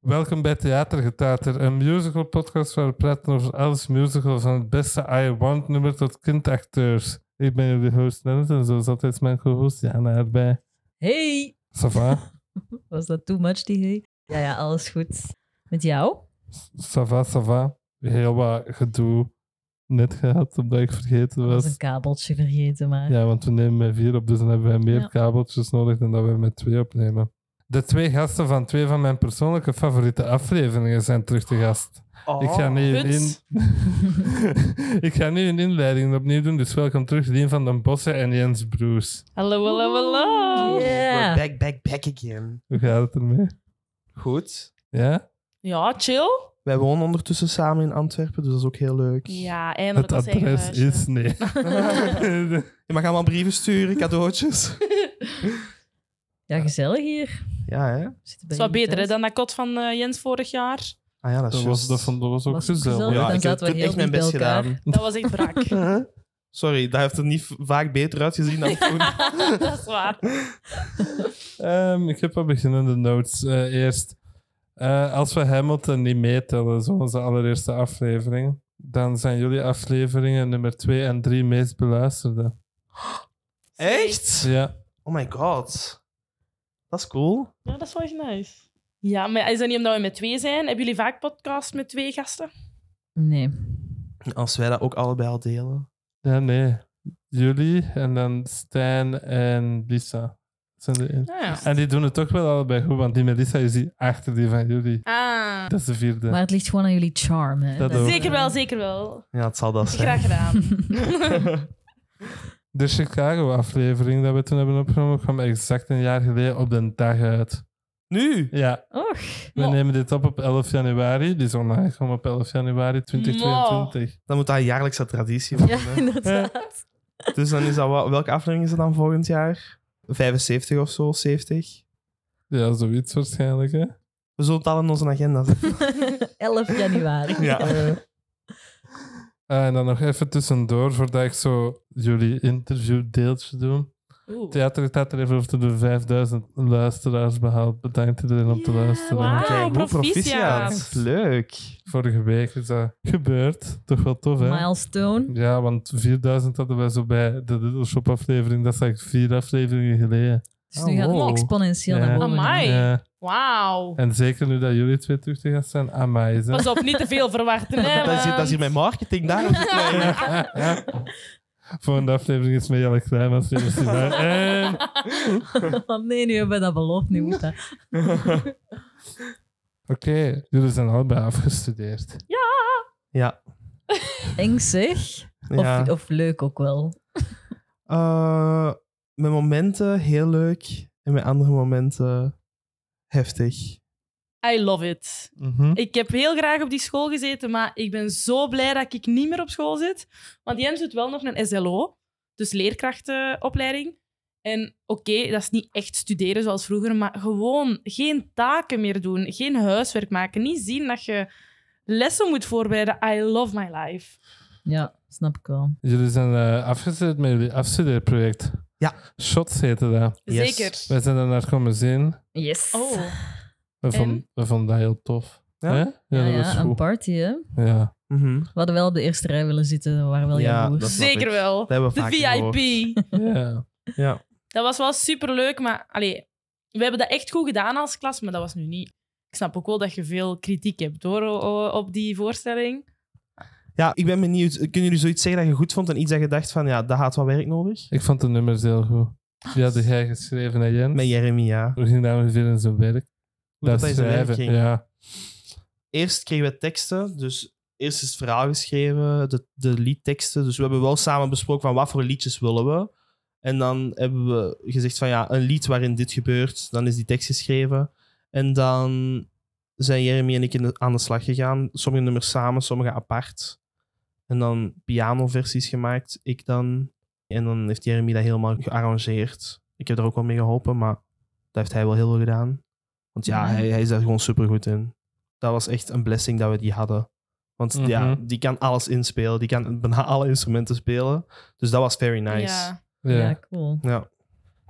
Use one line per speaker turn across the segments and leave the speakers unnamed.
Welkom bij Theatergetater, een musical podcast waar we praten over alles musical, van het beste I Want nummer tot kindacteurs. Ik ben jullie host Dennis en zoals altijd is mijn co-host Jana erbij.
Hey!
Sava,
Was dat too much, die hey? Ja, ja, alles goed. Met jou?
Sava, Sava. Heel wat gedoe net gehad, omdat ik vergeten
Dat was
was.
een kabeltje vergeten, maar...
Ja, want we nemen met vier op, dus dan hebben wij meer
Ja.
kabeltjes nodig dan dat we met twee opnemen. De twee gasten van twee van mijn persoonlijke favoriete afleveringen zijn terug te gast. ik
Oh.
ga nu een in...
Kut.
ik ga nu een inleiding opnieuw doen, dus welkom terug Rien van den Bossen en Jens Broes.
Hallo, hallo, hallo.
Oeh.
We're
Ja.
back, back, back again.
Hoe gaat het ermee?
Goed.
Ja?
Ja, chill.
Wij wonen ondertussen samen in Antwerpen, dus dat is ook heel leuk.
Ja, eindelijk
Het
ons eigen
adres
huisje.
is nee.
Je mag allemaal brieven sturen, cadeautjes.
Ja, gezellig hier.
ja, hè?
We zitten bij
Dat is wat
jullie
beter hè,
thuis.
dan dat kot van eh, Jens vorig jaar.
Ah ja, dat is
dat, was,
juist.
dat, vond- dat was ook
Was ook
gezellig.
gezellig.
Ja.
Oh, dan
ik heb
zaten we
toen
heel
echt mijn
dicht
best
bij elkaar.
gedaan.
Dat was echt brak.
Huh? Sorry, dat heeft er niet v- vaak beter uitgezien dan toen.
dat is waar.
Ehm, ik heb wat beginnende notes. Eh, eerst, eh, als we Hamilton niet meetellen, zo onze allereerste aflevering, dan zijn jullie afleveringen nummer 2 en 3 meest beluisterde.
Echt?
Ja.
Oh my god. Dat is cool.
Ja, dat is wel echt nice. Ja, maar is dat niet omdat we met twee zijn? Hebben jullie vaak podcasts met twee gasten?
Nee.
Als wij dat ook allebei al delen.
Ja, nee. Jullie en dan Stijn en Lisa. Zijn de eerste.
Ah, ja.
En die doen het toch wel allebei goed, want die met Lisa is die achter die van jullie.
Ah.
Dat is de vierde.
Maar het ligt gewoon aan jullie charme. Hè?
Dat ook.
Zeker wel, zeker wel.
Ja, het zal dat zijn.
Graag gedaan.
De Chicago-aflevering dat we toen hebben opgenomen kwam exact een jaar geleden op de dag uit.
nu?
Ja,
Och.
we
Mo.
nemen dit op op 11 januari. Die is online gekomen op 11 januari 2022.
Dan moet dat een jaarlijkse traditie worden.
Ja,
hè.
inderdaad.
Dus dan is dat... wa- Welke aflevering is dat dan volgend jaar? 75 of zo, 70?
Ja, zoiets waarschijnlijk. Hè?
We zullen het al in onze agenda zetten.
11 januari. Eh,
Ja.
Ah, en dan nog even tussendoor, voordat ik zo jullie interviewdeeltje doe.
Oeh.
Theater staat er even over de 5000 luisteraars behaald. Bedankt iedereen om te
Ja,
luisteren.
wauw.
Kijk, hoe
proficiat.
Ah, proficiat. Leuk.
Vorige week is dat gebeurd. Toch wel tof, hè?
Milestone.
Ja, want 4000 hadden wij zo bij de Little Shop aflevering. Dat zag ik vier afleveringen geleden.
Dus
Oh,
nu gaat
wow.
het exponentieel
Ja.
naar boven.
Amai. Hey.
Ja,
Wauw.
en zeker nu dat jullie twee terug te gast zijn. Amai, hè?
Pas op, niet te veel verwachten. Hè,
Dat is, hier, dat is hier mijn marketing, daarom zit mij-
Volgende aflevering is met Jelle Kleimans. die is hierbij. En
Want nee, nu hebben we dat beloofd. Nu moet dat.
Oké, jullie zijn allebei afgestudeerd.
Ja.
Eng zeg. Of,
ja.
of leuk ook wel.
Eh, mijn momenten heel leuk en mijn andere momenten heftig.
I love it.
Mhm.
Ik heb heel graag op die school gezeten, maar ik ben zo blij dat ik niet meer op school zit. Want Jens doet wel nog een SLO, dus leerkrachtenopleiding. En oké, dat is niet echt studeren zoals vroeger, maar gewoon geen taken meer doen, geen huiswerk maken, niet zien dat je lessen moet voorbereiden. I love my life.
Ja, snap ik wel.
Jullie zijn eh, afgestudeerd met jullie afstudeerproject.
Ja.
Shots heette dat.
Yes.
Zeker.
Wij zijn daar naar komen zien.
Yes.
Oh,
We,
En?
vond, we vonden dat heel tof.
Ja.
Hè?
ja,
dat was
ja, een
goed.
party, hè?
Ja.
Mhm.
We hadden wel op de eerste rij willen zitten, we waren wel
Ja,
jaloers.
dat snap
zeker
ik.
wel.
Dat hebben we
De
vaak
VIP.
ja.
Ja.
Dat was wel superleuk, maar allee, we hebben dat echt goed gedaan als klas, maar dat was nu niet. Ik snap ook wel dat je veel kritiek hebt hoor, o- o- op die voorstelling.
ja, ik ben benieuwd. Kunnen jullie zoiets zeggen dat je goed vond en iets dat je dacht van, ja, dat had wat werk nodig?
Ik vond de nummers heel goed. Die had jij geschreven, hè, Jens?
Met Jeremia.
We gingen daar ongeveer in zijn werk.
Hoe dat in zijn werk ging.
Ja.
Eerst kregen we teksten, dus eerst is het verhaal geschreven, de, de liedteksten. Dus we hebben wel samen besproken van wat voor liedjes willen we. En dan hebben we gezegd van ja, een lied waarin dit gebeurt. Dan is die tekst geschreven. En dan zijn Jeremy en ik in de- aan de slag gegaan. Sommige nummers samen, sommige apart. En dan pianoversies gemaakt, ik dan. En dan heeft Jeremy dat helemaal gearrangeerd. Ik heb daar ook wel mee geholpen, maar dat heeft hij wel heel veel gedaan. Want ja,
Ja.
hij, hij is daar gewoon supergoed in. Dat was echt een blessing dat we die hadden. Want ja,
Mhm.
die kan alles inspelen. Die kan bijna alle instrumenten spelen. Dus dat was very nice.
Ja.
Ja.
Ja, cool.
Ja.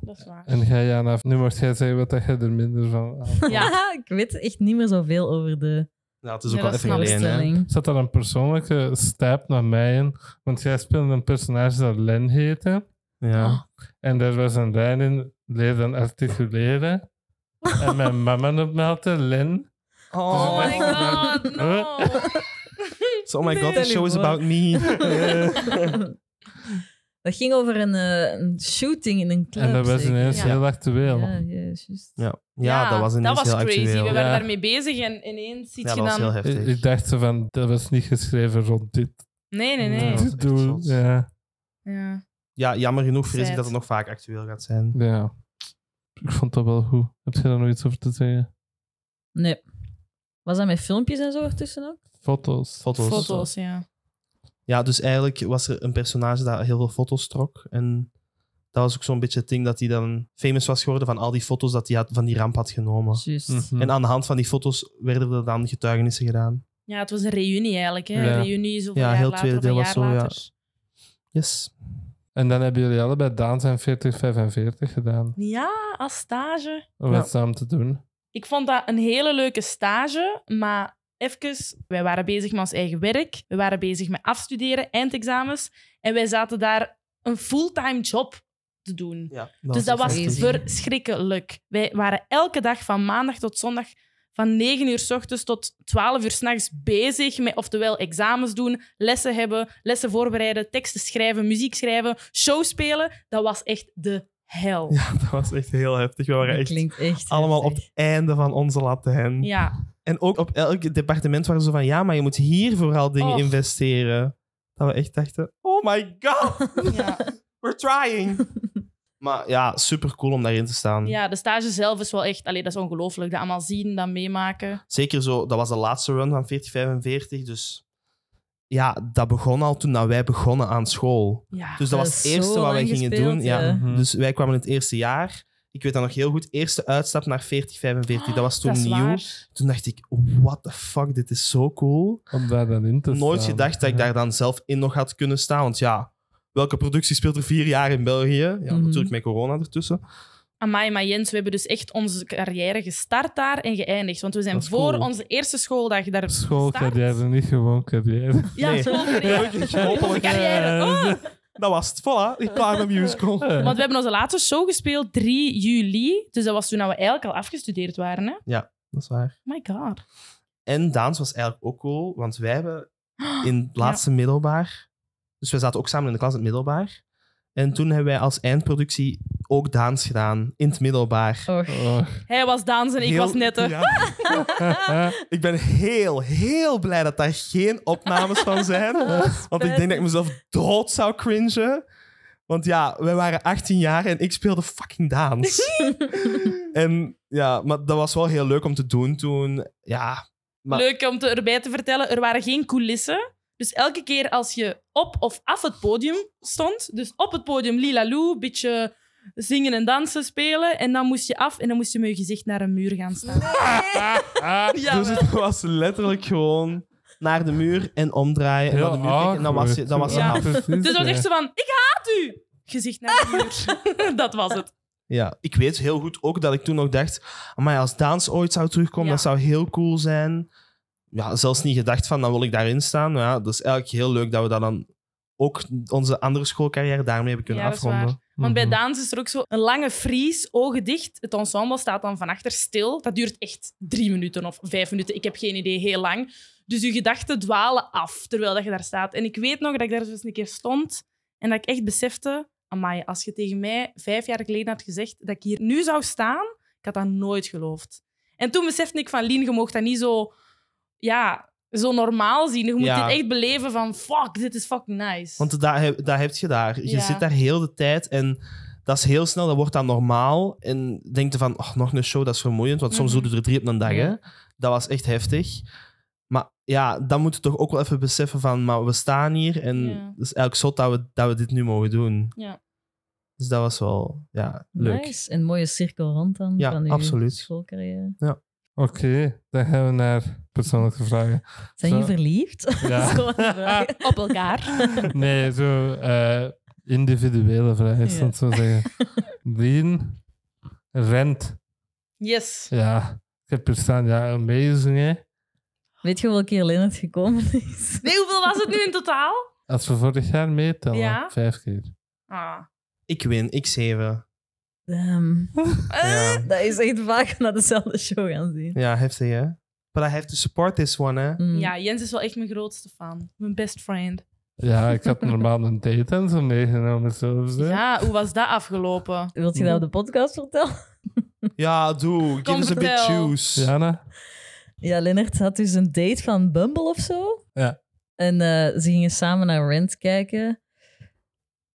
dat is waar.
En jij, Jana, nu mocht jij zeggen wat dat jij er minder van aan-
Ja.
ik weet echt niet meer zoveel over de
Nou, het is ook
Ja,
wel
dat
even
snap ik.
geleden. hè.
voorstelling.
Zat daar een persoonlijke stijp naar mij in? Want jij speelde een personage dat Len heette.
Ja.
En daar was een lijn in, leer dan articuleren. En mijn mama noemt me altijd Len.
Oh
Oh
my
my
god, no.
So, oh my god, the
Nee.
show is about me.
dat ging over een, eh, een shooting in een club.
En dat was
zeker?
ineens
Ja.
heel
Ja,
actueel.
ja, juist.
Ja, ja, dat was ineens
dat was
heel
crazy.
actueel.
We
Ja.
waren daarmee bezig en ineens ziet
Ja,
je
dat was
dan...
heel
Ik,
heftig.
ik dacht zo van, dat was niet geschreven rond dit,
Nee, nee,
Ja, dat
nee.
was
dit
echt
doel.
zot.
Ja,
Ja.
Ja, jammer genoeg vrees ik
Sad.
dat het nog vaak actueel gaat zijn.
ja. Ik vond dat wel goed. Heb je daar nog iets over te zeggen?
Nee. Was dat met filmpjes en zo ertussen ook?
Foto's.
Foto's.
Foto's, ja.
Ja, dus eigenlijk was er een personage dat heel veel foto's trok. En dat was ook zo'n beetje het ding dat hij dan famous was geworden van al die foto's dat hij had, van die ramp had genomen.
Juist.
Mhm.
En aan de hand van die foto's werden er dan getuigenissen gedaan.
Ja, het was een reunie eigenlijk. Hè.
Ja.
Een reunie zoveel
Ja,
jaar
heel
later,
tweede
of een
deel was
jaar
zo, ja.
later.
Yes.
En dan hebben jullie allebei Daan zijn 40-45 gedaan.
Ja, als stage.
Om
Ja.
het samen te doen.
Ik vond dat een hele leuke stage, maar even... Wij waren bezig met ons eigen werk. We waren bezig met afstuderen, eindexamens. En wij zaten daar een fulltime job te doen.
Ja,
dus dat was
echt
fantastisch.
crazy.
verschrikkelijk. Wij waren elke dag van maandag tot zondag van 9 uur 's ochtends tot 12 uur 's nachts bezig met oftewel examens doen, lessen hebben, lessen voorbereiden, teksten schrijven, muziek schrijven, show spelen. Dat was echt de hel. Ja,
Ja, dat was echt heel heftig. We waren
Dat
echt
klinkt echt
allemaal op
heftig.
het einde van onze Latijn. En ook op elk departement waren ze van ja, maar je moet hier vooral dingen
Och.
investeren. Dat we echt dachten: oh my god,
ja.
we're trying. maar ja, super cool om daarin te staan.
Ja, de stage zelf is wel echt... Allee, dat is ongelooflijk. Dat allemaal zien, dat meemaken.
Zeker zo, dat was de laatste run van 4045. Dus ja, dat begon al toen dat wij begonnen aan school.
Ja.
Dus dat,
Dat
was het
is
eerste
zo
wat wij
lang
gingen
gespeeld,
doen. Ja.
ja.
Mhm.
Dus wij kwamen het eerste jaar. Ik weet dat nog heel goed. Eerste uitstap naar 4045. Dat was toen
Dat is
nieuw.
waar.
Toen dacht ik, what the fuck, dit is zo cool.
Om daar dan in te
Nooit
staan.
gedacht dat ik daar dan zelf in nog had kunnen staan. Want ja, welke productie speelt er vier jaar in België? Ja,
Mhm.
natuurlijk met corona ertussen.
Amai, maar Jens, we hebben dus echt onze carrière gestart daar en geëindigd. Want we zijn
Dat is
voor
cool.
onze eerste schooldag daar
Schoolcarrière, niet gewoon carrière.
Ja,
Nee.
schoolcarrière. Onze carrière. Oh.
Dat was het, voilà. Ik klaar met musical.
Want we hebben onze laatste show gespeeld 3 juli. Dus dat was toen we eigenlijk al afgestudeerd waren. Hè?
Dat is waar.
My god.
En dans was eigenlijk ook cool, want wij hebben in het laatste middelbaar... Dus wij zaten ook samen in de klas in het middelbaar. En toen hebben wij als eindproductie ook dans gedaan in het middelbaar.
Och.
Oh.
Hij was Daans en ik
Heel-
was Nette.
Ja.
Oh.
Ik ben heel, heel blij dat daar geen opnames van zijn. Want ik denk dat ik mezelf dood zou cringen. Want ja, wij waren 18 jaar en ik speelde fucking dans. en ja, maar dat was wel heel leuk om te doen toen. Ja, maar-
Leuk om te, erbij te vertellen, er waren geen coulissen. Dus elke keer als je op of af het podium stond, dus op het podium Lila Lou, een beetje zingen en dansen, spelen. En dan moest je af en dan moest je met je gezicht naar een muur gaan staan. Ja,
dus het was letterlijk gewoon naar de muur en omdraaien. En naar de muur kijken en dan was je, dan was je
Ja.
af.
Dus dat was echt zo van, ik haat u! Gezicht naar de muur. dat was het.
Ja, ik weet heel goed ook dat ik toen nog dacht... Maar als dans ooit zou terugkomen,
Ja.
dat zou heel cool zijn. Ja, zelfs niet gedacht van, dan wil ik daarin staan. Maar Ja, dat is eigenlijk heel leuk dat we dat dan ook onze andere schoolcarrière daarmee hebben kunnen
Ja, dat is
afronden.
waar. Want
Mhm.
Mhm.
bij dans is er ook zo een lange vries, ogen dicht. Het ensemble staat dan van achter stil. Dat duurt echt drie minuten of vijf minuten. Ik heb geen idee, heel lang. Dus je gedachten dwalen af terwijl dat je daar staat. En ik weet nog dat ik daar zo eens een keer stond en dat ik echt besefte: Amai, als je tegen mij vijf jaar geleden had gezegd dat ik hier nu zou staan, ik had dat nooit geloofd. En toen besefte ik van Lien, je mocht dat niet zo, ja, zo normaal zien. Je moet
Ja.
dit echt beleven van fuck, dit is fucking nice.
Want daar heb, daar heb je daar. Je
Ja.
zit daar heel de tijd en dat is heel snel, dat wordt dan normaal. En denk je van, oh, nog een show, dat is vermoeiend, want soms
Mhm.
doe je er drie op een dag. Hè? Dat was echt heftig. Maar ja, dan moet je toch ook wel even beseffen van, maar we staan hier en
Ja.
het is eigenlijk zot dat we, dat we dit nu mogen doen.
Ja.
Dus dat was wel ja, leuk.
Nice. Een mooie cirkel rond dan
Ja,
van uw
absoluut.
schoolcarrière.
Oké, dan gaan we naar persoonlijke vragen.
Zijn
Zo.
jullie verliefd?
Ja.
Dat is gewoon een vraag.
Op elkaar.
Nee, zo. eh, individuele vrijheid,
Ja.
zal ik zo zeggen. Lien, rent.
Yes.
Ja, ik heb hier staan, ja, amazing, hè.
Weet je welke keer Lennart gekomen is?
Nee, hoeveel was het nu in totaal?
Als we vorig jaar meetellen,
Ja.
vijf keer.
Ah.
Ik win, ik zeven.
Damn.
Ja,
Ehm, Dat is echt vaak naar dezelfde show gaan zien.
ja heftig hè. But I have to support this one hè.
Mm.
Ja, Jens is wel echt mijn grootste fan. Mijn best friend.
Ja, ik had normaal een date en zo meegenomen, zo. zo.
Ja, hoe was dat afgelopen?
Wilt je dat op de podcast vertellen?
Ja, doe. Give
Kom,
us a bit
vertel.
juice.
Jana?
Ja, Lennart had dus een date van Bumble of zo.
Ja.
En eh, ze gingen samen naar Rent kijken.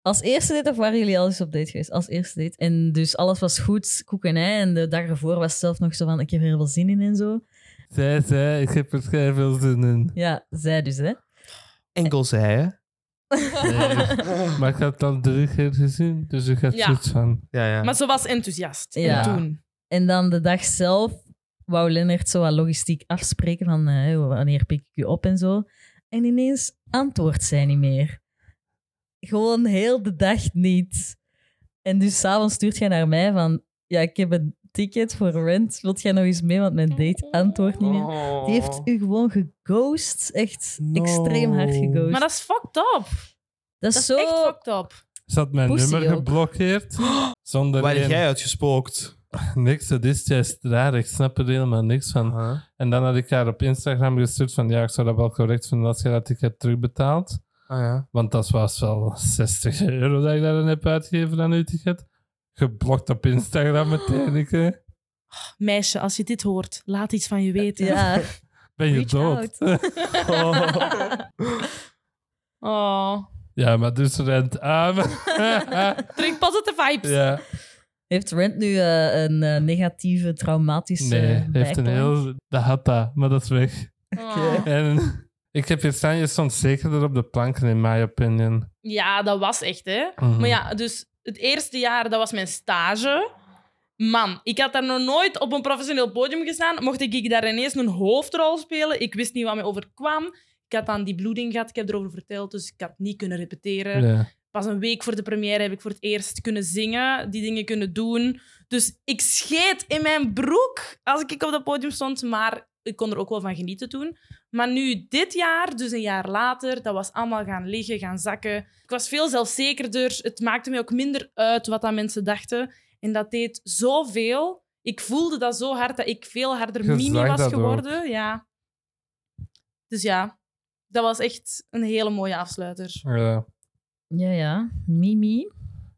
Als eerste date, of waren jullie al eens op date geweest? Als eerste date. En dus alles was goed, koek en ei. En de dag ervoor was zelf nog zo van, ik heb er heel veel zin in en zo.
Zij, zij, ik heb er schijf veel zin in.
Ja, zij dus, hè.
Enkel zij hè.
Maar ik had het al drie keer gezien, dus ik had
Ja.
zoiets van...
Ja, ja.
Maar ze was enthousiast.
Ja.
En toen.
En dan de dag zelf wou Lennart zo wat logistiek afspreken van eh, wanneer pik ik u op en zo. En ineens antwoordt zij niet meer. Gewoon heel de dag niet. En dus s'avonds stuurt jij naar mij van... Ja, ik heb een ticket voor rent. Wilt jij nog eens mee? Want mijn date antwoordt niet meer.
Oh.
Die heeft u gewoon geghost. Echt
No.
extreem hard geghost.
Maar dat is fucked up.
dat
Dat
is
is
zo...
echt fucked up.
Ze had mijn
Pussy
nummer
ook.
geblokkeerd, zonder
Waar heb
één-
jij uitgespookt?
niks. Dat is juist raar, ik snap er helemaal niks van.
Aha.
En dan had ik haar op Instagram gestuurd van ja, ik zou dat wel correct vinden als je dat ticket terugbetaalt.
Ah ja.
Want dat was wel 60 euro dat ik daarin heb uitgegeven aan uw ticket. Geblokt op Instagram meteen. Ik, hè.
Meisje, als je dit hoort, laat iets van je weten.
Ja,
ben je
Reach
dood?
Oh.
ja, maar dus rent aan.
Terug positive vibes.
ja,
heeft Rent nu eh, een eh, negatieve, traumatische
nee,
eh,
heeft een
bijklank?
heel... Dat had dat, maar dat is weg.
Oh.
En ik heb hier staan, je stond zekerder op de planken, in my opinion.
Ja, dat was echt, hè.
Mhm.
Maar ja, dus het eerste jaar, dat was mijn stage. Man, ik had daar nog nooit op een professioneel podium gestaan. Mocht ik daar ineens een hoofdrol spelen, ik wist niet wat mij overkwam. Ik had dan die bloeding gehad, ik heb erover verteld, dus ik had niet kunnen repeteren.
Ja.
Pas een week voor de première heb ik voor het eerst kunnen zingen, die dingen kunnen doen. Dus ik scheet in mijn broek als ik op dat podium stond, maar ik kon er ook wel van genieten toen. Maar nu, dit jaar, dus een jaar later, dat was allemaal gaan liggen, gaan zakken. Ik was veel zelfzekerder. Het maakte mij ook minder uit wat dat mensen dachten. En dat deed zoveel. Ik voelde dat zo hard dat ik veel harder
Je
mimi
zag
was
dat
geworden. Ja. Dus ja, dat was echt een hele mooie afsluiter.
ja.
Ja, ja. Mimi.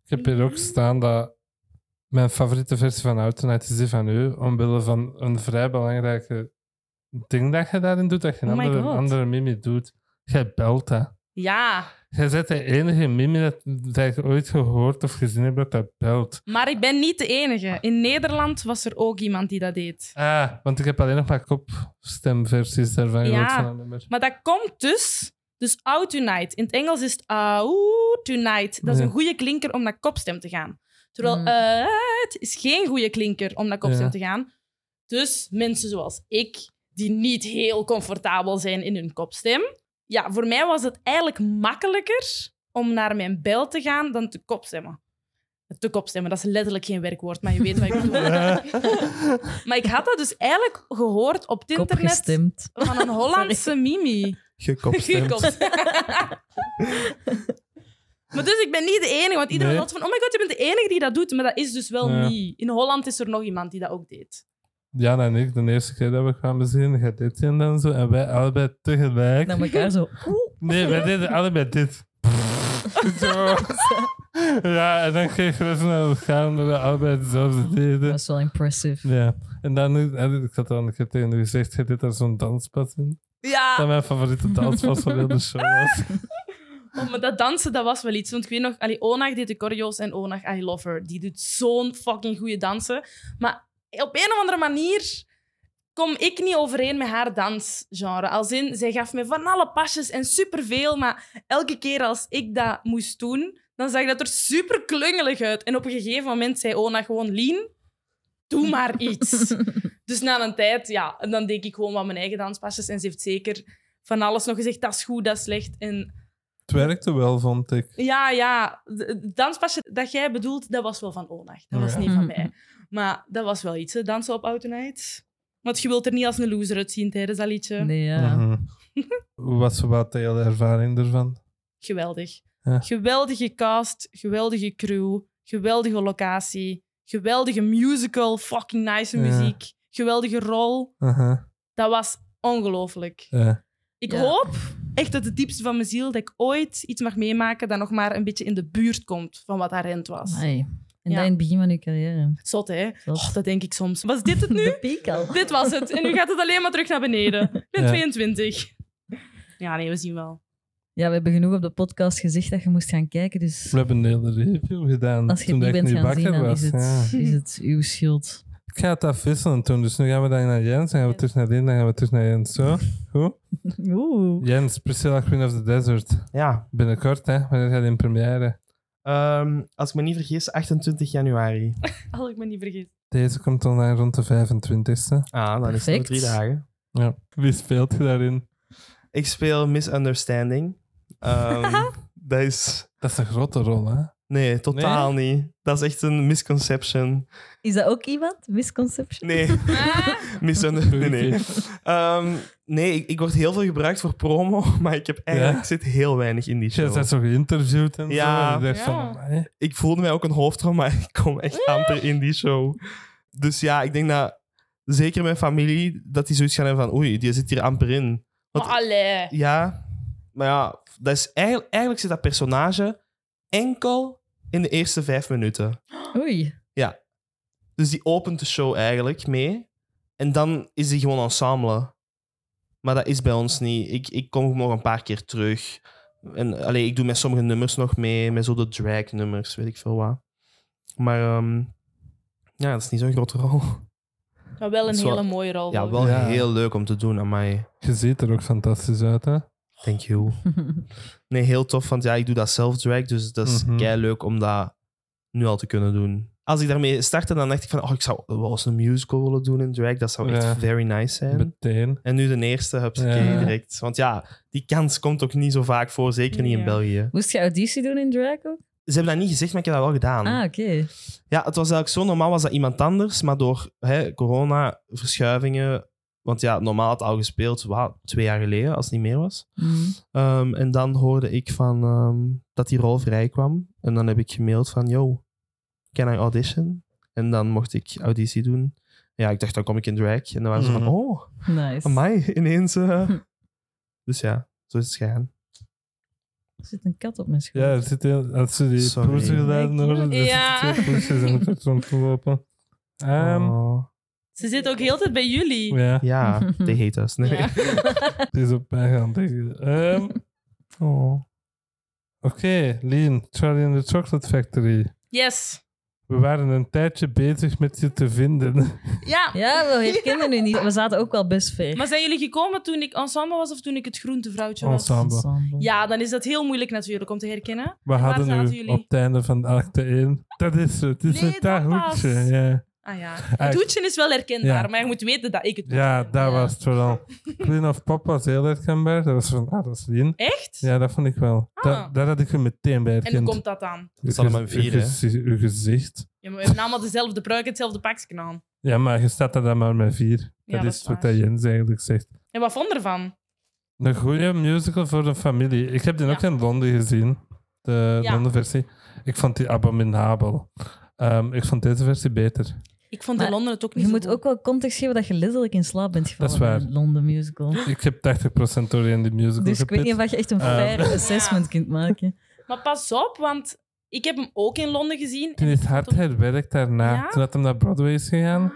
Ik heb hier ook staan dat mijn favoriete versie van Outonite is die van u, omwille van een vrij belangrijke ding dat je daarin doet, dat je een
Oh my
andere,
God.
andere mimi doet. Jij belt dat.
Ja.
Jij bent de enige mimi dat, dat ik ooit gehoord of gezien heb dat dat belt.
Maar ik ben niet de enige. In Nederland was er ook iemand die dat deed.
Ah, want ik heb alleen nog maar kopstemversies daarvan gehoord
Ja.
van dat nummer.
Maar dat komt dus... Dus out tonight. In het Engels is het out tonight. Dat is
Ja.
een goede klinker om naar kopstem te gaan. Terwijl
Mm.
uit is geen goede klinker om naar kopstem
Ja.
te gaan. Dus mensen zoals ik, die niet heel comfortabel zijn in hun kopstem... Ja, voor mij was het eigenlijk makkelijker om naar mijn bel te gaan dan te kopstemmen. Te kopstemmen, dat is letterlijk geen werkwoord, maar je weet wat ik bedoel. Maar ik had dat dus eigenlijk gehoord op het internet
Kopgestemd.
van een Hollandse mimi.
Gekopstemd.
Gekopt. maar dus ik ben niet de enige, want iedereen
Nee.
had van oh my god, je bent de enige die dat doet. Maar dat is dus wel
Ja.
niet. In Holland is er nog iemand die dat ook deed.
Jan en ik, de eerste keer dat we kwamen zien, gaat dit en dan zo. En wij allebei tegelijk.
Naar elkaar zo. oeh.
Nee, wij deden allebei dit. Zo. Ja, en dan kreeg we zo naar elkaar omdat we allebei hetzelfde
Dat
deden.
was wel impressive.
Ja, en dan, ik had dan een keer tegen u gezegd, je deed daar zo'n danspad in. Dat
Ah.
Ja,
mijn favoriete danspad van heel de show was.
oh, maar dat dansen dat was wel iets. Want ik weet nog, allee, Onag deed de choreo's en Onag I Love Her. Die doet zo'n fucking goede dansen. Maar op een of andere manier kom ik niet overeen met haar dansgenre. Als in, zij gaf me van alle pasjes en superveel, maar elke keer als ik dat moest doen, dan zag dat er super klungelig uit. En op een gegeven moment zei Ona gewoon, Lien, doe maar iets. dus na een tijd, ja, en dan deed ik gewoon wat mijn eigen danspasjes. En ze heeft zeker van alles nog gezegd, dat is goed, dat is slecht. En
Het werkte wel, vond ik.
Ja, ja. d- Danspasje dat jij bedoelt, dat was wel van Onag. Dat was
Oh Ja.
niet van
Mhm.
mij. Maar dat was wel iets, hè. Dansen op Auto Night. Want je wilt er niet als een loser uitzien tijdens dat liedje.
Nee, ja.
Mhm. Hoe was wat de hele ervaring ervan?
Geweldig.
Ja.
Geweldige cast, geweldige crew, geweldige locatie, geweldige musical, fucking nice
Ja.
muziek, geweldige rol.
Aha,
Dat was ongelooflijk.
ja.
Ik
Ja.
hoop echt uit het diepste van mijn ziel dat ik ooit iets mag meemaken dat nog maar een beetje in de buurt komt van wat haar rent was.
Amai. En
Ja.
dat in het begin van je carrière.
Zot, hè?
Zot.
Och, dat denk ik soms. Was dit het nu?
De piek al.
dit was het. En nu gaat het alleen maar terug naar beneden. Ik ben
Ja.
22. Ja, nee, we zien wel.
Ja, we hebben genoeg op de podcast gezegd dat je moest gaan kijken, dus
We hebben een hele review gedaan
als je
toen
het niet
ik
bent
nu
gaan zien,
bakker
dan
was.
is
ja.
het, is het uw schuld.
Ik ga het afwisselen toen, dus nu gaan we dan naar Jens, dan gaan we terug naar Lin, dan gaan we terug naar Jens. Zo, goed.
Oeh.
Jens, Priscilla Queen of the Desert.
Ja.
Binnenkort, hè? Wanneer gaat die in première?
Ehm, als ik me niet vergis, 28 januari.
Had Oh, ik me niet vergeten.
Deze komt online rond de 25e.
Ah, dan is het
Perfect.
nog drie dagen.
Ja. Wie speelt je daarin?
Ik speel Misunderstanding. Ehm, dat is...
Dat is een grote rol, hè?
Nee, totaal niet. Dat is echt een misconception.
Is dat ook iemand? Misconception?
Nee, misunderstanding. Nee, nee. Ehm, nee ik, ik word heel veel gebruikt voor promo, maar ik heb eigenlijk zit heel weinig in die
Je
show.
bent zo geïnterviewd en
Ja.
zo. En je dacht
Ja.
van, amai.
ik voelde mij ook een hoofdrol, maar ik kom echt amper in die show. Dus ja, ik denk dat zeker mijn familie, dat die zoiets gaan hebben van oei, die zit hier amper in. Want-
Maar Ah, allee.
Ja, maar ja, dat is eigenlijk, eigenlijk zit dat personage enkel in de eerste vijf minuten.
Oei.
Dus die opent de show eigenlijk mee. En dan is die gewoon ensemble. Maar dat is bij ons niet. Ik, ik kom nog een paar keer terug. En allee, ik doe met sommige nummers nog mee. Met zo de drag-nummers, weet ik veel wat. Maar ehm, ja, dat is niet zo'n grote rol.
Maar wel een
Zo-
hele mooie rol.
Ja,
hoor.
wel
Ja.
heel leuk om te doen aan mij.
je ziet er ook fantastisch uit, hè?
Thank you. Nee, heel tof, want ja, ik doe dat zelf drag. Dus dat is
Mhm.
kei leuk om dat nu al te kunnen doen. Als ik daarmee startte, dan dacht ik van... Oh, ik zou wel eens een musical willen doen in drag. Dat zou
Ja.
echt very nice zijn.
Meteen.
En nu de eerste heb
Ja.
direct. Want ja, die kans komt ook niet zo vaak voor, zeker niet in
Ja.
België.
Moest je auditie doen in drag ook?
Ze hebben dat niet gezegd, maar ik heb dat wel gedaan.
Ah, oké.
Ja, het was eigenlijk zo. Normaal was dat iemand anders, maar door hè, corona, verschuivingen... Want ja, normaal had het al gespeeld wat, twee jaar geleden, als het niet meer was.
Mhm.
Ehm, en dan hoorde ik van, ehm, dat die rol vrij kwam. En dan heb ik gemaild van, yo, can I audition? En dan mocht ik auditie doen. Ja, ik dacht, dan kom ik in drag. En dan waren ze van,
Mhm.
oh,
Nice.
Amai, ineens. eh.
Hm.
Dus ja, zo is het gegaan.
Er zit een kat op mijn schoot.
Ja, er zit heel, als ze die
Sorry.
poesjes gedaan horen, er
Ja.
zitten twee poesjes in het rondlopen. Ehm
Oh.
Ze zit ook heel de tijd bij jullie.
Ja,
Ja, die heet us. Nee.
Ja.
het is op mij gaan tegen. Ehm,
Oh.
Oké, Lien, Charlie and the Chocolate Factory.
Yes.
We waren een tijdje bezig met je te vinden.
Ja.
Ja, we herkennen nu niet. We zaten ook wel best ver.
Maar zijn jullie gekomen toen ik ensemble was of toen ik het groentevrouwtje was?
Ensemble.
Ensemble.
Ja, dan is dat heel moeilijk natuurlijk om te herkennen.
We hadden
zaten
nu
jullie?
op het einde van acte 1. Dat is het, het is
Nee,
het dat
dat was-
hoekje. Ja,
Ah ja.
Ah,
Het
ik-
hoedje is wel herkenbaar,
Ja.
maar je moet weten dat ik het doe.
ja daar
Ja.
was het vooral. Queen of Pop was heel herkenbaar. Dat was van, ah, dat is Lien.
Echt?
Ja, dat vond ik wel.
Ah.
Da- daar had ik je meteen bij
En hoe
herkend.
komt dat aan?
Uw
zal hem
gez-
een vier, hè?
uw gezi- Uw gezicht.
Ja, maar we hebben allemaal dezelfde pruik, hetzelfde pakje aan.
Ja, maar je staat er dan maar met vier.
Ja,
dat,
dat
is
is
wat
waar.
dat Jens eigenlijk zegt.
En wat vond je ervan?
Een goede musical voor een familie. Ik heb die ook
Ja.
in Londen gezien, de
Ja.
Londen versie. Ik vond die abominabel. Ehm, ik vond deze versie beter.
Ik vond in
Maar
Londen het ook niet
Je
zo
moet
goed.
ook wel context geven dat je letterlijk in slaap bent gevallen
Dat is waar.
bij een Londen musical.
Ik heb 80% door in die musical
Dus ik weet
gepit.
niet of je echt een
Ehm.
fair assessment kunt maken.
Maar pas op, want ik heb hem ook in Londen gezien.
Toen is hard
Tom-
herwerkt daarna.
Ja?
Toen dat hem naar Broadway is
Ah.
gegaan.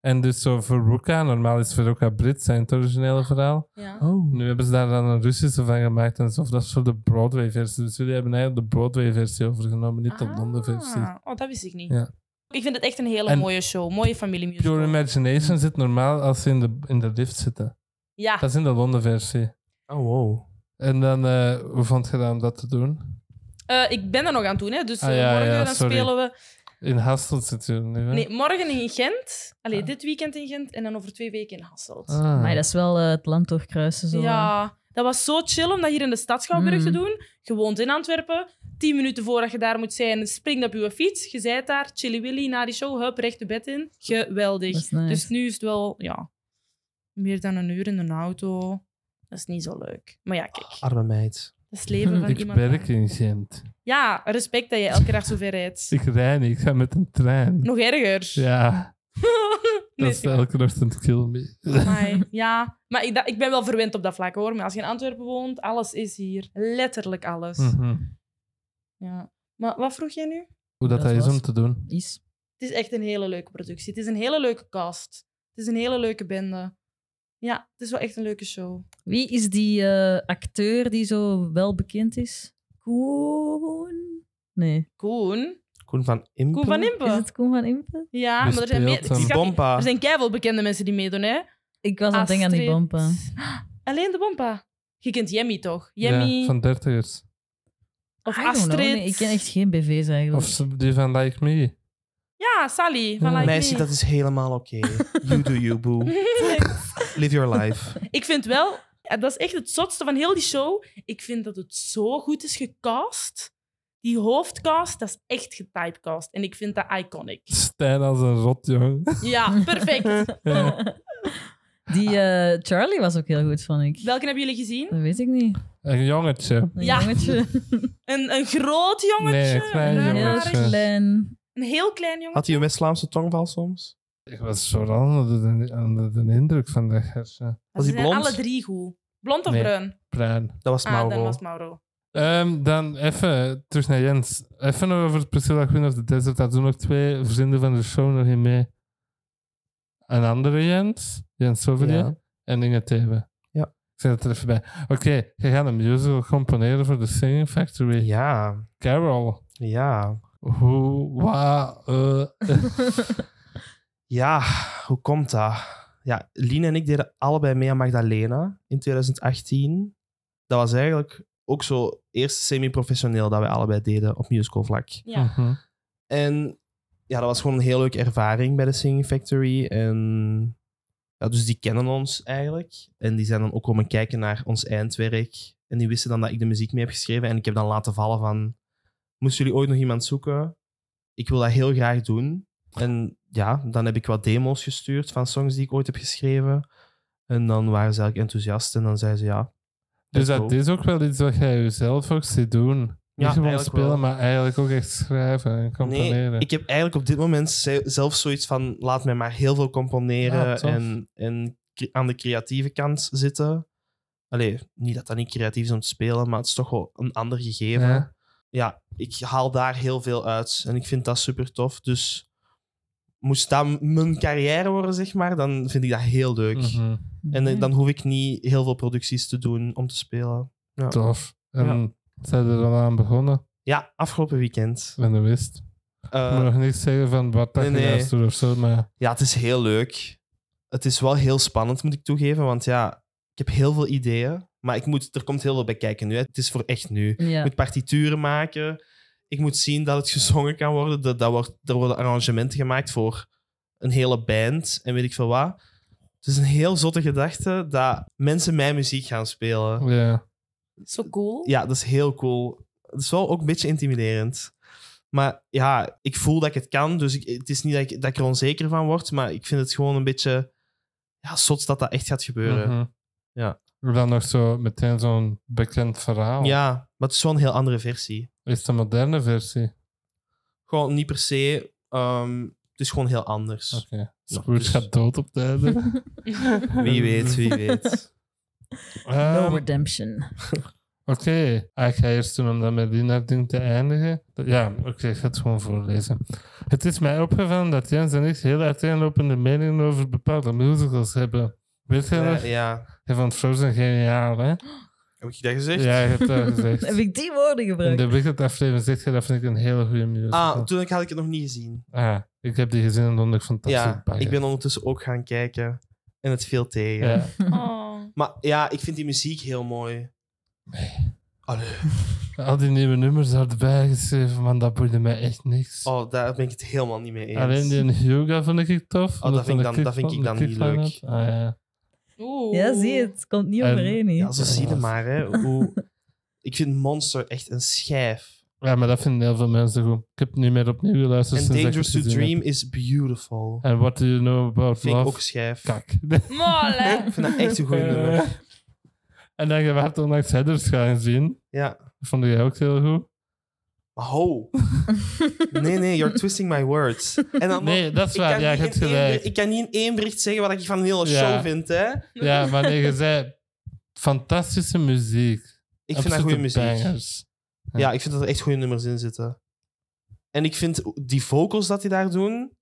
En dus zo Veruca, normaal is Veruca Brits, zijn het originele verhaal.
Ja.
Oh. Nu hebben ze daar dan een Russische van gemaakt en zo. Dat is voor de Broadway-versie. Dus jullie hebben eigenlijk de Broadway-versie overgenomen, niet de Londen-versie.
Ah, Oh, dat wist ik niet.
Ja.
Ik vind het echt een hele
En-
mooie show. Mooie familiemusical.
Pure Imagination zit normaal als ze in de, in de lift zitten.
Ja,
Dat is in de Londen-versie.
Oh, wow.
En dan, eh, hoe vond je dat om dat te doen?
eh, ik ben er nog aan toe, hè. Dus
Ah,
eh,
ja,
morgen
ja,
dan
sorry.
spelen we...
In Hasselt zit je nu, hè?
Nee, morgen in Gent. Allee, dit weekend in Gent. En dan over twee weken in Hasselt.
Ah.
Maar dat is wel eh, het land doorkruisen. Zo.
Ja, Dat was zo chill om dat hier in de Stadschouwburg
Mm.
te doen. Je woont in Antwerpen. Tien minuten voordat je daar moet zijn, springt op je fiets. Je zijt daar, chilly willy, na die show, hup, recht de bed in. Geweldig.
Dat is nice.
Dus nu is het wel, ja, meer dan een uur in een auto. Dat is niet zo leuk. Maar ja, kijk,
Arme meid.
dat is het leven van
Ik
iemand.
werk in Gent.
Ja, respect dat je elke dag zo ver rijdt.
Ik rij niet, ik ga met een trein.
Nog erger.
Ja,
Nee,
dat is elke ochtend kill me.
Amai, ja, maar ik, dat- ik ben wel verwend op dat vlak hoor. Maar als je in Antwerpen woont, alles is hier. Letterlijk alles.
Mhm.
Ja. Maar wat vroeg jij nu?
Hoe dat,
Dat
dat is om
was-
te doen.
eh, Is.
Het is echt een hele leuke productie. Het is een hele leuke cast. Het is een hele leuke bende. Ja, het is wel echt een leuke show.
Wie is die eh, acteur die zo wel bekend is? Koen? Nee.
Koen.
Koen van Impen.
Koen van Impe.
Is het Koen van Impe?
Ja,
Die
maar er zijn,
speelt
meer,
hem.
Schat,
Bompa.
er zijn keiveel bekende mensen die meedoen, hè?
Ik was aan het denken aan die
Astrid.
bompa.
Alleen de Bompa. Je kent Jemmy toch? Jemmy
Ja, van dertigers.
of
I don't know,
Astrid.
nee, ik ken echt geen BV's eigenlijk.
Of ze- die van Like Me.
Ja, Sally.
Ja.
Van like
Meisje,
Me.
dat is helemaal oké. You do you, boo. Live your life.
Ik vind wel, ja, dat is echt het zotste van heel die show. Ik vind dat het zo goed is gecast. Die hoofdcast, dat is echt getypecast. En ik vind dat iconic.
Stijn als een rot, jong.
Ja, perfect.
Die eh, Charlie was ook heel goed, vond ik.
Welke hebben jullie gezien?
Dat weet ik niet.
Een jongetje.
Een
Ja.
jongetje.
Een, een groot jongetje.
Nee, een klein
een,
Heel
jongetje.
rarig-
klein.
een heel klein jongetje.
Had hij een West-Vlaamse tongval soms?
Ik was vooral onder de, onder de indruk van de hersen.
Maar
Was
Ze
hij
zijn
blond?
alle drie goed. Blond of
Nee.
bruin?
Bruin.
Dat was
Ah, dat
Mauro.
was Mauro.
Ehm, dan even terug naar Jens. Even nog over Priscilla Queen of the Desert. Daar doen nog twee vrienden van de show nog in mee. Een andere Jens, Jens Sovereign,
Ja.
en Inge Thewe.
Ja.
Ik zet het er even bij. Oké, je gaat een musical componeren voor de Singing Factory.
Ja,
Carol.
ja.
Hoe, wa, eh,
Ja, hoe komt dat? Ja, Lien en ik deden allebei mee aan Magdalena in 2018. Dat was eigenlijk ook zo eerst semi-professioneel dat wij allebei deden op musical vlak.
Ja.
Mhm.
En ja, dat was gewoon een heel leuke ervaring bij de Singing Factory. En ja, dus die kennen ons eigenlijk. En die zijn dan ook komen kijken naar ons eindwerk. En die wisten dan dat ik de muziek mee heb geschreven. En ik heb dan laten vallen van... Moesten jullie ooit nog iemand zoeken? Ik wil dat heel graag doen. En ja, dan heb ik wat demo's gestuurd van songs die ik ooit heb geschreven. En dan waren ze eigenlijk enthousiast. En dan zeiden ze ja.
Dus
let's
dat
go.
is ook wel iets wat jij jezelf ook ziet doen. Niet
Ja,
gewoon
eigenlijk
spelen,
wel.
maar eigenlijk ook echt schrijven en componeren.
Nee, ik heb eigenlijk op dit moment ze- zelf zoiets van: laat mij maar heel veel componeren
Ah, tof.
en, en cre- aan de creatieve kant zitten. Allee, niet dat dat niet creatief is om te spelen, maar het is toch wel een ander gegeven.
Ja.
Ja, ik haal daar heel veel uit en ik vind dat super tof. Dus moest dat mijn carrière worden, zeg maar, dan vind ik dat heel leuk.
Mhm,
En eh, dan hoef ik niet heel veel producties te doen om te spelen. Ja,
Tof. En zijn er al aan begonnen?
ja afgelopen weekend.
En dat wist.
Eh,
Ik moet nog niet zeggen van wat dat
nee, nee.
nee, doet of zo, maar
Ja, het is heel leuk. Het is wel heel spannend, moet ik toegeven. Want ja, ik heb heel veel ideeën. Maar ik moet, er komt heel veel bij kijken nu. Hè. Het is voor echt nu. Ik
Ja.
moet partituren maken. Ik moet zien dat het gezongen kan worden. Dat, dat wordt, er worden arrangementen gemaakt voor een hele band en weet ik veel wat. Het is een heel zotte gedachte dat mensen mijn muziek gaan spelen.
ja.
Zo cool.
Ja, dat is heel cool. Het is wel ook een beetje intimiderend. Maar ja, ik voel dat ik het kan. Dus ik, het is niet dat ik, dat ik er onzeker van word. Maar ik vind het gewoon een beetje... Ja, zots dat dat echt gaat gebeuren.
Mhm.
Ja.
Hoe Dan nog zo meteen zo'n bekend verhaal.
Ja, maar het is wel een heel andere versie.
Is de moderne versie.
Gewoon niet per se... ehm, het is gewoon heel anders.
Oké.
Ja,
Scourge
dus-
gaat dood op tijden.
Wie weet, wie weet.
No redemption.
Ah, Oké, Ah, ik ga eerst doen om dat met ding te eindigen. Ja, oké, ik ga het gewoon voorlezen. Het is mij opgevallen dat Jens en ik heel uiteenlopende meningen over bepaalde musicals hebben. Weet je
Ja,
nog?
Eh, ja.
Je vond Frozen geniaal, hè?
Heb ik dat gezegd?
Ja, je hebt dat
Heb
gezegd.
ik die woorden
In
gebruikt?
de Wicked-aflevering zegt je, dat vind ik een hele goede musical.
Ah, toen ik- had ik het nog niet gezien.
Ah, ik heb die gezien en vond ik fantastisch.
Ja,
bagger.
ik ben ondertussen ook gaan kijken. En het viel tegen.
Ja.
Oh.
Maar ja, ik vind die muziek heel mooi. Allee.
Al die nieuwe nummers erbij geschreven, man, dat boeide mij echt niks.
Oh, daar ben ik het helemaal niet mee eens.
Alleen die in Hyuga vond ik tof.
Oh, dat
omdat
vind ik
een
dan- dat
kick
vind
van-
ik dan
een kick
niet
van
leuk.
had. Ah, ja.
Oeh.
Ja, zie je, het komt niet
En-
overeen. hier.
Ja, zo zie je maar, hè. Hoe... Ik vind Monster echt een schijf.
Ja, maar dat vinden heel veel mensen goed. Ik heb het niet meer opnieuw geluisterd.
En
sinds dat ik
Dangerous
het
to
gezien heb.
Dream is beautiful.
En What Do You Know About
Vind ik ook een
Love?
schijf.
Kak.
Molle.
Ik vind dat echt een goede nummer.
Eh, en dan je werd onlangs Headers gaan zien.
Ja.
Dat vond jij ook heel goed.
Maar ho. Nee, nee, you're twisting my words. En dan
Nee, dat is
ik
waar.
kan
Ja, je
niet
hebt
in één
gelijk.
bericht- Ik kan niet in één bericht zeggen wat ik van de hele
Ja.
show vind, hè.
Ja, maar nee, je zei fantastische muziek.
Ik vind dat
Absolute
goede muziek.
bangers. Ja.
Ja, ik vind dat er echt goede nummers in zitten. En ik vind die vocals dat die daar doen,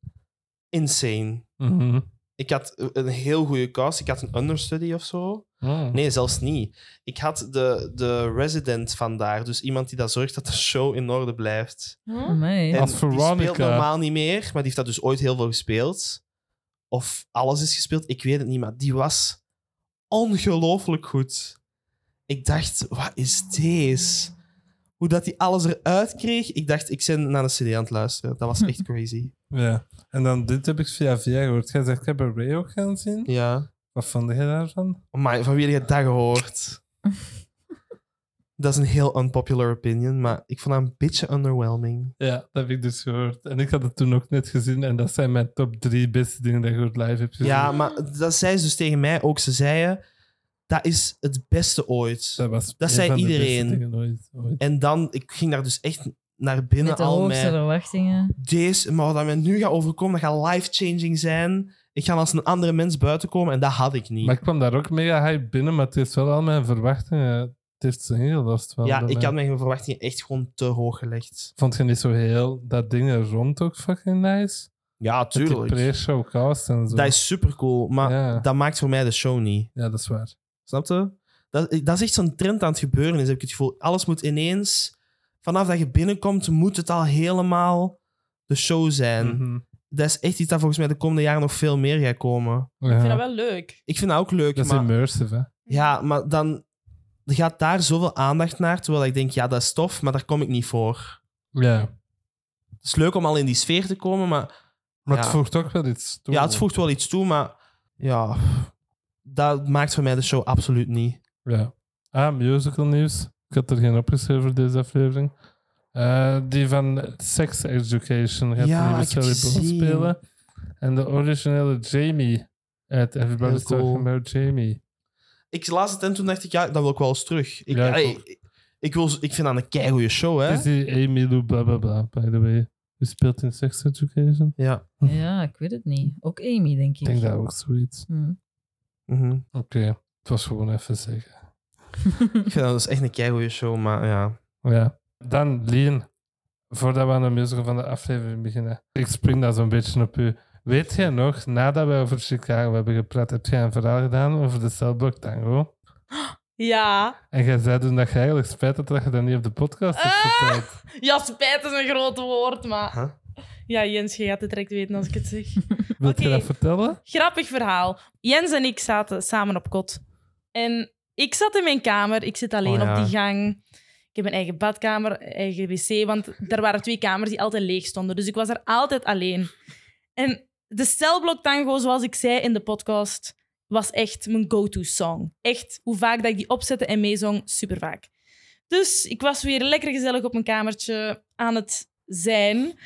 insane.
Mhm.
Ik had een heel goede cast. Ik had een understudy of zo.
Oh.
Nee, zelfs niet. Ik had de, de resident vandaar. Dus iemand die dat zorgt dat de show in orde blijft.
Huh?
Amai.
En
Als
die speelt
Veronica.
normaal niet meer, maar die heeft dat dus ooit heel veel gespeeld. Of alles is gespeeld, ik weet het niet, maar die was ongelooflijk goed. Ik dacht, wat is deze? Hoe dat die alles eruit kreeg, ik dacht, ik ben naar een CD aan het luisteren. Dat was echt crazy.
Ja. En dan dit heb ik via via gehoord. Jij zegt, ik heb Ray ook gaan zien.
Ja.
Wat vond jij daarvan?
Maar van wie heb je dat gehoord? Dat is een heel unpopular opinion, maar ik vond dat een beetje underwhelming.
Ja, dat heb ik dus gehoord. En ik had het toen ook net gezien. En dat zijn mijn top drie beste dingen dat ik ooit live heb gezien.
Ja, maar dat zei ze dus tegen mij ook. Ze zeiden, dat is het beste ooit.
dat, was
dat
een
zei
van de beste
iedereen.
dingen ooit- ooit.
En dan, ik ging daar dus echt naar binnen
Met de
al
hoogste
met
verwachtingen.
deze, maar wat mij nu gaat overkomen, dat gaat life-changing zijn. Ik ga als een andere mens buiten komen en dat had ik niet.
Maar ik kwam daar ook mega hype binnen, maar het heeft wel al mijn verwachtingen. Het heeft ze ingelost. wel
ja,
bij
ik
mij.
had mijn verwachtingen echt gewoon te hoog gelegd.
Vond je niet zo heel dat ding er rond ook fucking nice?
Ja,
Met Die pre-show cast en zo.
Dat is supercool, maar
Ja.
dat maakt voor mij de show niet.
Ja, dat is waar.
Snap je? Dat, dat is echt zo'n trend aan het gebeuren, is, heb ik het gevoel. Alles moet ineens, vanaf dat je binnenkomt, moet het al helemaal de show zijn.
Mhm.
Dat is echt iets dat volgens mij de komende jaren nog veel meer gaat komen.
Ik
Ja.
vind dat wel leuk.
Ik vind dat ook leuk,
Dat is
maar...
immersive, hè?
Ja, maar dan gaat daar zoveel aandacht naar. Terwijl ik denk, ja, dat is tof, maar daar kom ik niet voor.
Ja.
Het is leuk om al in die sfeer te komen, maar
Maar
Ja.
het voegt ook wel iets toe.
ja, het voegt wel iets toe. Maar ja, dat maakt voor mij de show absoluut niet.
Ja. Ah, musical nieuws. Ik had er geen opgeschreven voor deze aflevering. Eh, die van Sex Education gaat
Ja,
de nieuwe
ik
Sally
heb
Bowles
gezien.
spelen. En de originele Jamie uit Everybody's
Heel cool.
Talking About Jamie.
Ik las het en toen dacht ik, ja, dat wil ik wel eens terug. Ik,
Ja, ik
ey,
ook.
ik, wil, ik vind dat een keigoede show,
Het
hè?
is die Amy Lou bla bla bla, by the way. Die speelt in Sex Education.
Ja.
Ja, ik weet het niet. Ook Amy, denk
Ik
ik.
denk dat ook zoiets.
Hm.
Mhm.
Oké, het was gewoon even zeggen.
Ik vind dat dus echt een keigoede show, maar ja.
Ja. Dan Lien, voordat we aan de musical van de aflevering beginnen. Ik spring daar zo'n beetje op u. Weet jij nog, nadat wij over Chicago hebben gepraat, heb jij een verhaal gedaan over de celblok tango?
Ja.
En jij zei toen dat je eigenlijk spijt had dat je dat niet op de podcast hebt
Ah!
verteld.
Ja, spijt is een groot woord, maar...
Huh?
Ja, Jens, je gaat het direct weten als ik het zeg.
Wilt je
Oké.
dat vertellen?
Grappig verhaal. Jens en ik zaten samen op kot. En ik zat in mijn kamer. Ik zit alleen
Oh, ja.
op die gang. Ik heb een eigen badkamer, eigen wc. Want er waren twee kamers die altijd leeg stonden. Dus ik was er altijd alleen. En de celblok tango, zoals ik zei in de podcast, was echt mijn go-to song. Echt, hoe vaak dat ik die opzette en meezong, super vaak. Dus ik was weer lekker gezellig op mijn kamertje aan het zijn.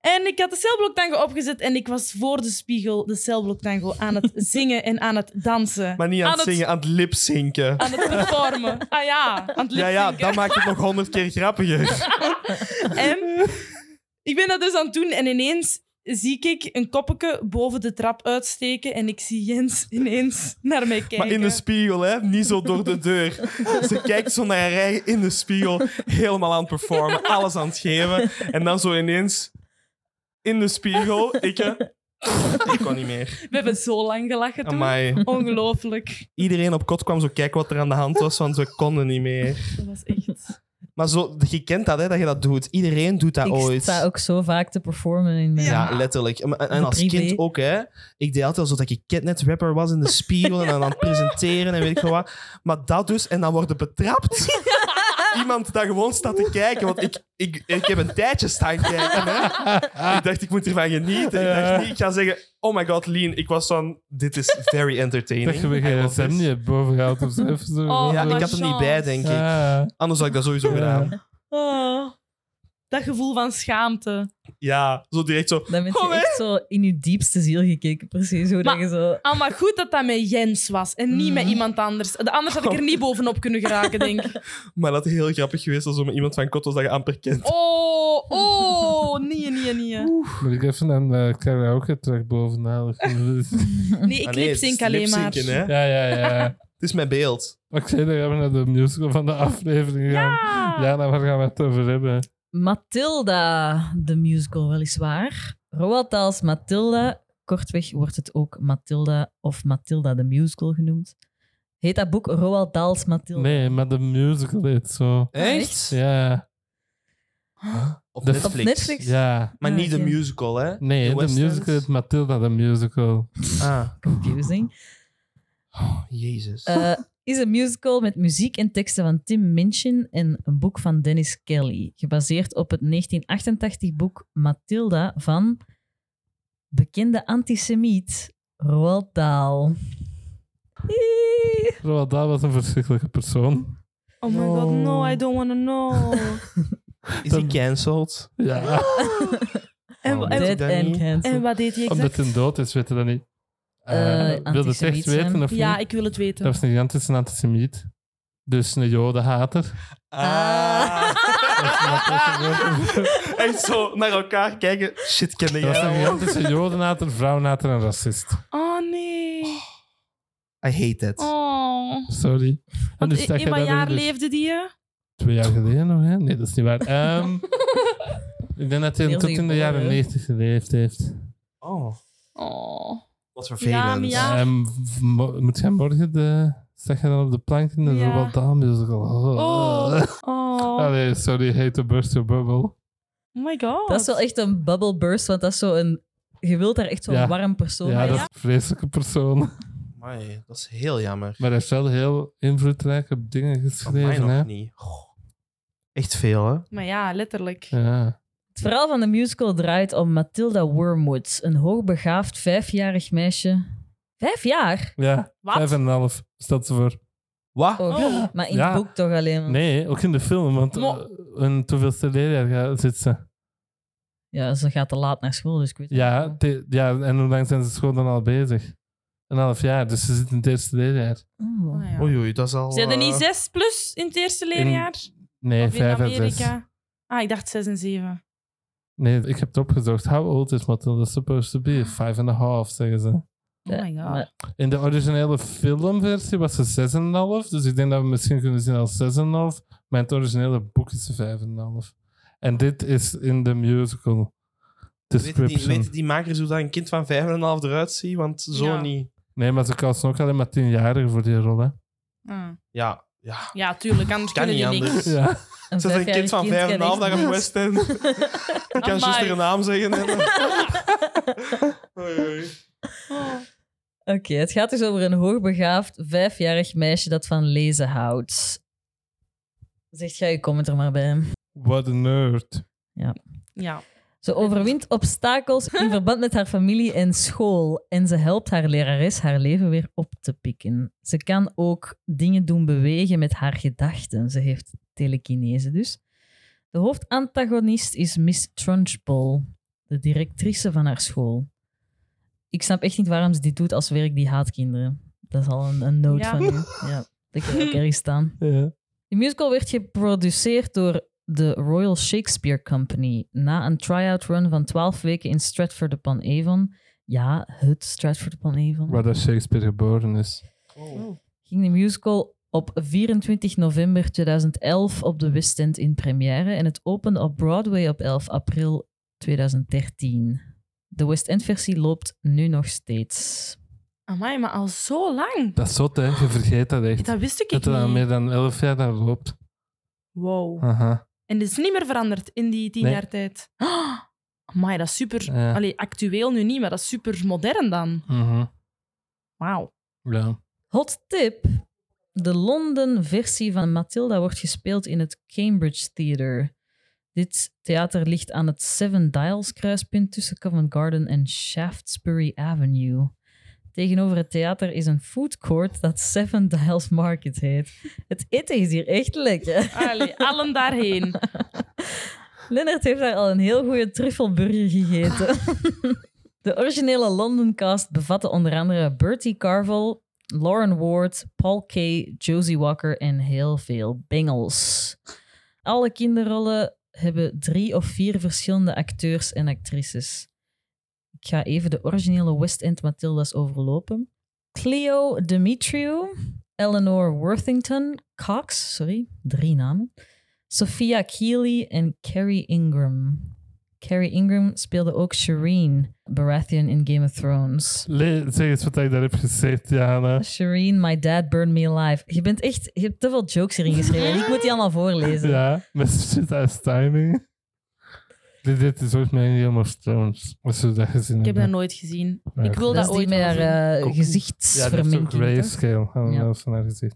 En ik had de celbloktango opgezet en ik was voor de spiegel de celbloktango aan het zingen en aan het dansen.
Maar niet aan,
Aan
het
het-
zingen, aan het lipzinken.
Aan het performen. Ah ja, aan het
Ja, ja,
lipzinken.
dat maakt het nog honderd keer grappiger.
En ik ben dat dus aan het doen en ineens zie ik een koppeke boven de trap uitsteken en ik zie Jens ineens naar mij kijken.
Maar in de spiegel, hè? Niet zo door de deur. Ze kijkt zo naar haar eigen in de spiegel, helemaal aan het performen, alles aan het geven. En dan zo ineens in de spiegel, ik... hè, Ik kon niet meer.
We hebben zo lang gelachen
Ah,
toen.
Amai.
Ongelooflijk.
Iedereen op kot kwam zo kijken wat er aan de hand was, want ze konden niet meer.
Dat was echt...
Maar zo, je kent dat, hè, dat je dat doet. Iedereen doet dat
Ik
ooit.
sta ook zo vaak te performen in mijn...
oh, Ja, letterlijk. En, en
De
als
privé.
kind ook, hè. Ik deed altijd alsof ik catnet rapper was in de spiegel en dan aan het presenteren en weet ik veel wat. Maar dat dus, en dan worden betrapt. iemand dat gewoon staat te kijken. Want ik, ik, ik heb een tijdje staan kijken. Hè. Ik dacht, ik moet ervan genieten. Ik dacht niet, ik ga zeggen, oh my god, Lean. Ik was van, dit is very entertaining.
Dat je weer
I
geen
love
gsm
this.
niet hebt bovengehaald of zo. Even zo.
Oh,
Ja,
maar
ik had er niet bij,
chance.
denk ik.
Ah.
Anders had ik dat sowieso
Ja.
gedaan.
Oh, dat gevoel van schaamte.
Ja, zo direct zo.
Dan ben je
Kom, Oh, hè.
echt zo in je diepste ziel gekeken. Precies hoe dat
Maar-
je zo...
Ah, maar goed dat dat met Jens was en niet met iemand anders. De Anders had ik er niet bovenop kunnen geraken, denk ik.
Maar dat is heel grappig geweest als zo met iemand van Kottos dat je amper kent.
Oh, oh, nee, nee, nee.
Moet ik even een eh, karaoke track bovenhalen?
Nee, ik
Ah, nee, het is
lipsync alleen maar.
lipzinken, hè.
ja, ja, ja.
Het is mijn beeld.
Maar ik zei, dan gaan we naar de musical van de aflevering gaan.
Ah.
Ja, nou, waar gaan we het over hebben?
Matilda, de musical weliswaar. Roald Dahls Matilda. Kortweg wordt het ook Matilda of Matilda de musical genoemd. Heet dat boek Roald Dahls Matilda?
Nee, maar de musical heet zo.
Ah,
Echt?
Ja,
Op
De-
Netflix.
Op Netflix?
ja.
Maar
Ah,
niet de
Oké.
musical, hè?
Nee,
De
de,
West End?
musical heet Matilda de musical.
Ah,
Confusing.
jezus.
Eh, is een musical met muziek en teksten van Tim Minchin en een boek van Dennis Kelly. Gebaseerd op het 1988 boek Matilda van bekende antisemiet Roald Dahl. Eeeh.
Roald Dahl was een verschrikkelijke persoon.
Oh my god, no, I don't want to know.
is die cancelled?
Ja,
en,
Oh,
en-
nee.
Dead
dat
and
niet?
en
Cancelled.
wat deed hij
omdat
exact?
hij dood is, weten we dat niet.
Eh,
Eh wil je het echt
antisemiet zijn.
weten of niet?
Ja, ik wil het weten.
Dat was een gigantische antisemiet. Dus een jodenhater.
Ah.
Ah. Echt zo naar elkaar kijken. Shit, kende
Dat was een
jij dat?
gigantische jodenhater, vrouwenhater en racist.
Oh nee.
I hate that.
Oh.
Sorry. En
Want
dus
in,
dat
in
je
wat
dat
jaar
in de-
leefde die? hè?
Twee jaar geleden nog, hè? Nee, dat is niet waar. Ehm, ik denk dat hij
Heel
tot in de
nieuw,
jaren
hè?
90 geleefd heeft.
Oh,
Oh.
wat vervelend.
Ja, maar ja.
Ehm, v- mo- moet jij morgen de... Zeg je dan op de plank in de
Ja.
Roald Dahl musical? Oh.
Oh. Oh.
Allee, sorry, hate to burst your bubble.
Oh my god.
Dat is wel echt een bubble burst, want dat is zo een... Je wilt daar echt zo'n
Ja.
warm persoon
ja,
bij
dat is een vreselijke persoon.
Amai, dat is heel jammer.
Maar hij heeft wel heel invloedrijk op dingen
Van mij
geschreven,
nog
hè?
niet. Goh. Echt veel, hè?
Maar ja, letterlijk.
Ja.
Het verhaal van de musical draait om Matilda Wormwood, een hoogbegaafd vijfjarig meisje. Vijf jaar?
Ja,
Wat?
vijf en een half, stelt ze voor.
Wat?
Oh,
Oh.
Maar in
Ja.
het boek toch alleen maar.
Nee, ook in de film, want
Mo-
eh, een hoeveelste leerjaar ga- zit ze?
Ja, ze gaat te laat naar school, dus ik weet het
Ja,
niet.
te- ja, en hoe lang zijn ze school dan al bezig? Een half jaar, dus ze zit in het eerste leerjaar.
Oh.
Oh, ja.
Oei, oei, dat is al...
Zijn er niet
eh,
zes plus in het eerste leerjaar?
Nee,
Of in
vijf en zes.
Amerika? Ah, ik dacht zes en zeven.
Nee, ik heb het opgezocht. How old is Matilda supposed to be? Five and a half, zeggen ze.
Oh my god.
Maar
In de originele filmversie was ze zes en een half, dus ik denk dat we misschien kunnen zien als zes en een half. Maar in het originele boek is ze vijf en een half. En dit is in de musical
Weten die,
description.
weten die makers hoe dat een kind van vijf en een half eruit ziet? Want zo
Ja.
niet.
Nee, maar ze kalsen ook alleen maar tienjarigen voor die rol, hè.
Ah.
Ja, ja.
Ja, tuurlijk, anders
Kan
kunnen
niet
die niks.
anders.
Ja.
een
Zet een kind van vijf en een half naar een West End. Ik kan
Amai.
juist een naam zeggen. Oei, oei.
Oh.
Oké, het gaat dus over een hoogbegaafd vijfjarig meisje dat van lezen houdt. Zegt jij, je comment er maar bij.
What a nerd.
Ja.
Ze overwint obstakels in verband met haar familie en school. En ze helpt haar lerares haar leven weer op te pikken. Ze kan ook dingen doen bewegen met haar gedachten. Ze heeft telekinese dus. De hoofdantagonist is Miss Trunchbull, de directrice van haar school. Ik snap echt niet waarom ze dit doet als werk die haat kinderen. Dat is al een, een noot
Ja.
van u. Ja, dat kan ook ergens staan.
Ja.
De musical werd geproduceerd door de Royal Shakespeare Company na een try-out run van 12 weken in Stratford-upon-Avon. Ja, het Stratford-upon-Avon.
Waar dat Shakespeare geboren is.
Ging de musical op 24 november 2011 op de West End in première en het opende op Broadway op 11 april 2013. De West End-versie loopt nu nog steeds.
Amai, maar al zo lang.
Dat is zot, hè. Je vergeet dat echt.
Dat wist ik,
Dat
ik
er al
niet.
meer dan elf jaar daar loopt.
Wow.
Aha.
En dit is niet meer veranderd in die tien
Ah. Nee.
jaar tijd. Ah, Amai, dat is super...
Ja.
Allee, actueel nu niet, maar dat is super modern dan.
Mhm.
Wauw.
Ja.
Hot tip. De de Londen-versie van Matilda wordt gespeeld in het Cambridge Theatre. Dit theater ligt aan het Seven Dials kruispunt tussen Covent Garden en Shaftesbury Avenue. Tegenover het theater is een food court dat Seven Dials Market heet. Het eten is hier echt lekker.
Allee, allen daarheen.
Lennart heeft daar al een heel goede truffelburger gegeten. De originele Londoncast bevatte onder andere Bertie Carvel, Lauren Ward, Paul Kay, Josie Walker en heel veel bengels. Alle kinderrollen hebben drie of vier verschillende acteurs en actrices. Ik ga even de originele West End Matildas overlopen. Cleo Demetrio, Eleanor Worthington, Cox, sorry, drie namen. Sophia Keely en Carrie Ingram. Carrie Ingram speelde ook Shireen Baratheon in Game of Thrones.
Le- zeg eens wat ik daar heb gezegd, Jana.
Shireen, My Dad Burned Me Alive. Je bent echt, je hebt te veel jokes hierin geschreven. Ik moet die allemaal voorlezen.
Ja, Messages as Timing. Dit, dit is ook mijn Game of Thrones. Als we dat gezien
Ik heb dat
hebben.
nooit gezien.
Ja,
Ik wil
Dat
dat,
is die
ooit
met
wel zien.
haar
Koken. Ja,
eh,
dat is ook
gezichtsverminking. toch?
grayscale. Hadden we
Ja.
wel eens van haar gezien.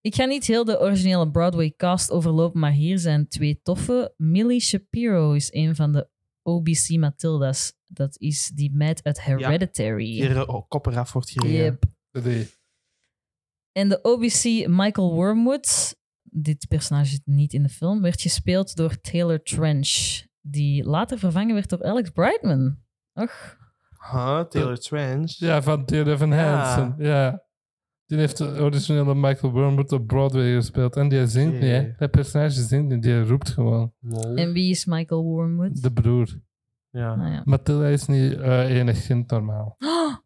Ik ga niet heel de originele Broadway cast overlopen, maar hier zijn twee toffe. Millie Shapiro is een van de OBC Matildas. Dat is die meid uit Hereditary.
Hier eh, oh, kop eraf wordt gereden.
Yep.
Die-
En de OBC Michael Wormwood, dit personage zit niet in de film, werd gespeeld door Taylor Trench, die later vervangen werd door Alex Brightman. Och,
eh, Huh, Taylor Trench.
Ja, van Dear Evan
Ja.
Hansen. Ja. Die heeft de originele Michael Wormwood op Broadway gespeeld. En die zingt niet, hè.
Jee.
Dat personage zingt niet, die roept gewoon.
Lol.
en wie is Michael Wormwood?
De broer.
Ja.
Nou ja.
Matilda is niet eh, enig kind normaal.
Oh,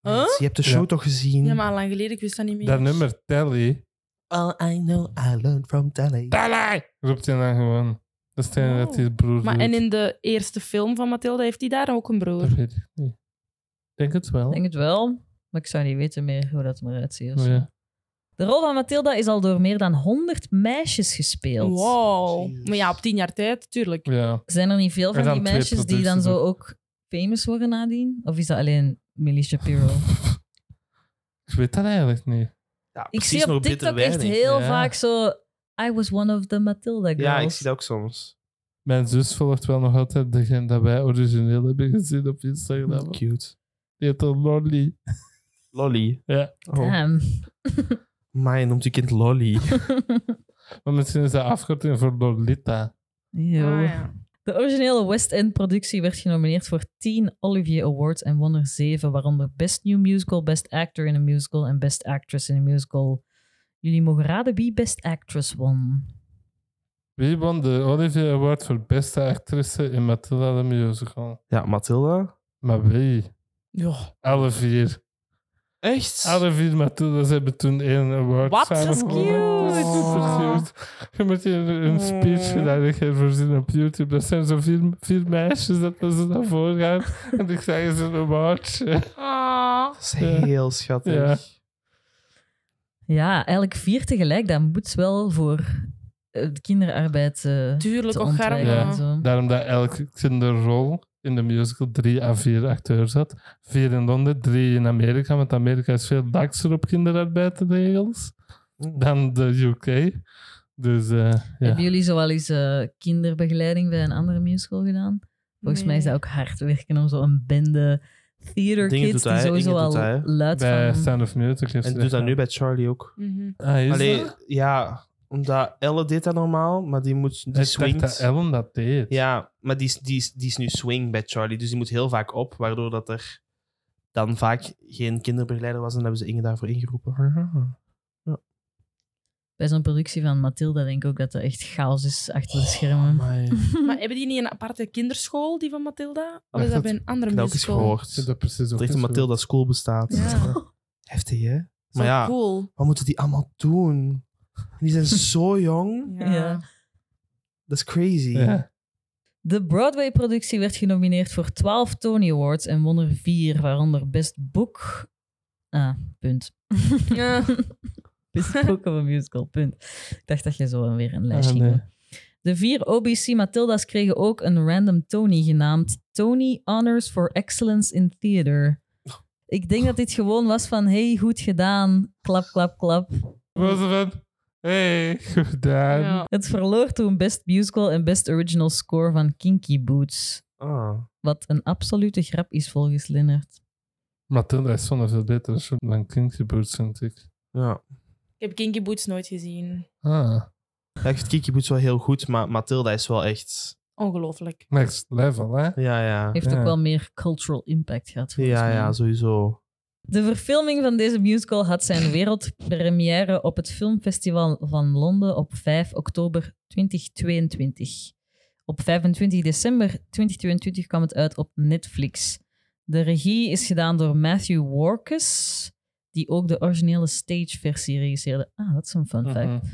Huh?
Je hebt de show
Ja.
toch gezien?
Ja, maar lang geleden, ik wist dat niet meer.
Dat nummer Telly,
All I know I learned from Telly.
Telly! roept hij dan gewoon. Dat is het enige dat die broer
Oh. Maar
doet.
en in de eerste film van Mathilde heeft hij daar ook een broer.
Dat weet ik niet. Ik denk het wel.
ik denk het wel, maar ik zou niet weten meer hoe dat eruit ziet. of
dus
zo.
Oh Ja.
De rol van Matilda is al door meer dan 100 meisjes gespeeld.
Wow.
Jezus.
Maar ja, op tien jaar tijd, tuurlijk.
ja.
Zijn er niet veel
Er
van
zijn
die
twee
meisjes die dan
producties
zo ook famous worden nadien? Of is dat alleen Millie Shapiro?
Ik weet dat eigenlijk niet.
Ja,
Ik
precies,
zie
maar
op
bitter
TikTok echt
weinig.
heel
Ja.
vaak zo... I was one of the Matilda girls.
Ja, ik zie dat ook soms.
Mijn zus volgt wel nog altijd degene dat wij origineel hebben gezien op Instagram.
Cute.
Die heet al Lolly.
Lolly.
Ja.
Oh,
Damn.
mij noemt je kind Lolly.
Maar misschien is dat afkorting voor Lolita.
Yo.
Ah, ja.
De originele West End productie werd genomineerd voor 10 Olivier Awards en won er 7, waaronder Best New Musical, Best Actor in a Musical en Best Actress in a Musical. Jullie mogen raden wie Best Actress won.
Wie won de Olivier Award voor beste actrice in Matilda the Musical?
Ja, Mathilda.
Maar wie?
Ja.
Alle vier.
Echt?
Oh,
Alle vier Matilda's hebben toen één award
Wat?
samen
Dat is
gewonnen.
cute.
Dat is super cute. Je moet hier een speech gedaan ik heb voorzien op YouTube. Dat zijn zo vier, vier meisjes dat ze naar voren gaan. en ik zeg ze een award.
Ah.
Dat is heel schattig.
Ja.
Ja, eigenlijk vier tegelijk. Dat moet wel voor eh, de kinderarbeid eh,
Tuurlijk,
te
ook garm.
ontwijken
Ja.
en zo.
Daarom dat elke kinderrol in de musical drie à vier acteurs had. Vier in Londen, drie in Amerika, want Amerika is veel dakser op kinderarbeidsregels dan de UK. Dus eh, ja.
Hebben jullie zo wel eens eh, kinderbegeleiding bij een andere musical gedaan? Volgens mij is dat ook hard werken om zo'n bende theater
Dingen
kids die
doet hij,
sowieso
Inge
al
doet hij, hè?
luid
bij
van...
Sound of Music. heeft
En
ze
doet dat nu
gedaan.
bij Charlie ook.
Mhm.
Ah, is
Allee,
dat?
ja, omdat Elle deed dat normaal, maar die moet die
Ik dacht dat
swingt.
Ellen dat deed.
Ja, maar die, is- die, is- die is nu swing bij Charlie, dus die moet heel vaak op, waardoor dat er dan vaak geen kinderbegeleider was en dan hebben ze Inge daarvoor ingeroepen.
Ah.
Bij zo'n productie van Mathilda denk ik ook dat dat echt chaos is achter de
Oh,
schermen.
Amai. Ik
Maar hebben die niet een aparte kinderschool, die van Mathilda? Of
Ja,
is dat
dat-
bij een andere
heb dat ook eens
musical?
Ik heb
gehoord.
dat precies ook
Dat echt een
eens gehoord.
Matilda School bestaat.
Ja.
Heftig, hè?
Zo
Maar ja,
cool.
wat moeten die allemaal doen? Die zijn zo jong.
Ja.
Ja.
Dat is crazy.
Ja.
De Broadway-productie werd genomineerd voor 12 Tony Awards en won er 4, waaronder Best Book. Ah, punt.
Ja.
Best Book of a Musical, punt. Ik dacht dat je zo weer een lijstje
Ah,
ging
nee.
doen. De vier OBC Matilda's kregen ook een random Tony genaamd Tony Honors for Excellence in Theater. Ik denk dat dit gewoon was van, hey, goed gedaan. Klap, klap, klap.
Was er van... Hey, goed gedaan.
Ja.
Het verloor toen Best Musical en Best Original Score van Kinky Boots.
Ah.
Wat een absolute grap is volgens Lennart.
Matilda is zo'n veel betere show dan Kinky Boots, vind ik.
Ja.
Ik heb Kinky Boots nooit gezien.
Ah,
Ja, ik vind Kiki Boots wel heel goed, maar Mathilda is wel echt...
Ongelooflijk.
next level, hè?
Ja, ja.
Heeft
Ja.
ook wel meer cultural impact gehad. volgens
Ja,
mij.
ja, sowieso.
De verfilming van deze musical had zijn wereldpremière op het Filmfestival van Londen op 5 oktober 2022. Op 25 december 2022 kwam het uit op Netflix. De regie is gedaan door Matthew Warkes, die ook de originele stageversie regisseerde. Ah, dat is een fun fact.
Mhm.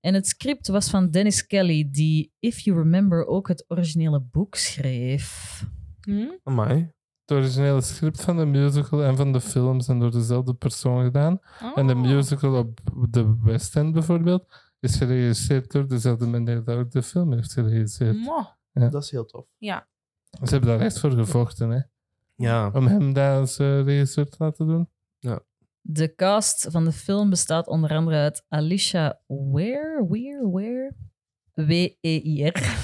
En het script was van Dennis Kelly, die, if you remember, ook het originele boek schreef.
Hmm?
Hm?
Amai.
Het originele script van de musical en van de film zijn door dezelfde persoon gedaan.
Oh.
En de musical op de West End bijvoorbeeld is geregisseerd door dezelfde meneer die ook de film heeft geregisseerd.
Mwah.
Dat is heel tof.
Ze hebben daar echt voor gevochten, hè?
Ja.
Om hem daar als eh, regisseur te laten doen.
De cast van de film bestaat onder andere uit Alicia Ware, Weir, Ware, W-E-I-R,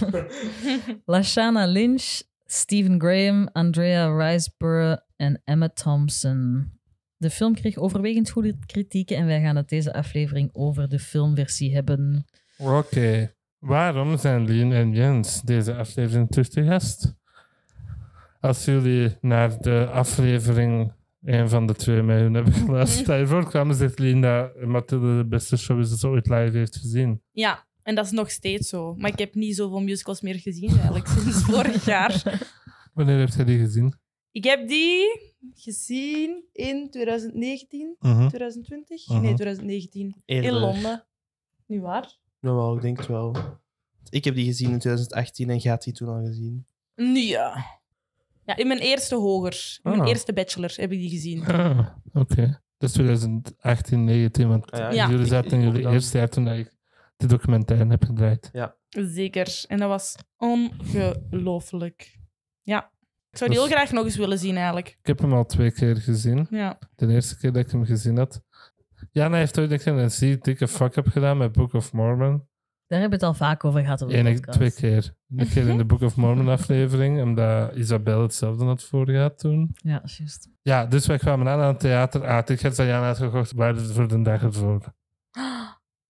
Lashana Lynch, Stephen Graham, Andrea Riseborough en Emma Thompson. De film kreeg overwegend goede kritieken en wij gaan het deze aflevering over de filmversie hebben.
Oké. Waarom zijn Lien en Jens deze aflevering terug te gast? Als jullie naar de aflevering een van de twee met hun hebben geluisterd, daarvoor kwamen zegt Lien dat Mathilde de beste show is dat ze ooit live heeft gezien.
Ja, en dat is nog steeds zo. Maar ik heb niet zoveel musicals meer gezien eigenlijk sinds vorig jaar.
Wanneer heb jij die gezien?
Ik heb die gezien in 2019, 2020?
Mhm.
Nee, 2019. In
Eerder.
Londen. Nu waar?
Nou, wel, ik denk het wel. Ik heb die gezien in 2018 en gaat die toen al gezien.
Nu ja. Ja, in mijn eerste hoger, in mijn
Ah.
eerste bachelor heb ik die gezien.
Ah, oké. Dat is 2018, 19, want
Ah ja,
Ja.
jullie
ik-
zaten in
ik-
jullie
ik-
eerste jaar toen ik de documentaire heb gedraaid.
Zeker. En dat was ongelooflijk. Ja. Ik zou die heel graag nog eens willen zien eigenlijk.
Ik heb hem al twee keer gezien.
Ja.
De eerste keer dat ik hem gezien had. Jana heeft ooit een keer een zeer dikke fuck-up gedaan met Book of Mormon.
Daar hebben we het al vaak over gehad. Op de
Eén,
podcast.
twee keer. Een keer in de Book of Mormon aflevering, omdat Isabel hetzelfde had voorgehad toen.
Ja, dat is juist.
Ja, dus wij kwamen aan aan het theater. Ah, ik had Jana had gekocht, waar het voor de dag ervoor.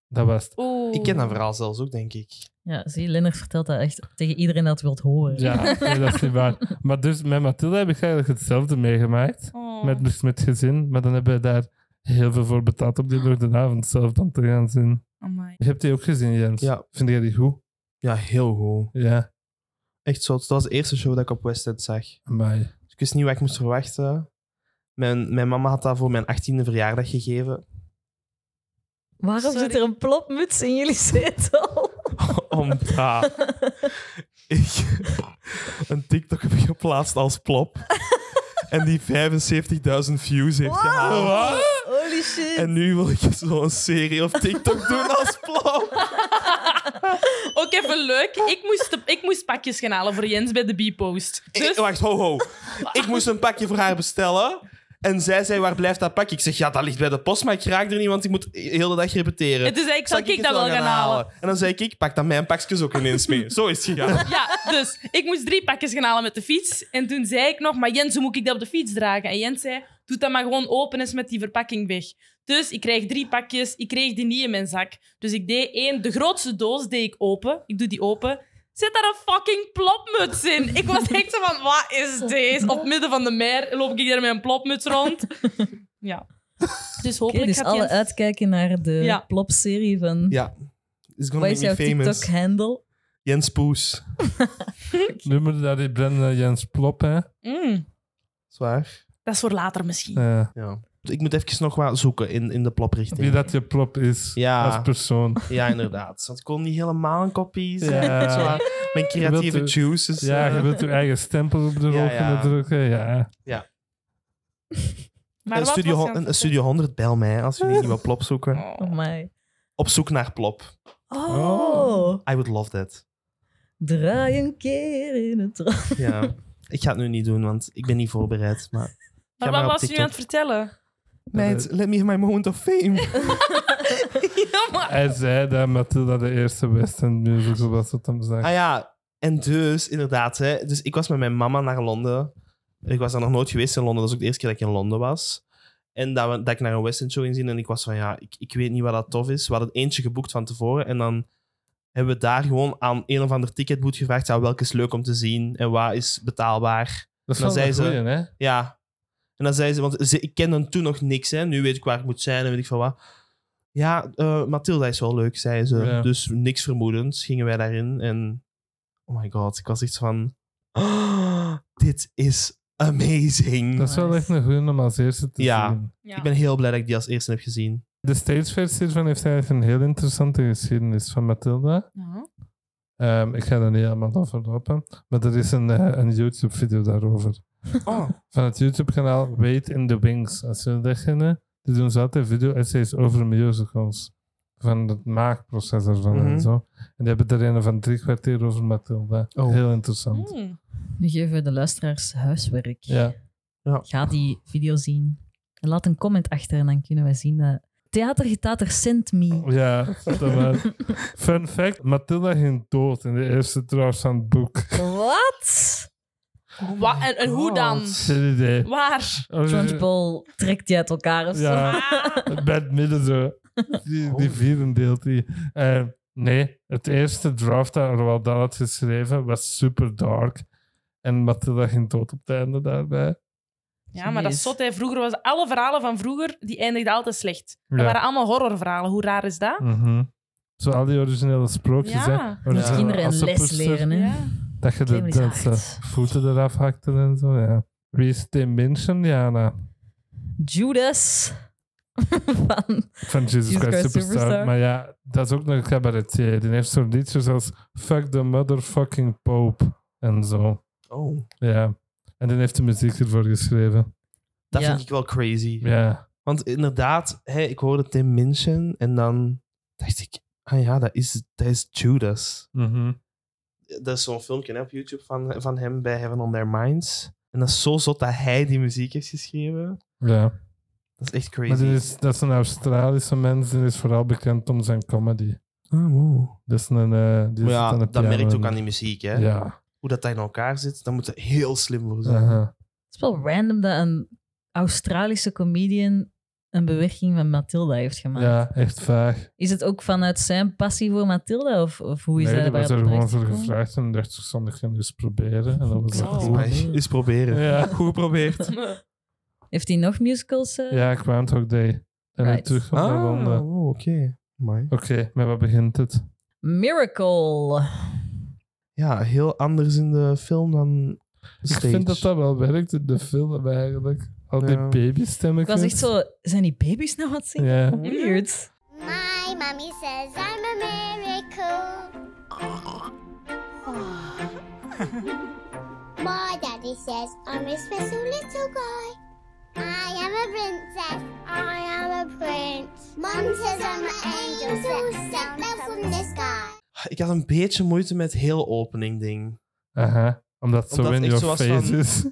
Dat was het.
Oeh.
Ik ken dat verhaal zelfs ook, denk ik.
Ja, zie, Lennart vertelt dat echt tegen iedereen dat wilt horen.
Ja, nee, dat is niet waar. Maar dus met Mathilde heb ik eigenlijk hetzelfde meegemaakt.
Oh.
Met, dus met gezin. Maar dan hebben we daar heel veel voor betaald om die door de avond zelf dan te gaan zien.
Amai.
Je hebt die ook gezien, Jens.
Ja.
Vind jij die goed?
Ja, heel goed.
Ja,
Echt zo. Dat was de eerste show dat ik op West End zag.
amai.
Dus ik wist niet wat ik moest verwachten. Mijn, mijn mama had dat voor mijn 18e verjaardag gegeven.
Waarom
Sorry.
zit er een plopmuts in jullie zetel?
Omdat ik een TikTok heb geplaatst als plop. En die 75.000 views heeft gehaald.
Holy shit.
En nu wil ik zo'n serie op TikTok doen als plop.
Ook even leuk. Ik moest, de- ik moest pakjes gaan halen voor Jens bij de B-post.
Ik,
Dus
wacht, ho, ho. Ik moest een pakje voor haar bestellen. En zij zei, waar blijft dat pakje? Ik zeg, ja, dat ligt bij de post, maar ik raak er niet, want ik moet de hele dag repeteren.
het is eigenlijk, zal
Zal
ik,
het
dat wel gaan halen?
En dan zei ik, ik pak dan mijn pakjes ook ineens mee. Zo is het gegaan.
Ja, dus ik moest drie pakjes gaan halen met de fiets. En toen zei ik nog, maar Jens, hoe moet ik dat op de fiets dragen? En Jens zei, doe dat maar gewoon open eens met die verpakking weg. Dus ik kreeg drie pakjes, ik kreeg die niet in mijn zak. Dus ik deed één, de grootste doos deed ik open. Ik doe die open. Zit daar een fucking plopmuts in? Ik was echt zo van, wat is deze? Op het midden van de mer loop ik daar met een plopmuts rond. Ja. Dus
Oké,
hopelijk
dus
gaat
alle
Jens-
uitkijken naar de
Ja.
plopserie van...
Ja. Is gonna
Wat is
make me
jouw
famous.
TikTok-handle?
Jens Poes.
Nu moet je daar die Brenda Jens Plop, hè?
Mm,
Zwaar.
dat is voor later misschien.
Eh,
Ja. Ik moet even nog wat zoeken in, in de ploprichting.
wie dat je Plop is
Ja.
als persoon.
Ja, inderdaad. Want ik kon niet helemaal een kopie zijn.
Ja.
Zo, maar Mijn
Je
creatieve
wilt-
juices.
Ja,
eh,
je wilt je eigen stempel op de rol
Ja,
kunnen
ja.
drukken. Ja.
Maar
een,
wat
studio,
was
hon-
Jens
een, een
het
studio 100 bel mij als jullie niet wat plop zoeken.
zeggen?
Oh my.
Op zoek naar plop.
Oh.
I would love that.
Draai een keer in het rond.
Ja. ik ga het nu niet doen, want ik ben niet voorbereid. Maar
Maar
maar op
wat was je nu
TikTok.
aan het vertellen?
Meid,
let me have my moment of fame.
ja, maar...
Hij zei dat Matilda de eerste West End musical was dat hem zag.
ah ja, en dus, inderdaad. Hè, dus ik was met mijn mama naar Londen. Ik was daar nog nooit geweest in Londen. Dat is ook de eerste keer dat ik in Londen was. En dat, we, dat ik naar een West End show ging En ik was van, ja, ik, ik weet niet wat dat tof is. We hadden eentje geboekt van tevoren. En dan hebben we daar gewoon aan een of ander ticketboot gevraagd. Ja, welke is leuk om te zien? En wat is betaalbaar?
dat is
dan
wel
zei
een
ze-
goeie, hè?
Ja. En dan zei ze, want ze, ik kende toen nog niks, hè. Nu weet ik waar ik moet zijn en weet ik van wat. Ja, eh Mathilda is wel leuk, zei ze.
Ja.
Dus niks vermoedends gingen wij daarin. En oh my god, ik was echt van... "Ah, dit is amazing.
Dat is wel
Nice.
echt een goeie om als eerste te
Ja.
zien.
Ja.
Ik ben heel blij dat ik die als eerste heb gezien.
De stageversie hiervan heeft eigenlijk een heel interessante geschiedenis van Matilda.
Ja.
Ehm, ik ga daar niet allemaal over lopen. Maar er is een, eh, een YouTube-video daarover.
Oh,
Van het YouTube-kanaal Wait in the Wings. Als je dat kennen, die doen ze altijd video-essays over musicals. Van het maakproces ervan
Mhm.
en zo. En die hebben er een van drie kwartier over Matilda.
Oh.
Heel interessant.
Hmm.
Nu geven we de luisteraars huiswerk.
Ja.
Ga die video zien. En Laat een comment achter en dan kunnen wij zien dat... Theatergetater sent me.
Ja, dat maar. Fun fact, Matilda ging dood in de eerste draft van het boek.
Mm. Wat?
Wa- en, en hoe dan?
Geen idee.
Waar?
Trunchbull trekt die uit elkaar of zo.
Ja.
Ah.
Bij het midden zo. Die, die
Oh.
vierde deel. Die, Eh, nee, het eerste draft dat Roald Dahl had geschreven was super dark. En Matilda ging dood op het einde daarbij.
Ja, maar dat is
Jeez.
zot. Hè. Vroeger was alle verhalen van vroeger, die eindigden altijd slecht. Dat
Ja.
waren allemaal horrorverhalen. Hoe raar is dat?
Mhm. Zo al die originele sprookjes.
Ja.
hè.
Moet
Originele
Moet kinderen een les
assenpoester,
leren, hè?
Ja.
Dat je de,
Klinkt
dat
niet
ze
hard.
voeten eraf hakte en zo. Ja. Wie is Tim Minchin, nou, Jana?
Judas. Van...
Van Jesus
Jesus
Christ,
Christ
Superstar.
Superstar.
Maar ja, dat is ook een cabaretier. Die heeft zo'n liedjes als Fuck the motherfucking Pope en zo.
Oh,
Ja. En dan heeft de muziek ervoor geschreven.
dat
Ja.
vind ik wel crazy.
Ja.
Want inderdaad, hè, ik hoorde Tim Minchin en dan dacht ik... Ah ja, dat is, dat is Judas. dat is zo'n filmpje hè, op YouTube van, van hem bij Heaven on Their Minds. En dat is zo zot dat hij die muziek heeft geschreven.
Ja.
Dat is echt
Maar
crazy.
die is, dat is een Australische mens die is vooral bekend om zijn comedy.
Ah, wow.
Dat is een... eh die
Maar
zit
ja,
aan de
dat
piano
merkt ook
en-
aan die muziek. Hè?
Ja.
Hoe dat, dat in elkaar zit, daar moet er heel slim voor zijn.
Aha.
Het is wel random dat een Australische comedian een bewerking van Matilda heeft gemaakt.
Ja, echt vaag.
Is het ook vanuit zijn passie voor Matilda? Of, of hoe is
Nee,
dat
die
bij
was
dat
er gewoon
bedrijf
voor
gekomen?
gevraagd en dacht, ik zal het eens proberen. En dat was
Oh.
echt
Volgens
cool.
mij, Eens proberen.
Ja.
Goed geprobeerd.
Heeft hij nog musicals? eh?
Ja, Groundhog Day. En weer
Right.
terug op naar
Ah,
Londen. Oké,
wow, oké. Mooi.
maar waar begint het?
Miracle.
Ja, heel anders in de film dan stage.
Ik vind dat dat wel werkt in de film eigenlijk. Al die
Ja.
Ik
babystemmetjes.
was echt zo, zijn die baby's nou wat zingen?
Ja.
Weird.
My mommy says I'm a miracle. My daddy says I'm a special little guy. I am a princess. I am a prince. Mom says I'm an angel who sent down from the sky.
Ik had een beetje moeite met heel opening ding.
Aha, omdat het zo
Omdat
in
het echt
your
zo was
face
van-
is.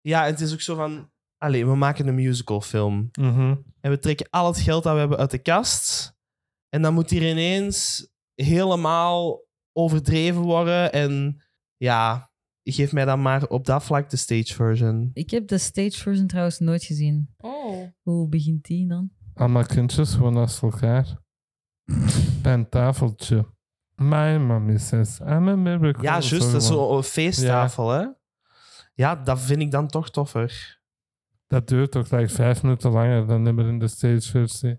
Ja, en het is ook zo van... Allee, we maken een musical film.
Mhm.
En we trekken al het geld dat we hebben uit de kast. En dan moet hier ineens helemaal overdreven worden. En ja, geef mij dan maar op dat vlak de stage version.
Ik heb de stage version trouwens nooit gezien.
Oh.
Hoe begint die dan?
Allemaal kindjes gewoon naast elkaar. Bij een tafeltje. My mommy says, I'm a miracle.
Ja, juist. Dat is
Sorry, man.
zo'n feesttafel, hè? Ja, dat vind ik dan toch toffer.
Dat duurt ook like vijf minuten langer dan nummer in de stageversie.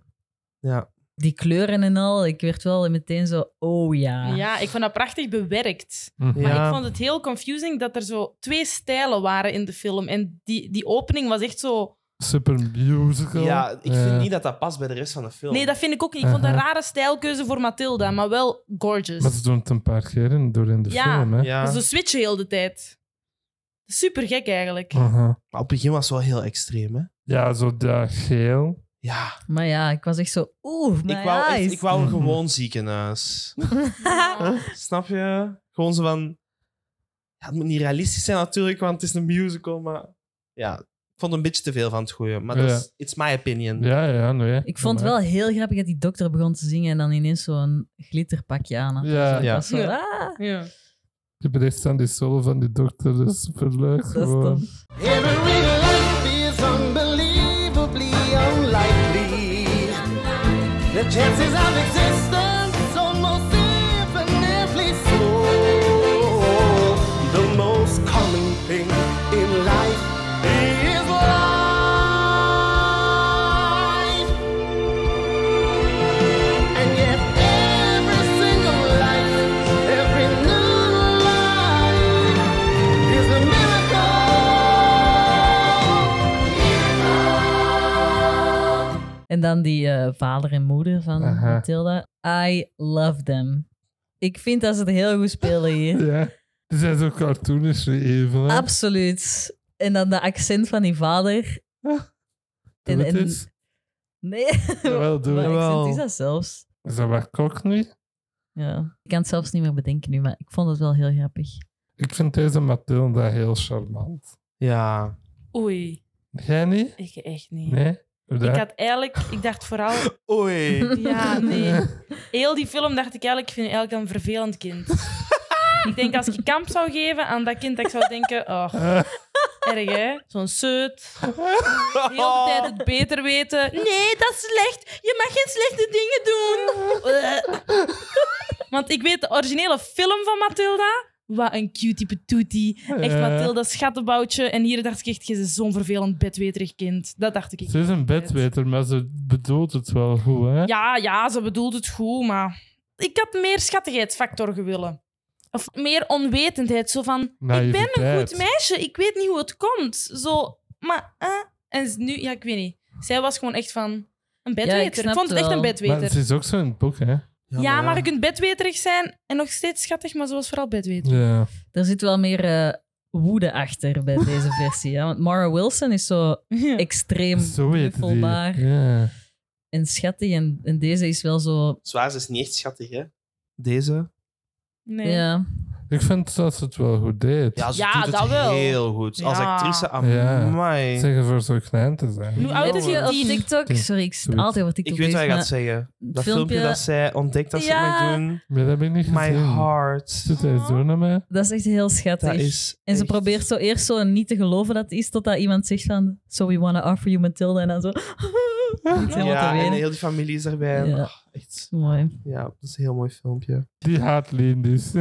Ja.
Die kleuren en al, ik werd wel meteen zo, oh ja.
Ja, ik vond dat prachtig bewerkt.
Mhm.
Ja.
Maar ik vond het heel confusing dat er zo twee stijlen waren in de film. En die, die opening was echt zo...
Super musical.
ja, ik
Eh,
vind niet dat dat past bij de rest van de film.
Nee, dat vind ik ook niet. Ik vond het een
Aha.
rare stijlkeuze voor Mathilda, maar wel gorgeous.
Maar ze doen het een paar keer in, door in de
Ja.
film, hè.
ja.
Maar Ze switchen heel de tijd. Super gek eigenlijk.
Aha.
Maar op het begin was het wel heel extreem, hè?
Ja, zo dat geel.
Ja.
Maar ja, ik was echt zo, oeh, my
Ik wou, echt-
eyes.
ik wou een
Mhm.
gewoon ziekenhuis.
Ja.
Huh? Snap je? Gewoon zo van... Ja, het moet niet realistisch zijn natuurlijk, want het is een musical, maar... Ja, vond een beetje te veel van het goede. Maar
Ja.
dat is, it's my opinion.
Ja, ja, nee.
Ik vond het wel heel grappig dat die dokter begon te zingen en dan ineens zo'n glitterpakje aan had.
Ja.
Dat
Ja.
was zo,
Ja.
ah,
Ja.
De bericht aan die solo van die dokter dat is superleuk.
dat is
Gewoon.
tof.
Every life is unbelievably unlikely. The chances of existence almost infinitely so. The most common thing in life is life. And yet every single life, every new life is a miracle.
En dan die eh, vader en moeder van
Aha.
Matilda. I love them. Ik vind dat ze het heel goed spelen hier.
Ja. Die zijn zo cartoonisch weer even. hè.
Absoluut. En dan de accent van die vader.
Doe
en-
het
en-
eens.
Nee,
Jawel, doe
wat
het.
accent is dat zelfs?
Is dat wat kok nu?
Ja. Ik kan het zelfs niet meer bedenken nu, maar ik vond het wel heel grappig.
Ik vind deze Mathilda heel charmant.
Ja.
Oei,
Jij niet?
ik echt niet.
Nee? Hoe dat?
Ik had eigenlijk, ik dacht vooral,
Oei.
ja, nee. Heel die film dacht ik eigenlijk, ik vind je eigenlijk een vervelend kind. ik denk als ik kamp zou geven aan dat kind, dat ik zou denken, oh,
Eh,
erg hè, zo'n zeut. De hele tijd het beter weten. Nee, dat is slecht. Je mag geen slechte dingen doen. Eh. Want ik weet de originele film van Matilda. Wat een cutie patootie. Echt
Ja.
Matilda, schattenboutje. En hier dacht ik echt, je is zo'n vervelend bedweterig kind. Dat dacht ik. echt.
Ze is een bedweter, maar ze bedoelt het wel goed, hè?
Ja, ja, ze bedoelt het goed, maar ik had meer schattigheidsfactor gewillen. Of meer onwetendheid. Zo van, ik ben een
Naïviteit.
goed meisje, ik weet niet hoe het komt. Zo, maar, eh, en nu, ja, ik weet niet. Zij was gewoon echt van, een bedweter. ik,
snap
vond het
het
echt
wel.
een
Maar het
bedweter.
is ook zo in het boek, hè?
ja, maar je kunt bedweterig zijn en nog steeds schattig, maar ze was vooral bedweter.
Ja.
Er zit wel meer eh, woede achter bij deze versie. Ja? Want Mara Wilson is zo extreem
Zo heet die.
knuffelbaar
Ja.
en schattig. En, en deze is wel zo...
Zwaar, ze is niet echt schattig, hè? Deze?
Nee.
Ja,
Ik vind dat ze het wel goed deed.
Ja, ze
Ja,
doet het
dat wel.
heel goed. Als
Ja.
actrice,
Ja. Oh,
amai.
Zeggen voor zo klein te zijn.
Hoe oud is
Weet je,
je?
op
eh,
Tien.
TikTok... Sorry, ik zit
Zoiets.
altijd over TikTok
Ik weet wat je
bezig,
gaat zeggen.
maar
Dat
het
filmpje, dat zij ontdekt dat ze
Ja.
het moet doen.
Maar dat heb ik niet
My
gezien.
heart.
Zit hij zo naar mij?
dat is echt heel schattig.
Dat is
En ze
echt-
probeert zo eerst zo niet te geloven dat het is, totdat iemand zegt van... So we wanna offer you Matilda. En dan zo... Niet helemaal
Ja,
te
en
wenen.
heel die familie is erbij.
Ja.
Ach, echt.
Mooi.
Ja, dat is een heel mooi filmpje.
Die haat Lien dus.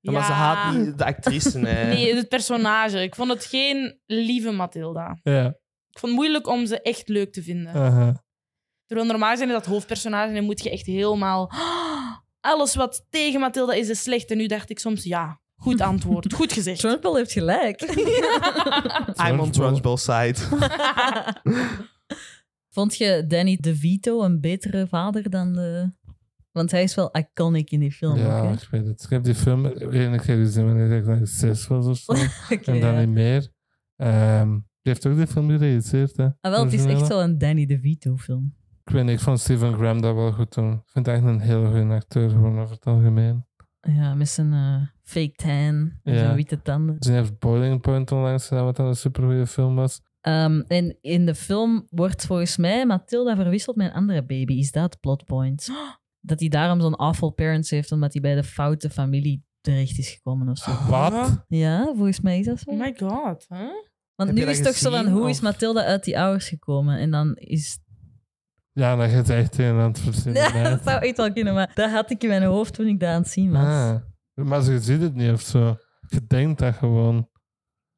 Ja, Maar ze haat niet de actrice, hè.
Nee, het personage. Ik vond het geen lieve Matilda.
ja.
Ik vond het moeilijk om ze echt leuk te vinden.
aha.
Terwijl normaal zijn het dat hoofdpersonage en dan moet je echt helemaal... Alles wat tegen Mathilda is, is slecht. En nu dacht ik soms, ja, goed antwoord. Goed gezegd.
Trumbull heeft gelijk.
I'm on Trunchbull's side.
Vond je Danny DeVito een betere vader dan de... Want hij is wel iconic in die film
Ja,
ook,
ik weet het. Ik heb die film de ene keer gezien wanneer ik nog zes was of zo.
hè? Oké,
en dan
ja.
niet meer. Ehm, die heeft ook die film geregisseerd, hè?
Ah, wel, het is echt
Originele.
wel een Danny DeVito-film.
Ik weet niet, ik vond Stephen Graham dat wel goed doen. Ik vind hij echt een heel goede acteur, gewoon over het algemeen.
Ja, met zijn eh, fake tan en
Ja.
zijn witte tanden.
Ze heeft Boiling Point onlangs gedaan, wat dan een supergoeie film was.
Ehm, en in de film wordt volgens mij Matilda verwisseld met een andere baby. Is dat het plotpoint? Dat hij daarom zo'n awful parents heeft, omdat hij bij de foute familie terecht is gekomen of zo.
Wat?
Ja, volgens mij is dat zo.
Oh my god. Hè?
Want
Heb
nu
je dat
is het toch zo van,
gezien,
hoe
of-
is Matilda uit die ouders gekomen? En dan is...
Ja, dan gaat hij echt een aan het verzinnen.
Ja,
hè.
dat zou echt wel kunnen, maar dat had ik in mijn hoofd toen ik dat aan het zien was.
Ah, maar ze ziet het niet of zo. Je denkt dat gewoon.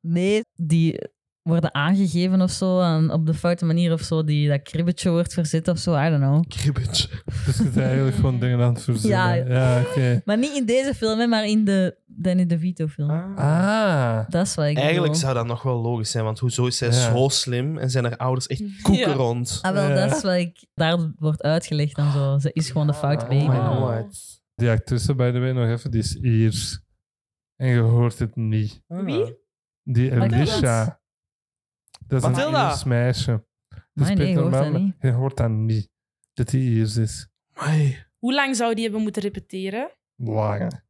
Nee, die worden aangegeven of zo, aan, op de foute manier of zo. Die, dat kribbetje wordt verzet of zo, I don't know.
Cribbage.
Dus je bent eigenlijk gewoon dingen aan het verzinnen. Ja,
Ja.
oké.
Maar niet in deze film, hè, maar in de Danny DeVito-film.
Ah,
Dat is wat ik
Eigenlijk
bedoel.
zou dat nog wel logisch zijn, want hoezo is zij
Ja.
zo slim en zijn haar ouders echt koeken
Ja.
rond?
Ah, wel,
Ja.
dat is wat ik... Daar wordt uitgelegd en zo. Ze is gewoon de foute
Oh my
baby.
god. die actrice, by the way, nog even, die is Iers. En je hoort het niet.
Wie?
Die
Wat is
Elisha. Dat is
Matilda.
een Iers meisje.
Maar Ah, nee, je hoort dat
maar
niet.
Je hoort dat niet. Dat die Iers is.
Amai.
Hoe lang zou die hebben moeten repeteren?
Lang.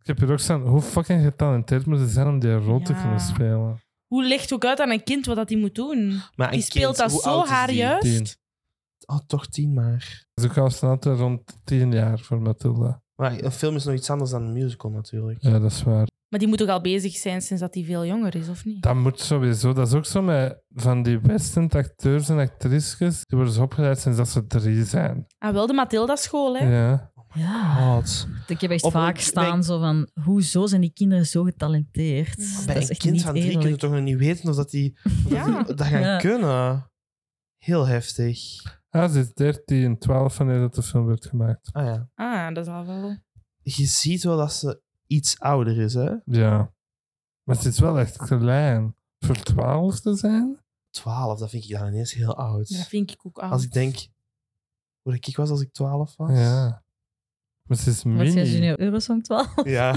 Ik heb hier ook staan, hoe fucking getalenteerd moet ze zijn om die rol te
Ja.
kunnen spelen.
Hoe legt je ook uit aan een kind wat dat die moet doen?
Maar
Die
een
speelt
kind,
dat
hoe
zo
oud is
haar
die?
Tien.
juist.
Oh, toch tien maar.
Ze constant rond 10 jaar voor Matilda.
Maar een film is nog iets anders dan een musical natuurlijk.
Ja, dat is waar.
Maar die moet toch al bezig zijn sinds dat hij veel jonger is, of niet?
Dat moet sowieso. Dat is ook zo met van die westend acteurs en actrices. Die worden zo opgeleid sinds dat ze drie zijn.
Ah, wel de Mathilda-school, hè?
Ja.
Ja.
God.
Ik heb echt
Op-
vaak
bij-
staan zo van, hoezo zijn die kinderen zo getalenteerd?
Ah, Bij
dat is
een
echt
kind
niet
van drie
eerlijk.
kunnen toch nog niet weten of dat die
Ja.
dat gaan
Ja.
kunnen. Heel heftig.
Ah, ze is 13, 12 wanneer dat de film werd gemaakt.
Ah ja.
Ah, dat is al wel...
Je ziet wel dat ze iets ouder is, hè?
Ja. Maar ze is wel echt klein. Voor 12 te zijn?
Twaalf, dat vind ik dan ineens heel oud.
Dat vind ik ook al.
Als ik denk hoe dat ik was als ik twaalf was.
Ja. Maar ze is
Wat jij
mini.
junior Eurosong 12?
Ja,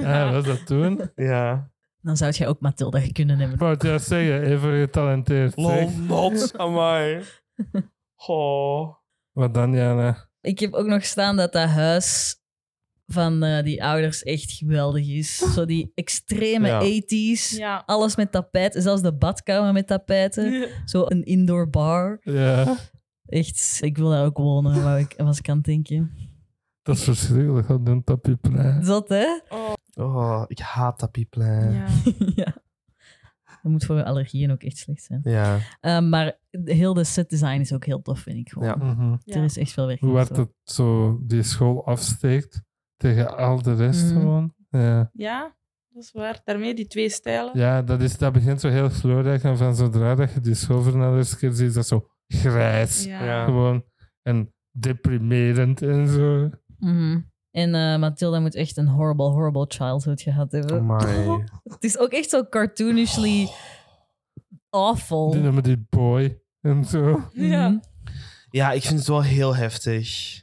Ja, was dat toen? Ik
ja.
Dan zou jij ook Matilda kunnen hebben.
wou het juist zeggen, even getalenteerd.
Lol,
zeg.
not. Amai. Oh.
Wat dan, Jana?
Ik heb ook nog staan dat dat huis van eh, die ouders echt geweldig is. Zo die extreme
Ja.
80s.
Ja.
Alles met tapijten, zelfs de badkamer met tapijten. Zo een indoor bar.
Ja,
Echt, ik wil daar ook wonen, wou ik, was ik aan het denken.
dat is verschrikkelijk. Wat doen tapje praat.
Zot, hè?
Oh, ik haat dat pieplijn. Ja.
Ja.
ja. Dat moet voor allergieën ook echt slecht zijn.
Ja.
Eh, maar heel de set design is ook heel tof, vind ik gewoon.
Ja.
Mhm.
Ja.
Er is echt veel werk.
Hoe hard
achter.
het zo die school afsteekt tegen al de rest
Mhm.
gewoon. Ja.
Ja, dat is waar. Daarmee die twee stijlen.
ja, dat, is, dat begint zo heel kleurrijk en van zodra dat je die school voor de eerste keer ziet, is dat zo grijs.
Ja.
Gewoon en deprimerend en zo.
Mhm. En eh, Matilda moet echt een horrible, horrible childhood gehad hebben.
Amai.
Het is ook echt zo cartoonishly
Oh.
awful.
Die noemen die boy en zo.
Mhm.
Ja.
Ja, ik vind het wel heel heftig.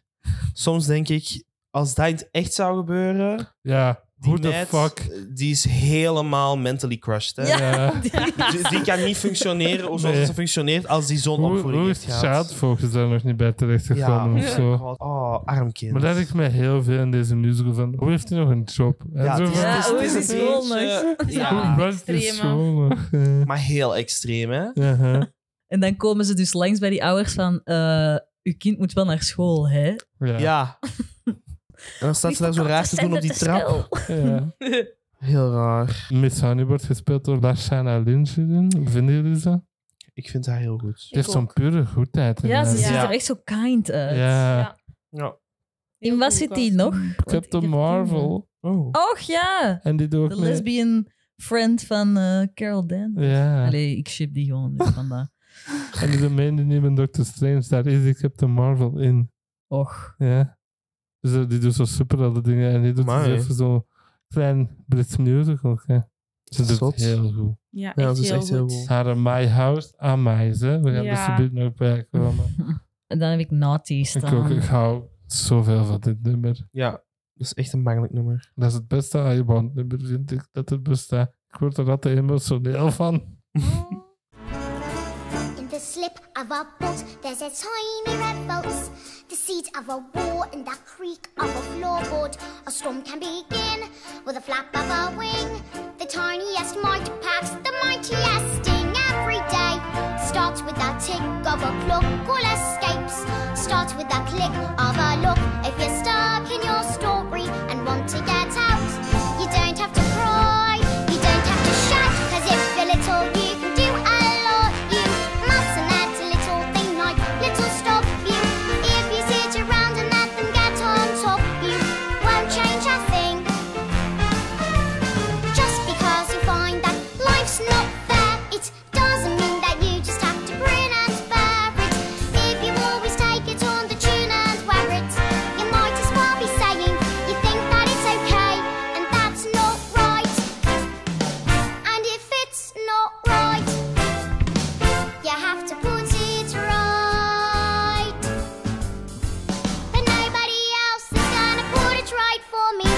Soms denk ik, als dat in het echt zou gebeuren...
Ja,
Die
who the
meid, eh,
fuck?
Die is helemaal mentally crushed, hè?
Ja.
Ja.
Die, Dus die kan niet functioneren zoals
Nee.
ze functioneert als die zo'n
Hoe,
opvoeding
hoe
heeft
is
gehad.
Child Focus daar nog niet bij terechtgekomen
Ja.
of zo?
God, Oh, arm kind.
Maar dat ik mij heel veel in deze musical van, hoe heeft hij nog een job? En
Ja,
zo
het is-
van,
Ja,
het is-
hoe
het
is die school
beetje-
nog?
Ja,
hoe was die
extreme.
school nog? Uh-huh. Eh,
maar heel extreem, hè?
ja, hè.
En dan komen ze dus langs bij die ouders van... eh, uw kind moet wel naar school, hè?
Ja.
Ja. En dan staat ze daar zo raar te doen op die trap.
ja.
Heel raar.
Miss Honey wordt gespeeld door Lashana Lynch. Vinden jullie zo? Die
Ik vind haar heel goed.
heeft zo'n pure goedheid. in
Ja,
haar.
ze ziet
Ja.
er echt zo kind uit.
Ja.
Ja.
Ja.
In wat zit die nog? Want ik heb
Hmm. Captain
die nog.
Marvel.
Oh.
Och ja!
En die doet
De
ook mee.
lesbian friend van eh, Carol Dan.
Ja.
Allee, ik ship die gewoon dus vandaag.
En die meende niet met Doctor Strange. Daar is die Captain Marvel in.
Och.
Ja. Dus die doet zo super alle dingen. En die doet dus
Amai.
even zo'n klein Brits musical. hè. Ze doet
Zot.
het heel goed.
Ja, echt,
Ja, dat is
heel,
echt
goed.
heel goed.
Haar My House aan mij is, hè. We gaan
Ja.
er subiet nog bij komen.
En dan heb ik Naughty
ik,
staan.
ook, ik hou zoveel van dit nummer.
Ja, dat is echt een bangelijk nummer.
Dat is het beste Aibon nummer, vind ik, dat het bestaat. Ik word er altijd emotioneel van.
In the slip of a boat, there's a tiny red boat. The seed of a war in the creek of a floorboard. A storm can begin with a flap of a wing. The tiniest mite packs the mightiest sting every day. Starts with a tick of a clock, all escapes. Starts with a click of a look. If you're stuck in your story and want to get out, you don't have to cry. You don't have to shout, cause if you're little, you can do a lot. You mustn't let a little thing like little stop you. If you sit around and let them get on top, you won't change a thing. Just because you find that life's not fair, it doesn't mean that you just have to grin and bear it. If you always take it on the chin and wear it, you might as well be saying you think that it's okay, and that's not right. And if it's not right, you have to put it right. But nobody else is gonna put it right for me.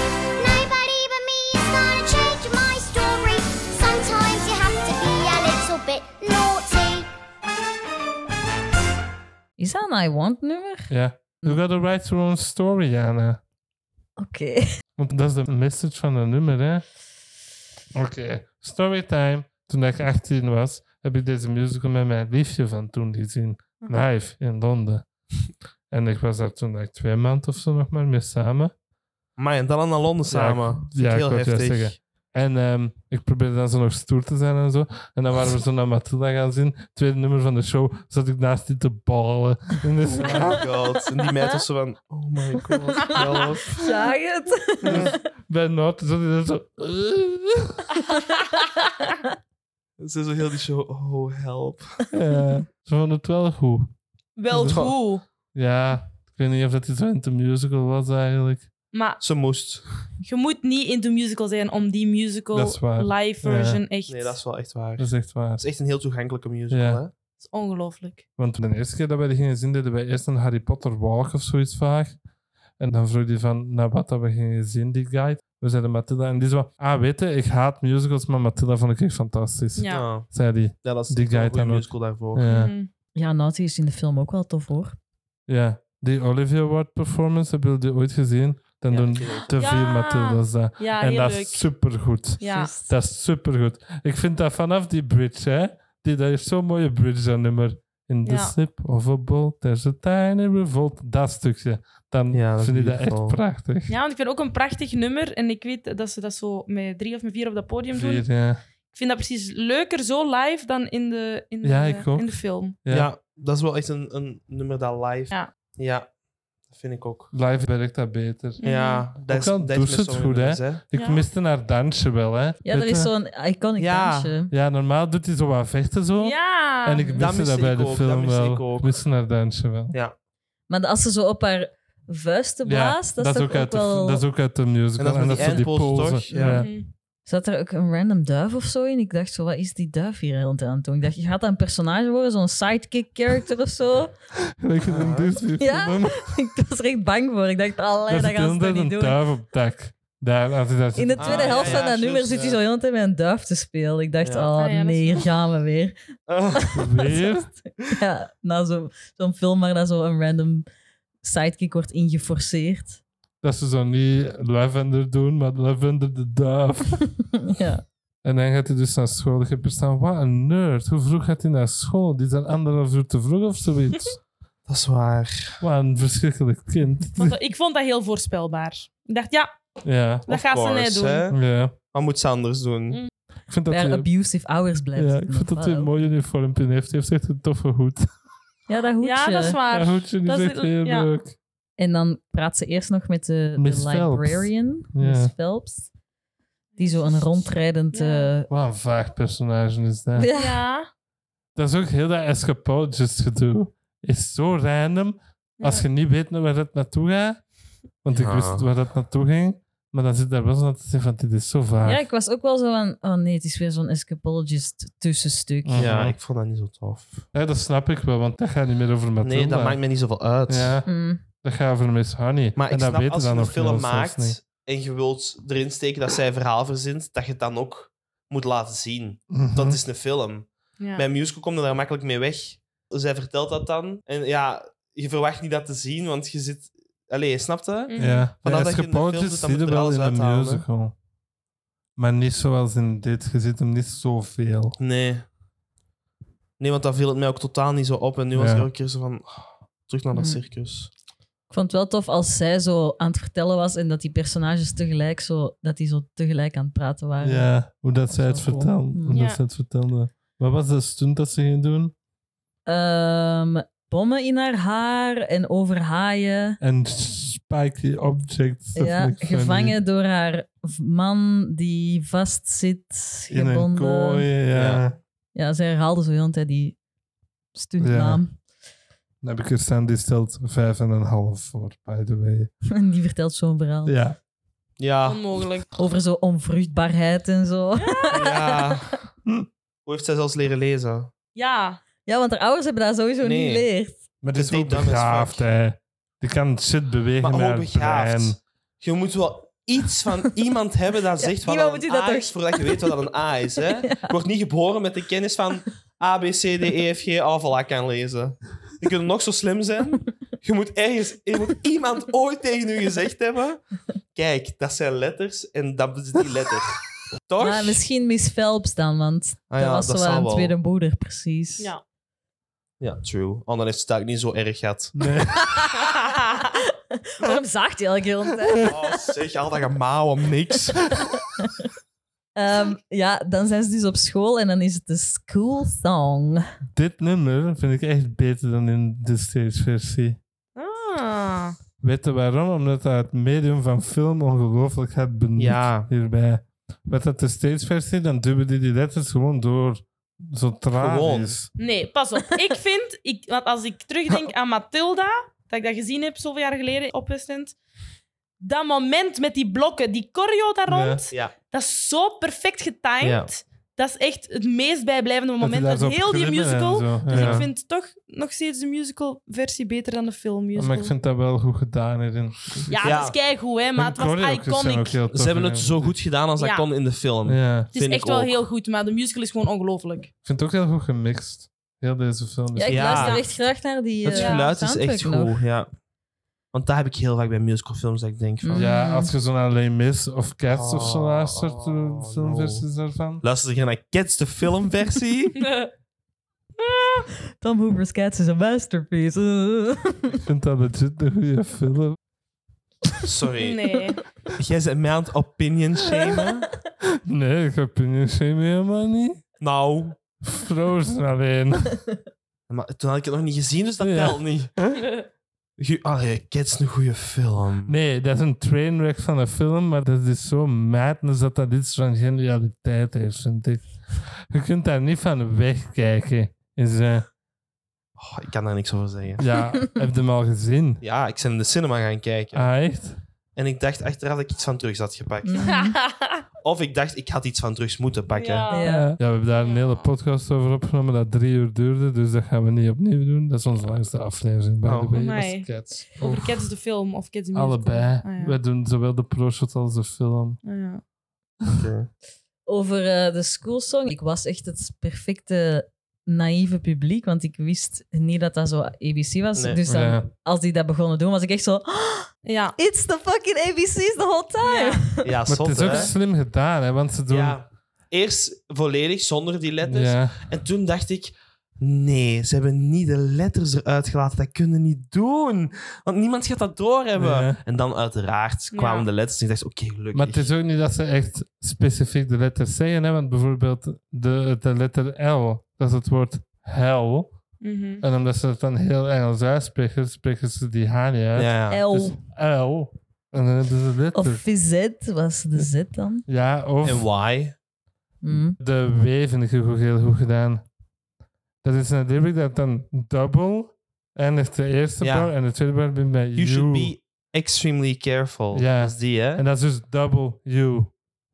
Nobody but me is gonna change my story. Sometimes you have to be a little bit naughty.
Is dat een I Want nummer?
Ja. You gotta write your own story, Jana.
Oké.
Want dat is de message van het nummer, hè. Oké. Storytime. toen ik 18 was, heb ik deze musical met mijn liefje van toen gezien. Live in Londen. en ik was daar toen like, twee maanden of zo nog maar mee samen.
Maar en dan naar Londen samen.
ja, ik
Heel
wou het juist
heftig.
zeggen. En ehm, ik probeerde dan zo nog stoer te zijn en zo. En dan waren we zo naar Matilda gaan zien. Tweede nummer van de show zat ik naast die te ballen. En dus,
Oh my god. En die meid was zo van... Oh my god. help.
Zag het?
dus bij Noot zat ik dan zo... eh,
Ze is zo heel die show... Oh, help.
Ja, ze vonden het wel goed.
Wel
Ja.
goed.
Ja, ik weet niet of dat iets van de musical was eigenlijk.
Maar
Ze moest.
je moet niet in de musical zijn om die
Dat is waar.
musical live version echt...
Nee, dat is wel echt waar.
Dat
Het
is echt waar.
is echt een heel toegankelijke musical,
Dus Ja.
hè?
Dat is ongelooflijk.
Want de eerste keer dat wij die gingen zien, deden wij eerst een Harry Potter walk of zoiets vaag. En dan vroeg hij van, nou wat hebben we gingen zien, die guide? We zeiden Matilda. En die zei, ah weet je, ik haat musicals, maar Matilda vond ik echt fantastisch.
Ja.
Oh,
Zei die.
ja, dat is
Die
echt wel
guy
een goede
dan ook.
musical daarvoor.
Ja.
Mhm.
Ja, Naughty is in de film ook wel tof hoor.
ja. Die Olivia Ward performance, hebben jullie die ooit gezien? Dan
Ja,
doen
natuurlijk.
te veel
Ja.
Matilda's dat.
Ja,
en
heel
dat
leuk.
is supergoed.
Ja.
Juist.
Dat is supergoed. Ik vind dat vanaf die bridge, hè. Die, dat is zo'n mooie bridge, dat nummer. In the
Ja.
slip of a bolt, there's a tiny revolt. Dat stukje. Dan
Ja, dat is
vind ik dat echt
beautiful.
prachtig.
Ja, want ik vind het ook een prachtig nummer. En ik weet dat ze dat zo met drie of met vier op dat podium doen.
Vier, ja.
Ik vind dat precies leuker zo live dan in de, in de,
Ja, ik ook.
In de film.
Ja.
Ja. dat is wel echt een, een nummer dat live...
Ja.
Ja, dat vind ik ook.
Live werkt dat beter.
Mm.
Ja, dat is,
al
dat is
doet
met
ze het
sommige
goed, hè?
nummers,
Ik
Ja.
miste haar dansje wel, hè.
Ja, er
Weet
is
je?
zo'n iconic
Ja.
dansje.
Ja, normaal doet hij zo wat vechten zo.
Ja.
En ik miste dat,
miste
bij
ik
de
ook, dat
film
miste
wel.
ik ook.
miste haar dansje wel.
Maar als ze zo op haar vuisten blaast, dat, is
ook,
toch ook,
uit de,
wel...
dat is ook uit de musical.
En dat is met die
zo
eindpose, toch?
pose.
Ja.
Ja.
Mhm.
Zat er ook een random duif of zo in? Ik dacht zo, wat is die duif hier rond aan het doen? Ik dacht, gaat dat een personage worden? Zo'n sidekick character of zo?
Gelijk in een Disney
Ja.
film.
ik was er echt bang voor. Ik dacht, allee, dat
zit de hele
gaan ze toch
tijd
niet
een
doen.
duif op het dak. Daar, als hij daar zit.
In de
Ah,
tweede
ja,
helft
ja,
van dat
juist,
nummer zit hij
ja.
zo heel de tijd met een duif te spelen. Ik dacht,
Ja.
oh
Ah, ja, dat is
nee,
wel-
hier gaan we weer.
hè?
Weer?
Ja, na zo- zo'n film waar dat zo'n random sidekick wordt ingeforceerd.
Dat ze zo niet Lavender doen, maar Lavender de duif.
ja.
En dan gaat hij dus naar school. Ik heb er staan, wat een nerd. Hoe vroeg gaat hij naar school? Die is dan anderhalf uur te vroeg of zoiets.
Dat is waar.
wat een verschrikkelijk kind.
Want dat- ik vond dat heel voorspelbaar. Ik dacht, ja,
Ja,
dat
Of
gaat ze net
course,
doen.
hè?
ja.
Wat moet ze anders doen?
Mm.
Ik vind dat
Waar
hij...
abusive ouders blijft.
Ja, ik vind dat hij een mooi uniformpje heeft. Hij heeft echt een toffe hoed.
Ja, dat hoedje.
Ja, dat is waar.
Dat hoedje is
dat is-
echt heel
ja.
leuk.
En dan praat ze eerst nog met de, de
Miss Phelps.
librarian,
Ja.
Miss Phelps. Die zo een rondrijdend...
Ja.
eh,
Wat een vaag personage is dat.
Ja.
Ja.
Dat is ook heel dat escapologist gedoe. Is zo random. Als je niet weet naar waar het naartoe gaat. Want ik
Ja.
wist waar dat naartoe ging. Maar dan zit daar wel zo'n te zeggen van dit is zo vaag.
Ja, ik was ook wel zo van... Oh nee, het is weer zo'n escapologist tussenstuk.
Mhm.
Ja, ik vond dat niet zo tof.
Ja, dat snap ik wel, want dat gaat niet meer over Matilda.
Nee, dat maakt me niet zoveel uit.
Ja,
Mm.
dat gaat over Miss Honey.
Maar
en
ik
dat
snap,
weten
als je
dan
een
nog
film
heel zelfs niet.
maakt en je wilt erin steken dat zij een verhaal verzint, dat je het dan ook moet laten zien.
Mhm.
Dat is een film.
Ja.
Bij een musical komt je daar makkelijk mee weg. Zij vertelt dat dan. En ja, je verwacht niet dat te zien, want je zit... Allee, je snapt dat?
Mhm.
Ja,
Vanaf
de
dat je in de film
escapologist
zit, dan
zie
moet
je
er
wel
alles
in een
uithalen, hè?
musical. Maar niet zoals in dit. Je ziet hem niet zoveel.
Nee. Nee, want dat viel het mij ook totaal niet zo op. En nu was
Ja.
ik elke keer zo van... oh, terug naar dat
Mhm.
circus.
Ik vond het wel tof als zij zo aan het vertellen was en dat die personages tegelijk zo... Dat die zo tegelijk aan het praten waren.
Ja, hoe dat zij het
Dat is wel
vertelde.
cool.
Hoe
Ja.
dat zij het vertelde. Wat was de stunt dat ze ging doen?
Ehm, bommen in haar haar en over haaien.
En spiky objects. dat
Ja,
vind ik funny.
gevangen door haar v- man die vastzit,
in een
gebonden.
kooi. Ja.
Ja.
Ja, ze herhaalde zo heel de tijd die stuntnaam.
Dan heb ik er staan, die stelt vijf en een half voor, by the way.
En die vertelt zo'n verhaal.
Ja.
Ja.
Onmogelijk.
Over zo onvruchtbaarheid en zo.
ja. Hoe heeft zij zelfs leren lezen?
Ja.
Ja, want haar ouders hebben dat sowieso
Nee.
niet geleerd.
Maar die is
Die
ook
dom is
begaafd,
fuck.
hè. Die kan shit bewegen
Maar
met haar
onbegaafd.
brein.
Je moet wel iets van iemand hebben dat zegt wat
iemand
een
moet u dat
A
toch-
is, voordat je weet wat een A is. Hè? Je wordt niet geboren met de kennis van A, B, C, D, E, F, G, A, voilà, kan lezen. Je kunt nog zo slim zijn. Je moet ergens... Er moet iemand ooit tegen u gezegd hebben... Kijk, dat zijn letters en dat is die letter. Toch?
Maar misschien Miss Phelps dan, want
Ah
dat was zo
zal
aan het tweede moeder, precies.
Ja.
Ja, true. Anna heeft het eigenlijk niet zo erg gehad.
Nee.
Waarom zaagt hij elke keer rond? hè?
Oh, zeg, al dat gemauw om niks.
Ehm, ja, dan zijn ze dus op school en dan is het de school
Dus
song.
Dit nummer vind ik echt beter dan in de stageversie.
Ah.
Weet je waarom? Omdat dat het medium van film ongelooflijk had benut
Ja.
hierbij. Met dat de stageversie, dan duwen die die letters gewoon door. Zo tragisch.
Nee, pas op. Ik vind, ik, want als ik terugdenk aan Matilda, dat ik dat gezien heb zoveel jaar geleden op West End, dat moment met die blokken, die choreo daar
Ja.
rond,
Ja.
dat is zo perfect getimed. Dat is echt het meest bijblijvende moment
daar
uit
zo op
heel die
klimmen en
musical.
zo,
Dus
ja.
ik vind toch nog steeds de musical-versie beter dan de filmmusical.
Maar ik vind dat wel goed gedaan hierin.
Ja,
Ja.
dat is keigoed, hè, maar het was
Choreo's zijn ook
iconic.
heel tof
Ze hebben het
in.
zo goed gedaan als dat
Ja.
kon in de film.
Ja.
Het is
vind
echt
ik
wel
ook.
heel goed, maar de musical is gewoon ongelooflijk.
Ik vind het ook heel goed gemixt. Heel deze film. is-
Ja, ik
Ja.
luister echt graag naar die
Het
eh,
geluid is
soundtrack
echt
nog.
goed, ja. Want daar heb ik heel vaak bij musicalfilms dat ik denk van...
Mm.
Ja, als je zo naar Les Mis of Cats of zo
Oh,
luistert, de
oh,
filmversies daarvan.
Luister je naar Cats, de filmversie?
Tom Hooper's Cats is een masterpiece.
Ik vind dat legit een goede film.
Sorry.
nee.
Jij bent mij aan het opinion shamen?
Nee, ik heb een shame helemaal niet.
nou...
Frozen alleen.
Maar toen had ik het nog niet gezien, dus dat
Ja.
telt niet. Ge- Allee, Cats is een goede film.
Nee, dat is een trainwreck van een film, maar dat is zo madness dat dat iets van genialiteit heeft, vind ik. Je kunt daar niet van wegkijken. Is, eh,
Oh, ik kan daar niks over zeggen.
ja, heb je hem al gezien?
Ja, ik ben in de cinema gaan kijken.
Ah, Mm. echt?
En ik dacht achteraf dat ik iets van drugs had gepakt.
Mhm.
Of ik dacht, ik had iets van drugs moeten pakken.
Ja.
Ja.
Ja.
we hebben daar een hele podcast over opgenomen dat drie uur duurde, dus dat gaan we niet opnieuw doen. Dat is onze langste aflevering bij
Oh.
de
Amai.
Baby Cats.
Over Cats de film of Cats de musical.
Allebei.
Ah, ja.
We doen zowel de pro-shot als de film.
Ah, ja.
Oké.
Over eh, de schoolsong. Ik was echt het perfecte naïeve publiek, want ik wist niet dat dat zo ABC was.
Nee.
Dus dan,
Ja.
als die dat begonnen doen, was ik echt zo... "Oh,
Ja.
it's the fucking ABC's the whole time!
Ja,
Maar
zot,
het is ook
hè?
slim gedaan, hè, want ze doen...
Ja. Eerst volledig zonder die letters.
Ja.
En toen dacht ik, nee, ze hebben niet de letters eruit gelaten. Dat kunnen niet doen. Want niemand gaat dat doorhebben.
Ja.
En dan uiteraard kwamen
Ja.
de letters. En ik dacht, oké, gelukkig.
Maar het is ook niet dat ze echt specifiek de letters zeggen, hè, want bijvoorbeeld de, de letter L, dat is het woord hell.
Mhm.
En omdat ze het dan heel Engels uitspreken, spreken ze die H niet uit.
Ja, ja.
L
Dus L. En dan hebben ze de
of
letter.
VZ was de Z dan.
Ja, of...
En why?
Hmm.
Mhm.
De W vind ik ook heel goed gedaan. Dat is natuurlijk dat dan double eindigt de eerste
Ja.
bar en de tweede bar begint bij you.
You should be extremely careful.
Ja.
Dat is die, hè?
En dat is dus double you,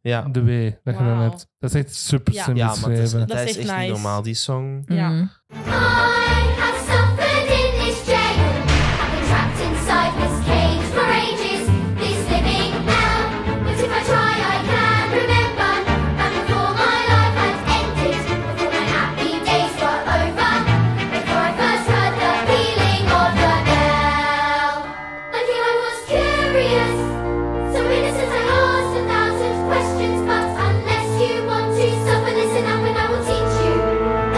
Ja.
de W, dat je dan
Wauw.
hebt. Dat is echt super
Ja.
slim
Ja, maar dat is,
geschreven.
dat
Dat is
is echt niet
echt nice.
normaal, die song.
Ja.
Mhm.
I have suffered in this jail. I've been trapped inside this cage for ages. This living hell. But if I try, I can remember that before my life had ended, before my happy days were over, before I first heard the feeling of the bell. And here I was curious, so innocent I asked a thousand questions. But unless you want to suffer, listen up and I will teach you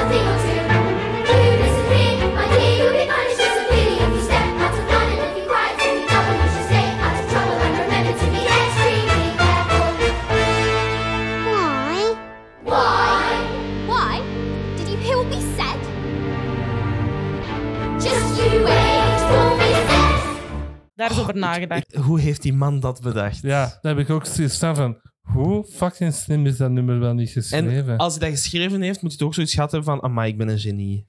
a thing or two. Do you listen here, my dear? You'll be punished severely if you step out of line and if you cry to me double. You should stay out of trouble and remember to be extremely careful. Why? Why? Why? Did you hear what we said? Just you wait for me, says.
Daar is over nagedacht.
Ik- hoe heeft die man dat bedacht?
Ja, daar heb ik ook zoiets staan van. Hoe fucking slim is dat nummer wel niet geschreven?
En als hij dat geschreven heeft, moet hij toch zoiets gehad hebben van... Amai, ik ben een genie.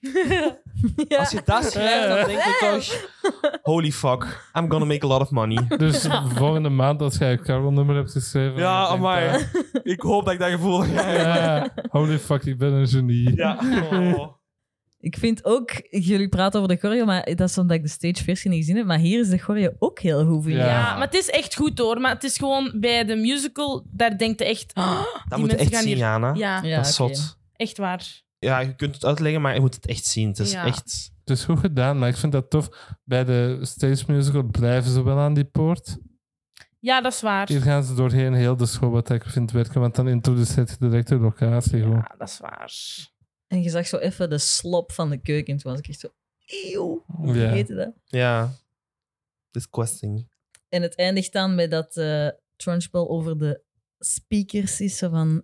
Ja.
Als je dat schrijft, dan denk je toch... Holy fuck, I'm gonna make a lot of money.
Dus volgende maand, als jij je Carol-nummer hebt geschreven.
Ja,
dan denk je,
amai. Ik hoop dat ik dat gevoel heb.
Ja, holy fuck, ik ben een genie.
Ja. Oh.
Ik vind ook, jullie praten over de choreo, maar dat is omdat ik de stageversie niet gezien heb. Maar hier is de choreo ook heel goed, vind ik.
Ja.
Ja. maar het is echt goed hoor. Maar het is gewoon bij de musical, daar denkt je echt. "Ah,
Dat moet je
die mensen
echt
gaan
zien,
hier...
Jana.
Ja,
Ja,
dat is
oké.
zot.
echt waar.
Ja, je kunt het uitleggen, maar je moet het echt zien. Het is
Ja.
echt...
Het is goed gedaan, maar ik vind dat tof. Bij de stage musical blijven ze wel aan die poort.
Ja, dat is waar.
Hier gaan ze doorheen heel de school wat ik vind werken, want dan introduceert je direct de locatie. Gewoon.
Ja, dat is waar.
En je zag zo even de slop van de keuken. En toen was ik echt zo... Eeuw, hoe
Ja.
heette dat?
Ja. Disgusting.
En het eindigt dan met dat eh Trunchbull over de speakers is. Zo van...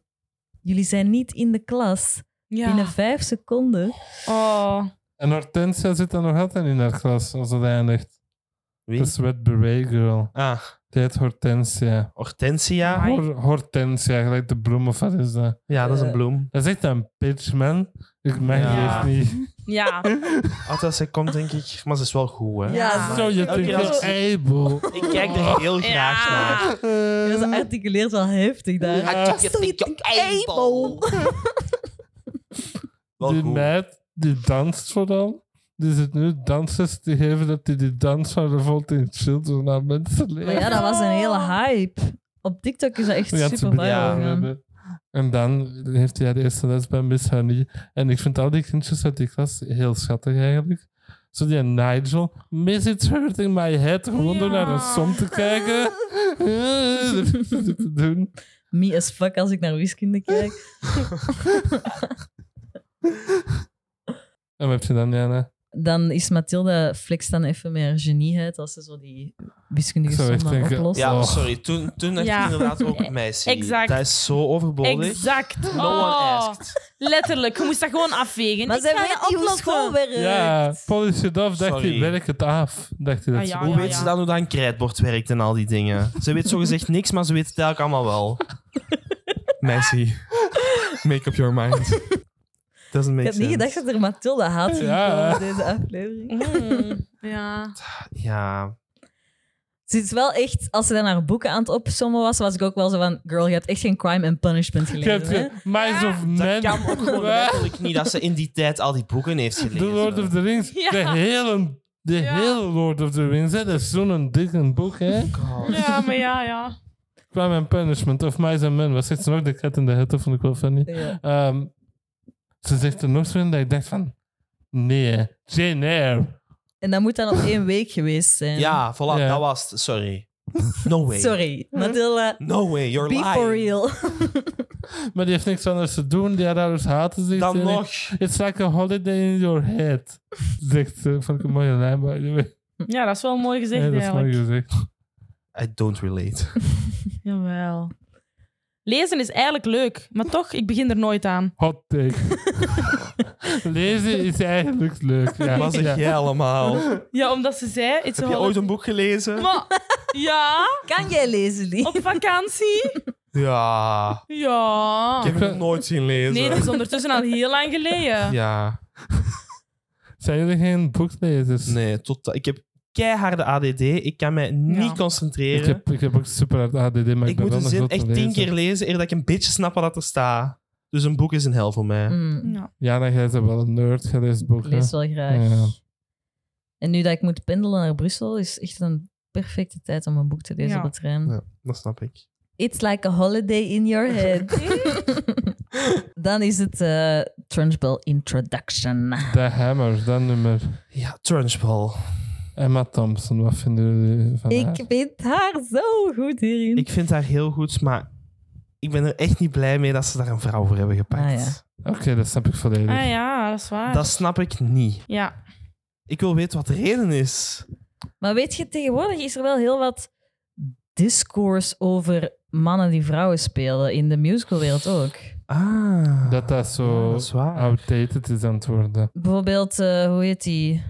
Jullie zijn niet in de klas.
Ja.
Binnen vijf seconden.
Oh.
En Hortensia zit dan nog altijd in haar klas als het eindigt.
Wie?
Dat is Wet Beret Girl.
Ah,
Die heet Hortensia.
Hortensia.
Amai.
Hor- Hortensia, gelijk de bloem of wat is dat?
Ja, dat is een
Eh.
bloem.
Dat is echt een bitch, man. Ik mag
Ja.
die echt niet.
Ja.
Altijd als ze komt, denk ik. Maar ze is wel goed, hè?
Ja.
Zo, je
Ah, Oké,
vindt
als-
een eibo.
Ik kijk er heel graag naar.
Ja.
Ja, ze articuleert wel heftig daar.
Uh,
Ja.
Zo, je denkt, able.
Wel
die
goed.
meid, die danst vooral. Die zit nu dansers te geven dat die die dans van Revolt in Children naar mensen
Maar ja,
leert.
dat was een hele hype. Op TikTok is dat echt
Ja,
super
ze
viral
ja,
gegaan.
hebben. En dan heeft hij haar eerste les bij Miss Honey. En ik vind al die kindjes uit die klas heel schattig eigenlijk. Zo die Nigel, Miss It's Hurting My Head, gewoon door naar een som te kijken. Dat vind ik te doen.
Me as fuck als ik naar wiskunde kijk.
En wat heb je dan, Jana?
Dan is Mathilde flex dan even met haar genieheid als ze zo die wiskundige
Ik zou echt
sommen
denken,
oplost.
Ja,
Oh.
sorry. Toen, toen dacht
Ja.
ik inderdaad ook meisje.
Exact.
Dat is zo overbodig.
Exact.
No one
Oh.
asked.
Letterlijk. Je moest dat gewoon afvegen.
Maar
Ik
ze
ga
hebben
het
wel nieuw
oplossen.
schoolwerk.
Ja, polish it off, dacht hij,
Sorry.
werk het af. Dacht hij dat
Ah,
ze-
ja,
Hoe
ja.
weet ze dan hoe dat een krijtbord werkt en al die dingen? Ze weet zogezegd niks, maar ze weet het eigenlijk allemaal wel. Messi, make up your mind. Doesn't
Ik
make
had niet
sense.
gedacht dat er Mathilde haat ging
Ja.
komen in deze aflevering.
Mm, ja.
Ja,
Ze is wel echt, als ze dan haar boeken aan het opsommen was, was ik ook wel zo van, girl, je hebt echt geen crime and punishment
Ik heb
gelezen. hè?
ge- Minds of
dat
Men.
kan ook gewoon letterlijk niet dat ze in die tijd al die boeken heeft
De
gelezen.
Lord of the Rings.
Ja.
De, hele, de
Ja.
hele Lord of the Rings. Hè? Dat is zo'n dikke boek, hè?
Oh, God.
ja, maar ja, ja.
Crime and Punishment of Mice and Men. Wat zegt ze nog? De cat in the hat, dat vond ik wel funny.
Ja.
Ehm, ze zegt er nog zo in dat ik dacht van... Nee, Jane Eyre.
En dat moet dan op één week geweest zijn.
Ja, voilà,
Ja.
dat was het. Sorry. No way.
Sorry, Mathilde,
No way, you're
be
lying.
for real.
Maar die heeft niks anders te doen. Die haar ouders haten zich.
Dan
Die-
nog.
It's like a holiday in your head. Zegt ze. Vond ik een mooie lijn. by the way.
Ja, dat is wel mooi gezegd
Ja, dat is
eigenlijk.
mooi gezegd.
I don't relate.
Jawel. Lezen is eigenlijk leuk, maar toch, ik begin er nooit aan.
Hot take. Lezen is eigenlijk leuk. Ja.
Wat zeg
Ja.
jij allemaal?
Ja, omdat ze zei... It's
Heb je ooit een boek gelezen?
Maar, ja,
Kan jij lezen, Lee?
op vakantie.
Ja.
Ja.
Ik heb het nooit zien lezen.
Nee, dat is ondertussen al heel lang geleden.
Ja.
Zijn jullie geen boeklezers?
Nee, totaal. Ik heb keiharde ADD. Ik kan mij niet
Ja.
Ik
concentreren. Ik,
heb, ik heb ook super hard ADD, maar ik, ben
moet
wel
een
een
zin
grote
echt tien
lezer.
keer lezen eer dat ik een beetje snap wat er staat. Dus een boek is een hel voor mij.
Mm,
Ja.
Ja, dan jij bent wel een nerd, jij leest
ik
boeken.
lees wel graag.
Ja.
En nu dat ik moet pendelen naar Brussel, is echt een perfecte tijd om een boek te lezen
Ja.
op het trein.
Ja, dat snap ik.
It's like a holiday in your head. Dan is het eh Trunchbull Introduction.
The Hammer, dat nummer.
Ja, Trunchbull.
Emma Thompson, wat vinden jullie van haar?
Ik vind haar zo goed hierin.
Ik vind haar heel goed, maar ik ben er echt niet blij mee dat ze daar een vrouw voor hebben gepakt.
Ah, ja.
Oké, dat snap ik volledig.
Ah ja, dat is waar.
Dat snap ik niet.
Ja.
Ik wil weten wat de reden is.
Maar weet je, tegenwoordig is er wel heel wat discourse over mannen die vrouwen spelen. In de musicalwereld ook.
Ah.
Dat dat zo Ah,
Ja, dat is waar.
outdated is aan het worden.
Bijvoorbeeld, eh, hoe heet die?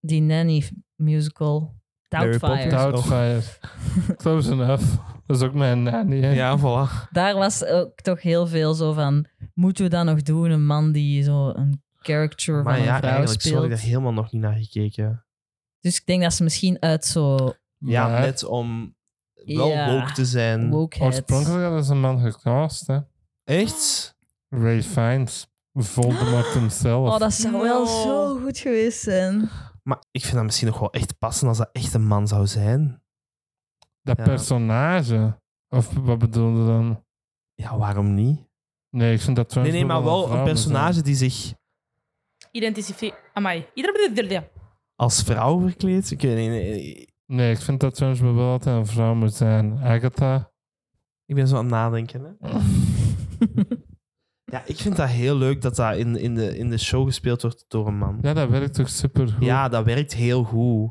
Die nanny musical.
Harry
Doubtfire.
Potter.
Doubtfire. Close enough. Dat is ook mijn nanny. hè.
Ja, voilà.
Daar was ook toch heel veel zo van... Moeten we dat nog doen? Een man die zo een character
Maar
van
ja,
een vrouw
eigenlijk zo had ik daar
speelt.
helemaal nog niet naar gekeken.
Dus ik denk dat ze misschien uit zo
Ja,
Maar
net om wel
Ja.
woke te zijn.
wokehead...
Oorspronkelijk hadden ze een man gecast, hè.
Echt?
Ray Fiennes. Voldemort himself.
Oh, dat zou wel
No.
zo goed geweest zijn.
Maar ik vind dat misschien nog wel echt passen als dat echt een man zou zijn.
Dat
Ja.
personage. Of wat bedoelde dan?
Ja, waarom niet?
Nee, ik vind dat
Nee,
trouwens
nee, maar wel
vrouw
een
moet
personage die zich
Identificeer... Amai. Iedereen...
als vrouw verkleedt. Ik weet niet. nee,
Nee, ik vind dat Jones wel altijd een vrouw moet zijn. Agatha.
Ik ben zo aan het nadenken. Hè? Ja, ik vind dat heel leuk dat dat in, in, de, in de show gespeeld wordt door een man.
Ja, dat werkt toch supergoed.
Ja, dat werkt heel goed.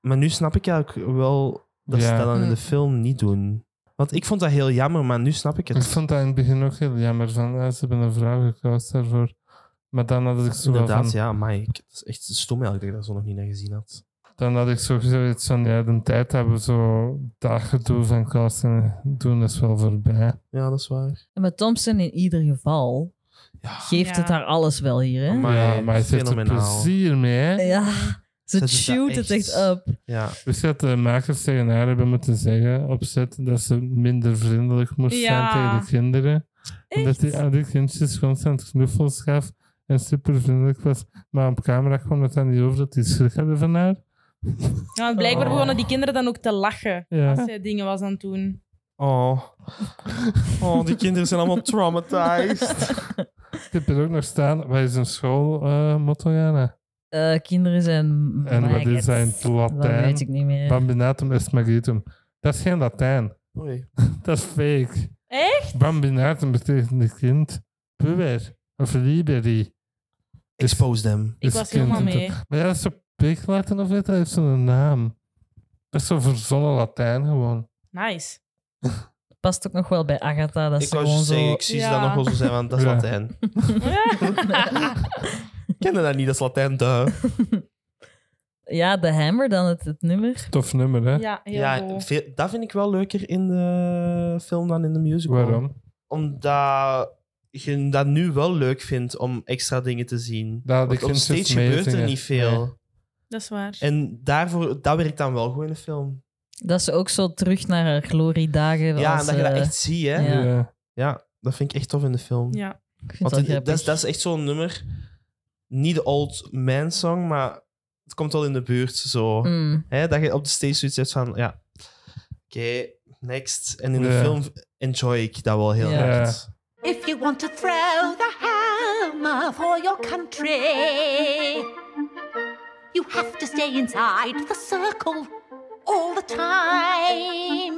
Maar nu snap ik eigenlijk wel dat ze
Ja.
dat dan in
Mm.
de film niet doen. Want ik vond dat heel jammer, maar nu snap ik
Ik
het.
vond dat in het begin ook heel jammer. Van, ah, ze hebben een vrouw gekozen daarvoor. Maar dan had ik zo wel
Inderdaad,
van-
ja, maar ik, dat is echt stom eigenlijk dat ik dat zo nog niet naar gezien had.
Dan had ik zo zoiets van, ja, de tijd hebben we zo dat gedoe van Carsten doen is wel voorbij.
Ja, dat is waar.
En met Thompson in ieder geval
Ja.
geeft
Ja.
het haar alles wel hier, hè?
Maar
ja, maar hij heeft er
fenomenaal.
plezier mee. hè.
Ja,
Ze
ze
doet dat
chewt het
echt.
echt up.
Ja,
Wist je dat de makers tegen haar hebben moeten zeggen op set dat ze minder vriendelijk moest
Ja.
zijn tegen de kinderen? En dat
Echt?
hij aan die kindjes constant knuffels gaf en super vriendelijk was. Maar op camera kwam het dan niet over dat die schrik hadden van haar.
Ja, want blijkbaar
Oh.
begonnen die kinderen dan ook te lachen als
Ja.
zij dingen was aan het doen.
Oh. Oh, die kinderen zijn allemaal traumatized.
Ik heb er ook nog staan, wat is een schoolmotto, Jana?
Eh, kinderen zijn.
En wat is
maggots.
dat in het
Dat weet ik
Latijn?
niet meer.
Bambinatum est magitum. Dat is geen Latijn,
Oei.
dat is fake.
Echt?
Bambinatum betekent een kind. Puber of liberi.
Expose them.
Ik
is
was helemaal
kind-
mee.
Maar ja, dat is zo Latin of weet dat heeft zo'n naam. Dat is zo verzonnen Latijn gewoon.
Nice.
Past ook nog wel bij Agatha. Dat
Ik
ze
wou
gewoon
juist zeggen,
zo.
ik zie ze
Ja.
dat nog wel zo zijn, want dat is
Ja.
Latijn. Ik ken dat niet, dat is Latijn, duh.
Ja, de hammer dan het, het nummer.
Tof nummer, hè?
Ja, heel
Ja,
goed.
veel- dat vind ik wel leuker in de film dan in de musical.
Waarom?
Omdat je dat nu wel leuk vindt om extra dingen te zien.
Dat had
Want
ik
op stage gebeurt er niet veel.
Dat is waar.
En daarvoor, dat werkt dan wel goed in de film.
Dat ze ook zo terug naar haar gloriedagen.
ja,
als,
en dat je dat
eh,
echt ziet, hè.
Ja.
Ja.
Ja, dat vind ik echt tof in de film.
Ja.
ik vind
Want
dat
het- dat, is,
grappig.
dat is echt zo'n nummer. Niet de old man song, maar het komt wel in de buurt zo.
Mm.
Hè, dat je op de stage zoiets hebt van, ja, oké, next. En in de
Ja.
film enjoy ik dat wel heel
Ja.
erg.
If you want to throw the hammer for your country, you have to stay inside the circle all the time.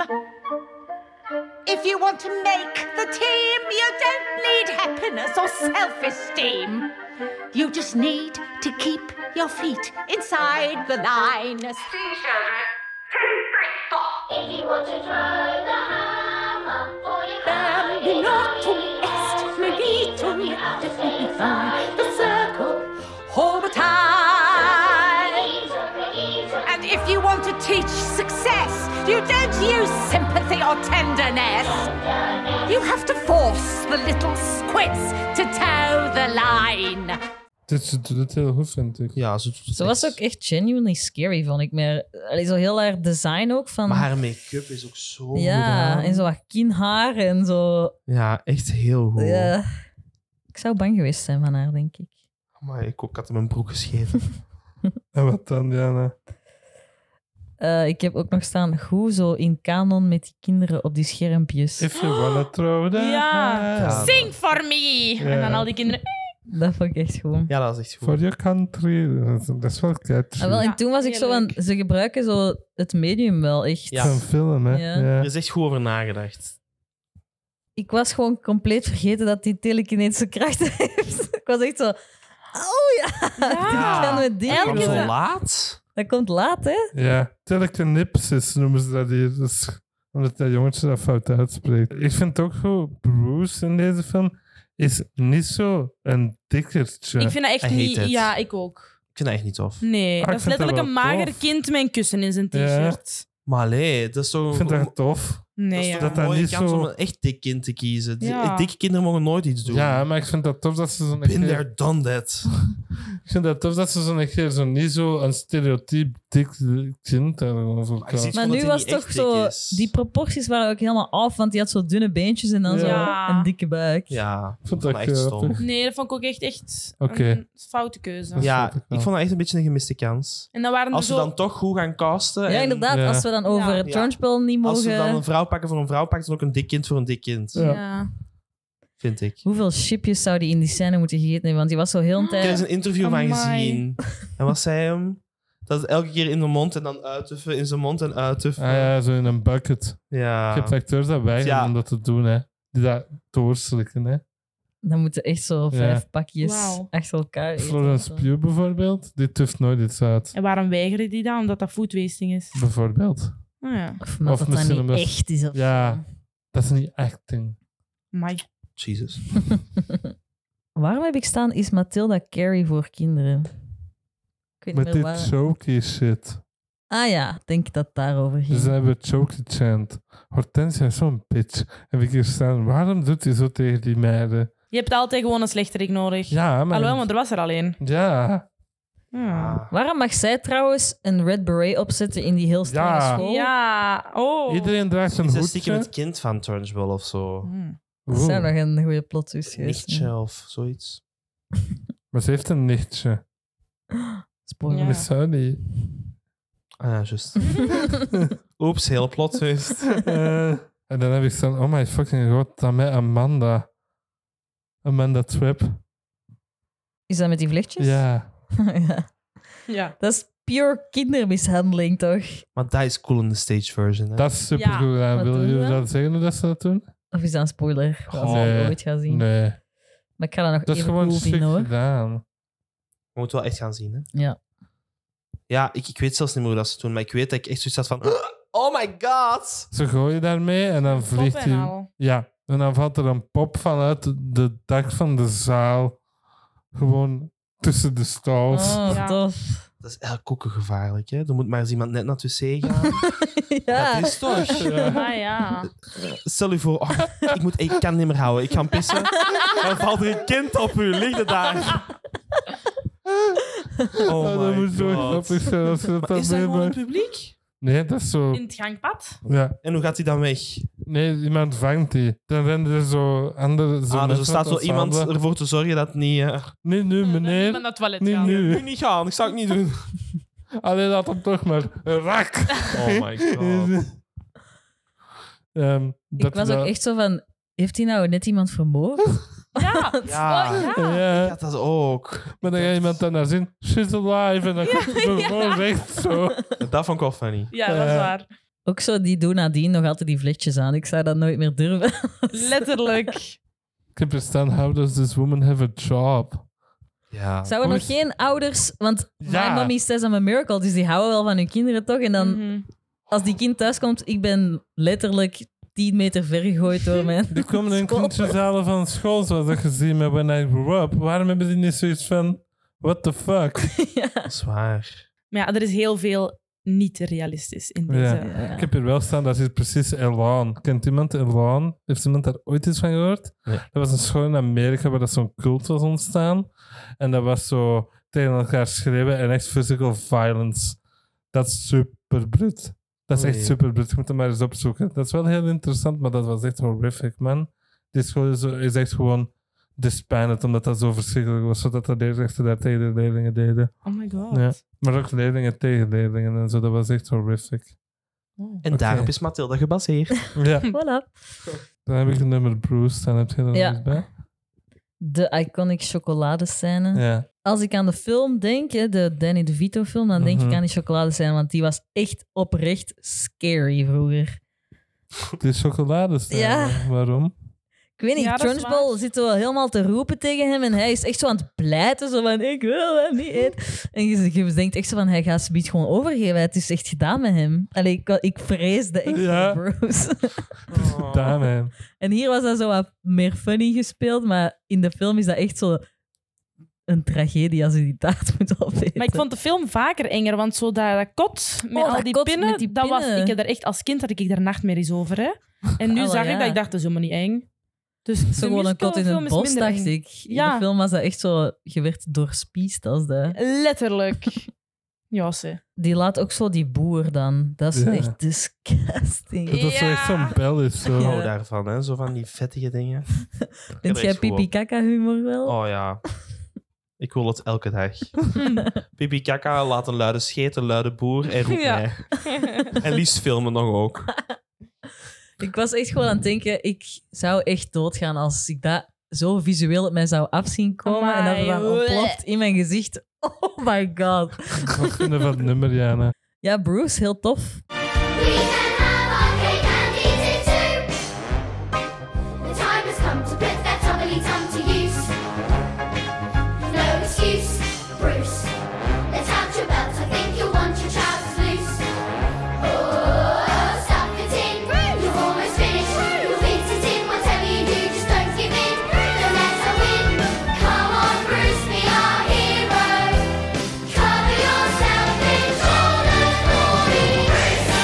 If you want to make the team, you don't need happiness or self esteem. You just need to keep your feet inside the line.
If you want to try the hammer for your
Bambinatum est magnitum. You have to stay inside the circle all the time. And if you want to teach success, you don't use sympathy or tenderness. You have to force the little squids to toe the line.
Dit ze doet het heel goed, vind ik.
Ja, ze doet het
Ze was
echt.
ook echt genuinely scary, vond ik. Maar allee, zo heel haar design ook van.
Maar haar make-up is ook zo
ja,
gedaan.
en zo haar kinhaar en zo.
Ja, echt heel goed.
Ja. Ik zou bang geweest zijn van haar, denk ik.
Maar ik ook had hem mijn broek geschreven.
En wat dan, Jana?
Eh, ik heb ook nog staan, goed zo in kanon met die kinderen op die schermpjes.
If you wanna throw that
Ja.
hat
Sing for me! En dan al die kinderen...
Dat vond ik echt gewoon.
ja, dat is echt goed.
for your country. Dat is- Dat is wel catchy.
Ah, wel,
Ja,
en toen was ik
heel
zo van,
leuk.
ze gebruiken zo het medium wel echt.
Ja.
Zo'n film, hè?
Ja.
Ja.
Er is echt goed over nagedacht.
Ik was gewoon compleet vergeten dat die telekinetische kracht heeft. ik was echt zo, oh ja,
Ja.
die kan met die.
Elke
Kwam
doen."
zo
keer-
laat?
Dat komt laat, hè?
Ja, telekinepsis noemen ze dat hier. Dus, omdat dat jongetje dat fout uitspreekt. Ik vind ook goed, Bruce in deze film is niet zo een dikkertje.
Ik vind dat echt
I hate
niet...
it.
Ja, ik ook.
Ik vind dat echt niet
Mm.
tof.
Nee,
Ah,
dat
ik
is
vind dat
letterlijk een
wel
mager
tof.
kind met een kussen in zijn t-shirt.
Maar nee, dat is toch
Ik
een,
vind
dat
dat tof.
Nee,
is
ja.
toch
dat
een
dat
mooie
niet
kans
zo-
om een echt dik kind te kiezen. Die-
Ja.
Dikke kinderen mogen nooit iets doen.
Ja, maar eh, ik vind dat tof dat ze zo'n
Been
keer-
there, done that.
Ik vind dat tof dat ze zo'n keer zo niet zo een stereotyp dik kind hebben. voor
Maar ik zie-
elkaar.
Maar
vond
nu
dat
was het
die niet
toch
echt
zo...
dik is.
Die proporties waren ook helemaal af, want die had zo dunne beentjes en dan
Ja.
zo een dikke buik.
Ja,
Ik vond dat
maar echt stom.
grappig.
Nee, dat vond ik ook echt, echt
Oké.
een foute keuze.
Dat
Ja,
snap ik
ik
wel.
vond dat echt een beetje een gemiste kans.
En dan waren er
Als ze
zo...
dan toch goed gaan casten.
Ja,
en
inderdaad.
Ja.
Als we dan over
Ja.
het
Ja.
turnspel niet
Als ze
mogen...
dan een vrouw pakken voor een vrouw, pakken ze ook een dik kind voor een dik kind.
Ja.
Ja.
Vind ik.
Hoeveel chipjes zou die
Ah.
in die scène moeten gegeten hebben? Want die was zo heel een
Er is
tijd...
een interview van
Amai.
gezien. En wat zei hem? Dat is elke keer in de mond en dan uittuffen, in zijn mond en uittuffen.
Ah ja, zo in een bucket.
ja.
Je hebt acteurs dat weigeren
Ja.
om dat te doen, hè. Die dat doorslikken, hè.
Dan moeten echt zo vijf pakjes
Wauw.
achter elkaar eten. of
Florence
zo.
Pugh bijvoorbeeld, die tuft nooit iets uit.
En waarom weigeren die dat? Omdat dat food wasting is.
Bijvoorbeeld.
Oh ja.
Of, maar
Of
dat dat
misschien
niet
omdat-
echt is. Of
Ja. Dat is niet acting.
My
Jesus.
zo. Waarom heb ik staan, is Matilda Carey voor kinderen? Ik eh, weet niet
Met
meer
dit
waar.
choky shit.
Ah ja, ik denk dat het daarover ging.
Dus dan hebben we choky chant. Hortensia is zo'n bitch. Heb ik hier staan. Waarom doet hij zo tegen die meiden?
Je hebt altijd gewoon een slechterik nodig.
Ja, maar...
Alhoewel, maar er was er alleen.
Ja.
Ja.
Waarom mag zij trouwens een red beret opzetten in die heel strenge
Ja.
school?
Ja. Oh.
Iedereen draagt een
Is dat
hoedje.
stiekem het kind van Turnbull of zo?
Hmm.
Dat zou nog
Oeh,
een goede plot twist geweest zijn.
Nichtje of zoiets.
Maar ze heeft een nichtje.
Spoiler.
Ja.
Maar zou niet.
Ah ja, juist. Oeps, heel plot twist.
Eh, en dan heb ik staan, oh my fucking god, dat met Amanda. Amanda Trap.
Is dat met die vlechtjes?
Ja.
Ja.
Ja.
Dat is pure kindermishandeling, toch?
Maar dat is cool in de stage version. Hè?
Dat is supergoed gedaan.
wat
Willen
doen
jullie
we?
dat zeggen hoe dat ze dat doen?
Of is dat een spoiler? Als
Nee.
ik het ooit ga zien.
Nee.
Maar ik ga dat nog
Dat is
even
gewoon
cool
stuk
vinden, hoor.
gedaan.
Je moet wel echt gaan zien. Hè?
Ja.
Ja, ik, ik weet zelfs niet meer hoe dat ze doen, maar ik weet dat ik echt zoiets had van... Oh my god!
Ze gooien daarmee en dan vliegt
Top en
hij.
al.
Ja, en dan valt er een pop vanuit de dak van de zaal. Gewoon tussen de stalls.
Oh,
Ja.
tof.
Dat is elk koeken gevaarlijk. Hè? Er moet maar eens iemand net naar het wc gaan.
ja.
Dat is
Oh
toch?
Ah ja.
Stel u voor, oh, ik, moet, ik kan niet meer houden. Ik ga pissen. Dan valt er een kind op u. Ligt het daar? Oh
Ja, Ah, dat
my
moet zo
God.
grappig zijn als ze dat
Maar
dan
is dat gewoon het
meemaakt.
publiek?
Nee, dat is zo...
In het gangpad.
Ja.
En hoe gaat hij dan weg?
Nee, iemand vangt die. Dan rennen er zo andere... Zo
ah, dus
mensen
er staat
op
zo
de
iemand
zaal.
ervoor te zorgen dat het niet... eh,
Nee, nu,
Ik ben
meneer.
naar het toilet
Nee,
gaan.
nu.
niet gaan, ik zou het niet doen.
Allee, laat hem toch maar. Rak!
Oh my god.
Ehm, dat
ik was ook
wel-
echt zo van... Heeft hij nou net iemand vermoord?
Ja.
Ja.
Oh, ja.
Ja,
Ik had dat ook.
maar dan gaat iemand dan naar zien. She's alive. En dan komt ze gewoon recht zo.
Dat vond ik wel funny.
Ja, dat is
Eh.
waar.
Ook zo, die doen nadien nog altijd die vlechtjes aan. Ik zou dat nooit meer durven.
Letterlijk.
Ik heb er staan, how does this woman have a job?
Ja.
Zouden
Hoe
nog
is-
geen ouders... Want
Ah, Ja.
my mommy says I'm a miracle, dus die houden wel van hun kinderen, toch? En dan...
Mhm.
als die kind thuiskomt, ik ben letterlijk 10 meter ver gegooid door mijn.
Die komen in
school.
kindjes halen van school, zoals dat gezien met When I Grew Up. Waarom hebben die niet zoiets van, what the fuck?
Ja.
Dat is waar.
Maar ja, er is heel veel niet realistisch in eh, deze.
Ja.
Ja.
Ik heb hier wel staan, dat is precies Elan. Kent iemand Elan? Heeft iemand daar ooit iets van gehoord?
Nee.
Dat was een school in Amerika waar dat zo'n cult was ontstaan. En dat was zo tegen elkaar schreeuwen en echt physical violence. Dat is super brut. Dat is echt
Oei.
super brut. Je moet het maar eens opzoeken. Dat is wel heel interessant, maar dat was echt horrific, man. Die school is, is echt gewoon disbanded, omdat dat zo verschrikkelijk was. Zodat de leerkrachten daar tegen de leerlingen deden.
Oh my god.
Ja. Maar ook leerlingen tegen leerlingen en zo. Dat was echt horrific.
Oh.
En
Oké.
daarop is Mathilda gebaseerd.
Ja.
Voilà.
Dan heb ik het nummer Bruce, dan heb je er
Ja.
nog iets bij.
De iconic chocoladescène.
Ja.
Als ik aan de film denk, hè, de Danny DeVito film, dan denk
Mhm.
ik aan die chocoladescène, want die was echt oprecht scary vroeger.
De chocoladesteen.
Ja.
Waarom?
Ik weet niet,
Ja, dat is
Trunchbull
waar.
zit zo helemaal te roepen tegen hem en hij is echt zo aan het pleiten, zo van ik wil dat niet eten. En je, je denkt echt zo van, hij gaat ze gewoon overgeven, het is echt gedaan met hem. Allee, ik, ik vreesde echt
Ja.
voor Bruce.
Daarmee.
En hier was dat zo wat meer funny gespeeld, maar in de film is dat echt zo een tragedie als je die taart moet opeten.
Maar ik vond de film vaker enger, want zo dat, dat kot met
Oh, dat
al die
kot
pinnen,
met die
Dat was,
pinnen.
ik heb daar echt als kind had ik daar nachtmerries over. Hè. En nu
Ah, wel,
zag
ja.
ik dat ik dacht, dat is helemaal niet eng. Dus de
zo gewoon een kot in
musicalfilm
het
is
bos,
minder
dacht
eng.
ik. In
Ja.
de film was dat echt zo, je werd doorspiest als de...
Letterlijk. ja, ze.
Die laat ook zo die boer dan. Dat is
Ja.
echt disgusting.
Dat dat zo echt zo'n bel is. Zo.
Ik
Ja.
hou daarvan, hè. Zo van die vettige dingen.
Vind
er
jij
echt gewoon-
pipi kaka humor wel?
Oh ja. Ik wil het elke dag. Pipi kaka, laat een luide scheet, een luide boer en roep
Ja.
mij. En liefst filmen nog ook.
Ik was echt gewoon aan het denken, ik zou echt doodgaan als ik dat zo visueel op mij zou afzien komen. en dat
Amai,
het dan
bleh.
ontploft in mijn gezicht. Oh my god.
Wat vinden van het nummer, Jana?
Ja, Bruce, heel tof.
We can have our cake and eat it too. The time has come to put that tumbly tongue to use. No excuse, Bruce. Let's out your belt. I think you want your trousers loose. Oh, stuff it in. You've almost finished. You'll fit it in. Whatever you do, just don't give in. Don't let her win. Come on, Bruce, be our hero. Cover yourself in golden glory, Bruce.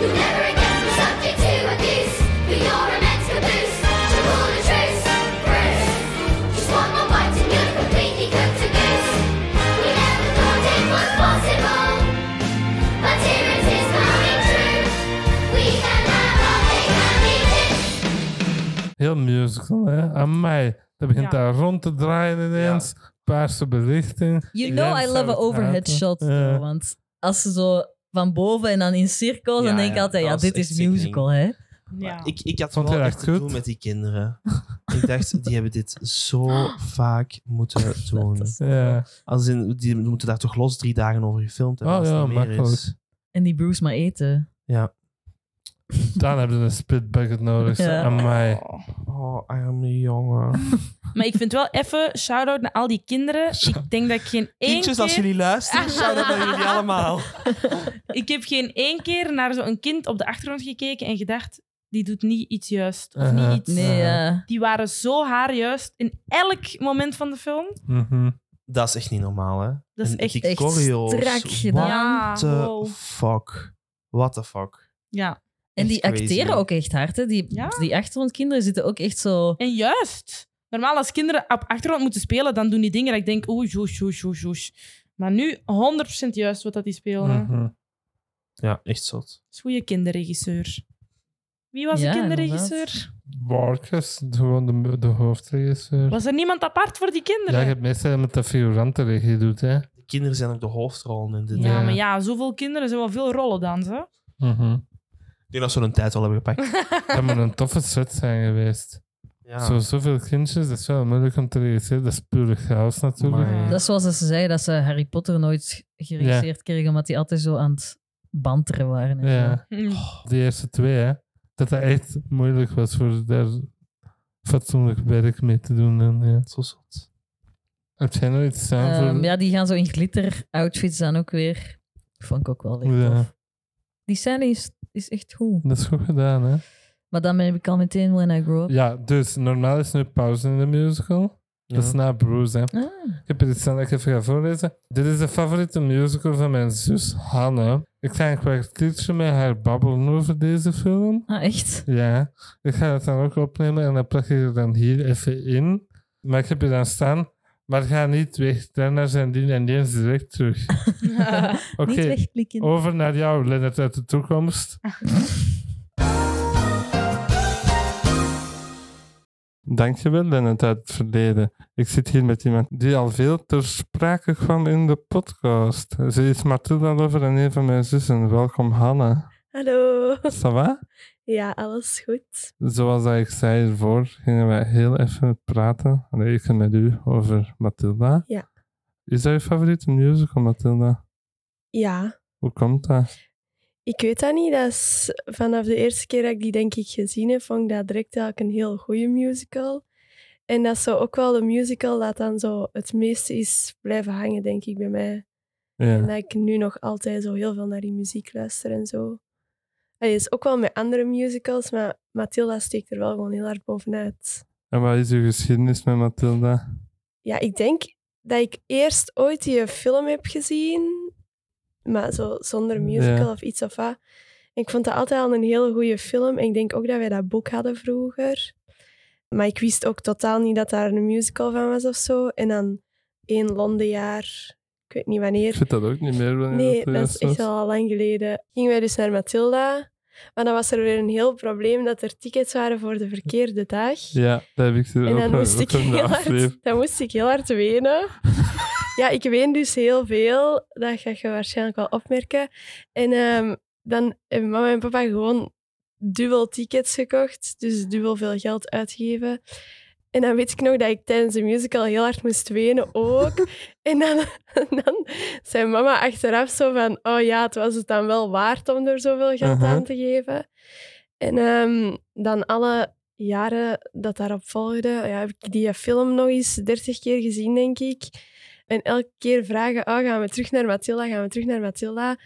You'll never again be subject to abuse, but you're an ex-caboose to call a truce, Bruce. Just one more bite and you've completely cooked a goose. We never thought it was possible, but here it is coming true. We can have our cake and eat it.
Heel musical, hè? Amai. Dat begint
Ja.
daar rond te draaien ineens. Paarse belichting.
You
Ik
know
ben
I love an
Ah,
fout.
overhead
Ja.
shot.
Ja.
though, want als ze zo van boven en dan in cirkels,
Ja,
dan denk ik
ja,
altijd,
dat
ja,
is
dit
echt
is
sick,
musical, hè.
Ja.
Ik, ik had
Vond
wel
je dat
echt te doen
goed?
met die kinderen. ik dacht, die hebben dit zo vaak moeten doen.
Dat is-
Ja.
Als in, die moeten daar toch los drie dagen over gefilmd hebben.
Oh
als het
ja,
niet meer is.
makkelijk.
En die Bruce maar eten.
Dan hebben ze een spitbucket nodig.
Ja.
Amai.
Oh, arme jongen.
Maar ik vind wel even shout-out naar al die kinderen. Ik denk dat ik geen één
Kindjes,
keer... Ah.
als jullie luisteren, shout-out naar jullie allemaal.
Ik heb geen één keer naar zo'n kind op de achtergrond gekeken en gedacht, die doet niet iets juist. Of
Uh-huh.
niet iets...
Ah,
Nee, eh,
Ja.
ja.
Die waren zo haarjuist in elk moment van de film.
Mhm.
Dat is echt niet normaal, hè?
Dat is
En
echt-
die
echt
choreo's,
strak gedaan.
Ja,
What the
eh,
wow.
fuck? What the fuck?
Ja.
En
Echt
die
crazy.
acteren ook echt hard, hè. Die,
Ja.
die achtergrondkinderen zitten ook echt zo...
En juist. Normaal als kinderen op achtergrond moeten spelen, dan doen die dingen dat ik denk, oeh, joes, joes, joes, joes. Maar nu 100% juist wat dat die spelen. Dat
Mhm.
Ja, echt zot.
is goede kinderregisseur. Wie was
Ja,
de kinderregisseur?
Barkers, gewoon de, de hoofdregisseur.
Was er niemand apart voor die kinderen?
Ja, je hebt meestal met de figuranten regie doet, hè?
De kinderen zijn ook de hoofdrollen in dit.
Ja,
Ja.
maar ja, zoveel kinderen zijn wel veel rollen dan, hè?
Mhm.
Ik denk dat ze hun tijd al hebben gepakt.
Dat moet een toffe set zijn geweest.
Ja.
Zo, zoveel kindjes, dat is wel moeilijk om te regisseren. Dat is pure chaos natuurlijk.
Maar-
Dat is zoals dat ze zeiden dat ze Harry Potter nooit geregisseerd kregen, omdat die altijd zo aan het banteren waren. En zo.
Ja, die eerste twee, hè. Dat dat echt moeilijk was voor daar fatsoenlijk werk mee te doen. En, ja.
Zo zot.
Heb jij nog iets staan
Ehm,
voor...
ja, die gaan zo in glitter outfits dan ook weer. Vond ik ook wel weer
Ja.
tof. Die scène is, is echt goed.
Dat is goed gedaan, hè.
Maar dan ben ik al meteen When I Grow Up.
Ja, dus normaal is nu pauze in de musical.
Ja.
Dat is na Bruce, hè.
Ah,
Ik heb er iets staan dat ik even ga voorlezen. Dit is de favoriete musical van mijn zus Hanna. Ik ga een kwartiertje met haar babbelen over deze film.
ah, echt?
Ja, ik ga het dan ook opnemen en dan plak je er dan hier even in. Maar ik heb je dan staan. Maar ga niet weg. Daarna zijn die en die is direct terug. Oké, Oh.
Niet wegklikken.
over naar jou, Lennart uit de toekomst. Dankjewel, Lennart uit het verleden. Ik zit hier met iemand die al veel ter sprake kwam in de podcast. Ze is Mathilda Lover en een van mijn zussen. Welkom, Hanna.
Hallo.
Ça va?
Ja, alles goed.
Zoals dat ik zei ervoor, gingen wij heel even praten. Allee, ik en met u over Matilda.
Ja.
Is dat je favoriete musical, Matilda?
Ja,
Hoe komt dat?
ik weet dat niet. Dat is vanaf de eerste keer dat ik die denk ik gezien heb, vond ik dat direct eigenlijk een heel goede musical. En dat is zo ook wel de musical dat dan zo het meeste is blijven hangen, denk ik, bij mij. En
Ja.
dat ik nu nog altijd zo heel veel naar die muziek luister en zo. Dat is ook wel met andere musicals, maar Matilda steekt er wel gewoon heel hard bovenuit.
En wat is uw geschiedenis met Matilda?
Ja, ik denk dat ik eerst ooit die film heb gezien, maar zo zonder musical
Ja.
of iets of wat. En ik vond dat altijd al een hele goede film. En ik denk ook dat wij dat boek hadden vroeger. Maar ik wist ook totaal niet dat daar een musical van was of zo. En dan één Londenjaar, ik weet niet
Ik
wanneer.
weet dat ook niet meer. wanneer
Nee,
dat
dat is
juist
echt
was.
al lang geleden. Gingen wij dus naar Matilda. Maar dan was er weer een heel probleem dat er tickets waren voor de verkeerde dag.
Ja, dat heb ik er
En
ook
dan
wel-
moest,
ook
ik
in de
heel
eh, aflevering.
hard, dan moest ik heel hard wenen. ja, ik ween dus heel veel. Dat ga je waarschijnlijk wel opmerken. En ehm, dan hebben mama en papa gewoon dubbel tickets gekocht. Dus dubbel veel geld uitgegeven. En dan weet ik nog dat ik tijdens de musical heel hard moest wenen ook. en dan, en dan zei mama achteraf zo van... Oh ja, het was het dan wel waard om er zoveel geld
Mhm.
aan te geven. En ehm, dan alle jaren dat daarop volgde... Ja, heb ik die film nog eens dertig keer gezien, denk ik. En elke keer vragen... Oh, gaan we terug naar Matilda? Gaan we terug naar Matilda?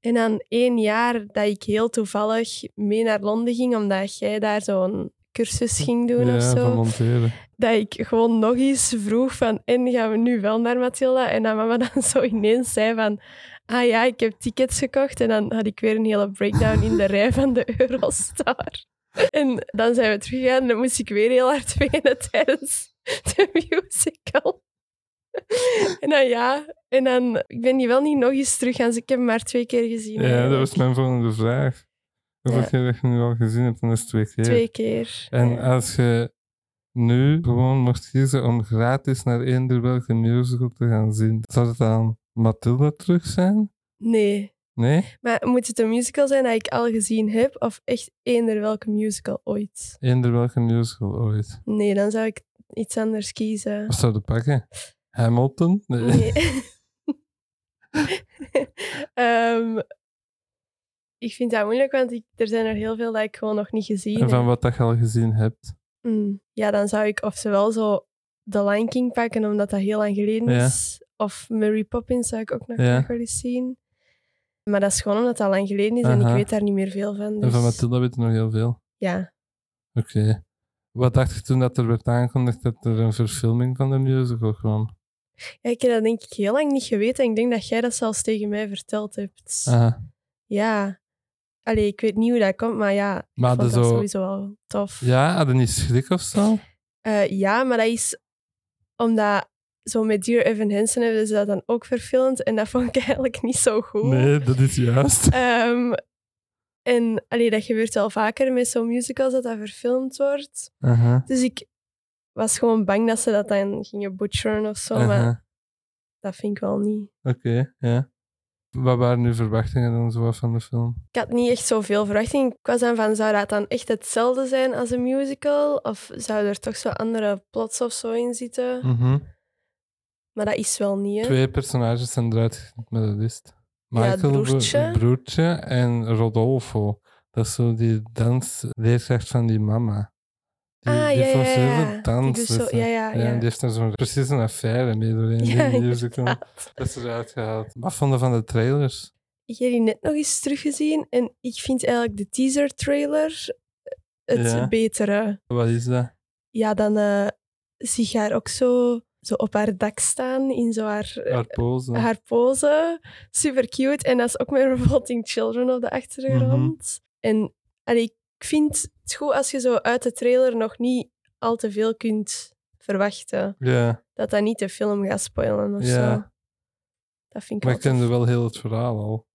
En dan één jaar dat ik heel toevallig mee naar Londen ging, omdat jij daar zo'n cursus ging doen
ja,
of zo
van monteren.
dat ik gewoon nog eens vroeg van, en gaan we nu wel naar Mathilda? En dat mama dan zo ineens zei van, ah ja, ik heb tickets gekocht. En dan had ik weer een hele breakdown in de rij van de Eurostar. En dan zijn we teruggegaan en dan moest ik weer heel hard wenen tijdens de musical. En dan ja, en dan, ik ben die wel niet nog eens terug gaan, dus ik heb hem maar twee keer gezien.
Ja, dat
eigenlijk.
was mijn volgende vraag. Hoeveel
Ja.
keer dat je nu al gezien hebt, dan is het twee keer.
Twee keer.
En
Ja.
als je nu gewoon mocht kiezen om gratis naar eender welke musical te gaan zien, zou het dan Matilda terug zijn?
Nee.
Nee?
Maar moet het een musical zijn dat ik al gezien heb, of echt eender welke musical ooit?
Eender welke musical ooit.
Nee, dan zou ik iets anders kiezen.
Wat zou je pakken? Hamilton? Nee.
Nee. Ehm, ik vind dat moeilijk, want ik, er zijn er heel veel dat ik gewoon nog niet gezien
En
heb.
van wat dat je al gezien hebt.
Mm. Ja, dan zou ik of zowel zo The Lion King pakken, omdat dat heel lang geleden
Ja.
is. Of Mary Poppins zou ik ook nog
Ja.
graag wel eens zien. Maar dat is gewoon omdat dat lang geleden is en
Aha.
ik weet daar niet meer veel van.
En van
dus-
Matilda weet je nog heel veel.
Ja.
Oké. Wat dacht je toen dat er werd aangekondigd dat er een verfilming van de musical kwam?
ja, ik heb dat denk ik heel lang niet geweten. En ik denk dat jij dat zelfs tegen mij verteld hebt.
Ah,
Ja. Allee, ik weet niet hoe dat komt, maar ja, ik
Maar
vond
dat
dat
zo-
sowieso wel tof.
ja, hadden niet schrik of zo?
Eh, ja, maar dat is omdat zo met Dear Evan Hansen hebben ze dat dan ook verfilmd en dat vond ik eigenlijk niet zo goed.
Nee, dat is juist.
Ehm, en allee, dat gebeurt wel vaker met zo'n musicals dat dat verfilmd wordt.
Aha,
Dus ik was gewoon bang dat ze dat dan gingen butcheren of zo, maar
aha.
dat vind ik wel niet.
Oké, ja. Wat waren uw verwachtingen dan zo wat van de film?
Ik had niet echt zoveel verwachting. Ik was dan van, zou dat dan echt hetzelfde zijn als een musical? Of zou er toch zo andere plots of zo in zitten?
Mhm.
Maar dat is wel niet, hè?
Twee personages zijn eruit geknipt, maar dat is het.
het
Michael, bro-
broertje.
broertje en Rodolfo. Dat is zo die dansleerkracht van die mama. Die,
ah,
die
ja, ja,
forceerde
ja. Die
dans.
doet zo-
dus, eh,
ja, ja,
Ja,
ja.
die heeft daar zo'n, precies een affaire mee doorheen
Ja,
die musical.
inderdaad.
Dat is eruit gehaald. Wat vonden van de trailers?
Ik heb die net nog eens teruggezien en ik vind eigenlijk de teaser-trailer het
Ja.
betere.
Wat is dat?
Ja, dan eh, zie ik haar ook zo, zo op haar dak staan in zo haar, eh,
Haar pose.
haar pose. Super cute. En dat is ook met Revolting Children op de achtergrond.
Mhm.
En allee, ik vind het goed als je zo uit de trailer nog niet al te veel kunt verwachten.
Ja,
Dat dat niet de film gaat spoilen of
Ja.
zo. Dat vind ik
maar
wel
ik kende
tof.
wel heel het verhaal al.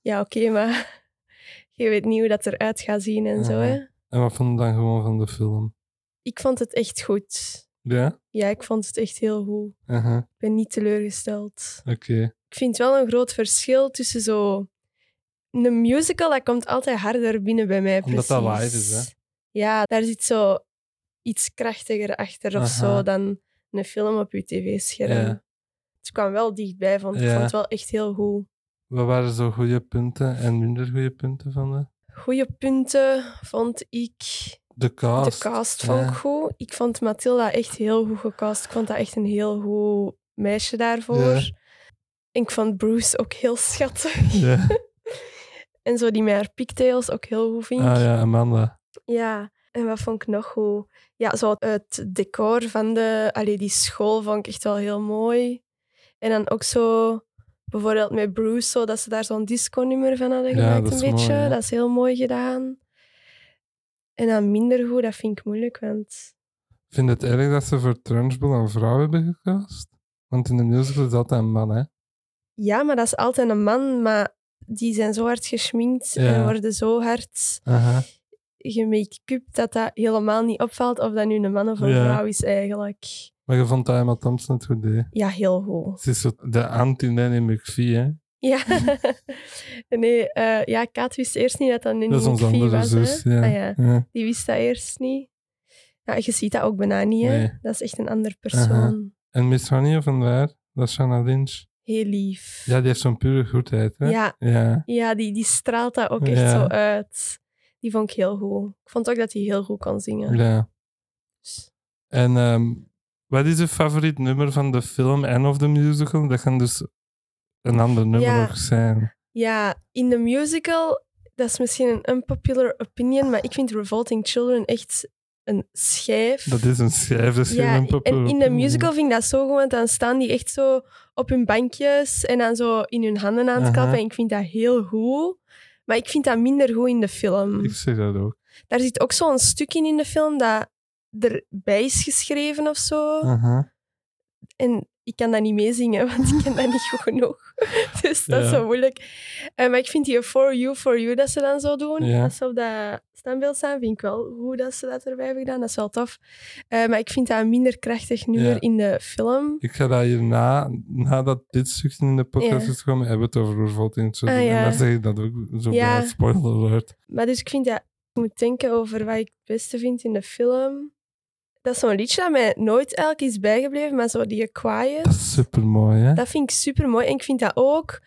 Ja, oké, maar je weet niet hoe dat eruit gaat zien en zo.
Ja.
Hè?
En wat vond je dan gewoon van de film?
Ik vond het echt goed.
Ja?
Ja, ik vond het echt heel goed.
Aha,
Ik ben niet teleurgesteld.
Oké.
ik vind wel een groot verschil tussen zo... Een musical, dat komt altijd harder binnen bij mij,
Omdat
precies.
dat live is, dus, hè?
Ja, daar zit zo iets krachtiger achter of
Aha.
zo dan een film op je tv-scherm.
Ja.
Het kwam wel dichtbij, vond ik.
Ja.
vond het wel echt heel goed.
Wat waren zo goede punten en minder goede punten van de,
Goeie punten vond ik.
de cast?
De cast vond ik
Ja.
goed. Ik vond Mathilda echt heel goed gecast. Ik vond dat echt een heel goed meisje daarvoor.
Ja.
En ik vond Bruce ook heel schattig.
Ja.
En zo die met haar pigtails ook heel goed vind.
Ah ja, Amanda.
Ja, en wat vond ik nog goed? Ja, zo het decor van de, allee, die school vond ik echt wel heel mooi. En dan ook zo, bijvoorbeeld met Bruce, zo, dat ze daar zo'n disco-nummer van
Ja,
hadden gemaakt,
dat
een
is mooi,
beetje.
hè?
Dat is heel mooi gedaan. En dan minder goed, dat vind ik moeilijk, want
Vind je het erg dat ze voor Trunchbull een vrouw hebben gecast? Want in de musical is altijd een man, hè?
ja, maar dat is altijd een man, maar die zijn zo hard geschminkt en
Ja.
worden zo hard
Aha.
gemake-up dat dat helemaal niet opvalt of dat nu een man of een
Ja.
vrouw is eigenlijk.
Maar je vond dat Emma Thompson het goed deed.
Ja, heel goed.
Ze is zo de anti-Nanny McPhee, hè?
Ja, nee, eh, ja, Kaat wist eerst niet dat dat nu
Dat is onze andere
was.
zus.
hè.
Ja.
Ah, ja.
Ja.
Die wist dat eerst niet. Ja, je ziet dat ook bijna niet, hè.
Nee.
Dat is echt een ander persoon.
En Miss Honey van daar, dat is Shanna Lynch.
Heel lief.
Ja, die heeft zo'n pure goedheid, hè?
ja,
Ja.
ja, die, die straalt dat ook echt
Ja.
zo uit. Die vond ik heel goed. Ik vond ook dat hij heel goed kon zingen. Dus,
Ja. En ehm, wat is je favoriet nummer van de film en of de musical? Dat kan dus een ander nummer
Ja.
ook zijn.
Ja, in de musical, dat is misschien een unpopular opinion, maar ik vind Revolting Children echt een schijf.
Dat is een schijf, dat is
ja,
geen populair
en in de
nummer.
musical vind ik dat zo goed, want dan staan die echt zo op hun bankjes en dan zo in hun handen aan het
Aha.
klappen. En ik vind dat heel goed, maar ik vind dat minder goed in de film.
Ik zeg dat ook.
Daar zit ook zo'n stuk in in de film dat erbij is geschreven of zo.
Aha.
En ik kan dat niet meezingen, want ik ken dat niet goed genoeg. Dus dat is
Ja.
zo moeilijk. Eh, maar ik vind die For You, For You dat ze dan zo doen,
Ja.
als ze op dat standbeeld staan, vind ik wel hoe dat ze dat erbij hebben gedaan. Dat is wel tof. Eh, maar ik vind dat een minder krachtig nummer
Ja.
in de film.
Ik ga dat hierna, nadat dit stukje in de podcast
Ja.
is gekomen, hebben we het over Revolting Children.
Ah, ja.
En dan zeg ik dat ook zo
Ja.
bij spoiler alert.
Maar dus ik vind dat ik moet denken over wat ik het beste vind in de film. Dat is zo'n liedje dat mij nooit elk is bijgebleven, maar zo die Quiet.
Dat is supermooi, hè?
Dat vind ik super mooi. En ik vind dat ook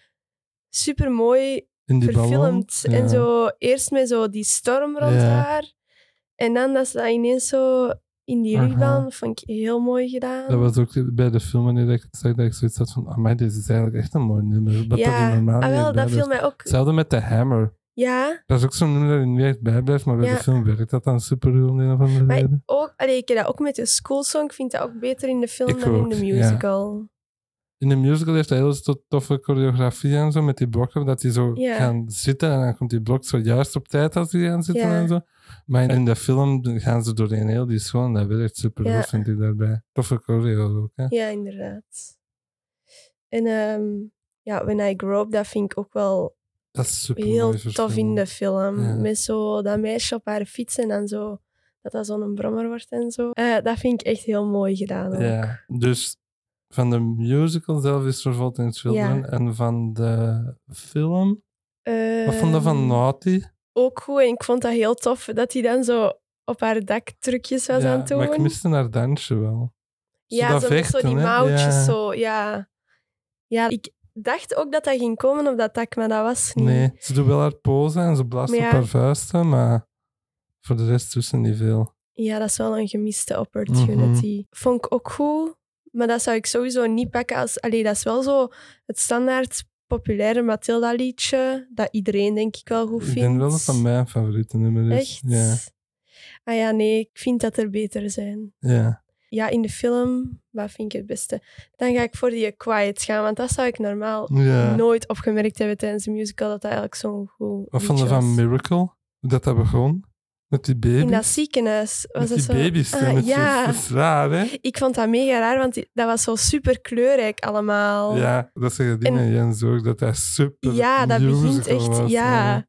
super mooi
In die ballon.
verfilmd.
Ja.
En zo eerst met zo die storm rond
Ja.
haar. En dan dat ze dat ineens zo in die
Aha.
rugbaan. Vond ik heel mooi gedaan.
Dat was ook bij de film wanneer ik het zag, dat ik zoiets had van, amai, dit is eigenlijk echt een mooi nummer. Dat dat
ja,
er normaal
ah,
niet
wel,
bij
dat viel
blijft.
mij ook.
Hetzelfde met de Hammer.
Ja,
Dat is ook zo'n nummer dat je niet echt bijblijft, maar bij
Ja.
de film werkt dat dan super goed om de een of andere
maar
reden.
ook, allee, ik heb dat ook met de school song. Ik vind dat ook beter in de film
Ik
dan
ook,
in de
ja.
musical.
In de musical heeft hij heel to- toffe choreografie en zo met die blokken, dat die zo
Ja.
gaan zitten en dan komt die blok zo juist op tijd als die gaan zitten
Ja.
en zo. Maar in de film gaan ze doorheen heel die school en dat werkt super
Ja.
goed, vind ik daarbij. Toffe choreo ook, hè.
Ja, inderdaad. En ehm, ja, When I Grow Up, dat vind ik ook wel
Dat is super
heel tof in de film.
Ja.
Met zo dat meisje op haar fiets en dan zo dat dat zo'n brommer wordt en zo. Eh, dat vind ik echt heel mooi gedaan. ook.
Ja, dus van de musical zelf is Revolting Children
Ja.
en van de film, wat vond je van
Ehm,
Naughty?
Ook goed. En ik vond dat heel tof dat hij dan zo op haar dak trucjes was
Ja,
aan het doen.
Maar ik miste haar dansje wel. Zo
ja,
dat
zo met zo die
vechten, hè?
mouwtjes
Ja.
zo. Ja. ja, ik dacht ook dat dat ging komen op dat dak, maar dat was niet.
Nee, ze doet wel haar pose en ze blaast
Maar
op
ja.
haar vuisten, maar voor de rest tussen niet veel.
Ja, dat is wel een gemiste opportunity.
Mhm.
Vond ik ook goed, maar dat zou ik sowieso niet pakken als... Allee, dat is wel zo het standaard populaire Matilda-liedje, dat iedereen denk ik wel goed
Ik
vindt.
denk wel dat dat mijn favoriete nummer is.
Echt?
Ja,
Ah ja, nee, ik vind dat er beter zijn.
ja.
Ja, in de film, wat vind ik het beste? Dan ga ik voor die Quiet gaan, want dat zou ik normaal
ja.
nooit opgemerkt hebben tijdens de musical, dat dat eigenlijk zo'n goed
Wat vond je
liedje
van
was.
Miracle? Hoe dat dat begon? Met die baby?
In dat ziekenhuis was
met
dat
die
zo...
baby's.
Ah,
hè, met
ja.
zo- Dat is raar, hè?
Ik vond dat mega raar, want die- dat was zo super kleurrijk allemaal.
Ja, dat zeggen dingen en Jens ook, dat hij super
Ja, dat begint
musical
echt.
was,
ja.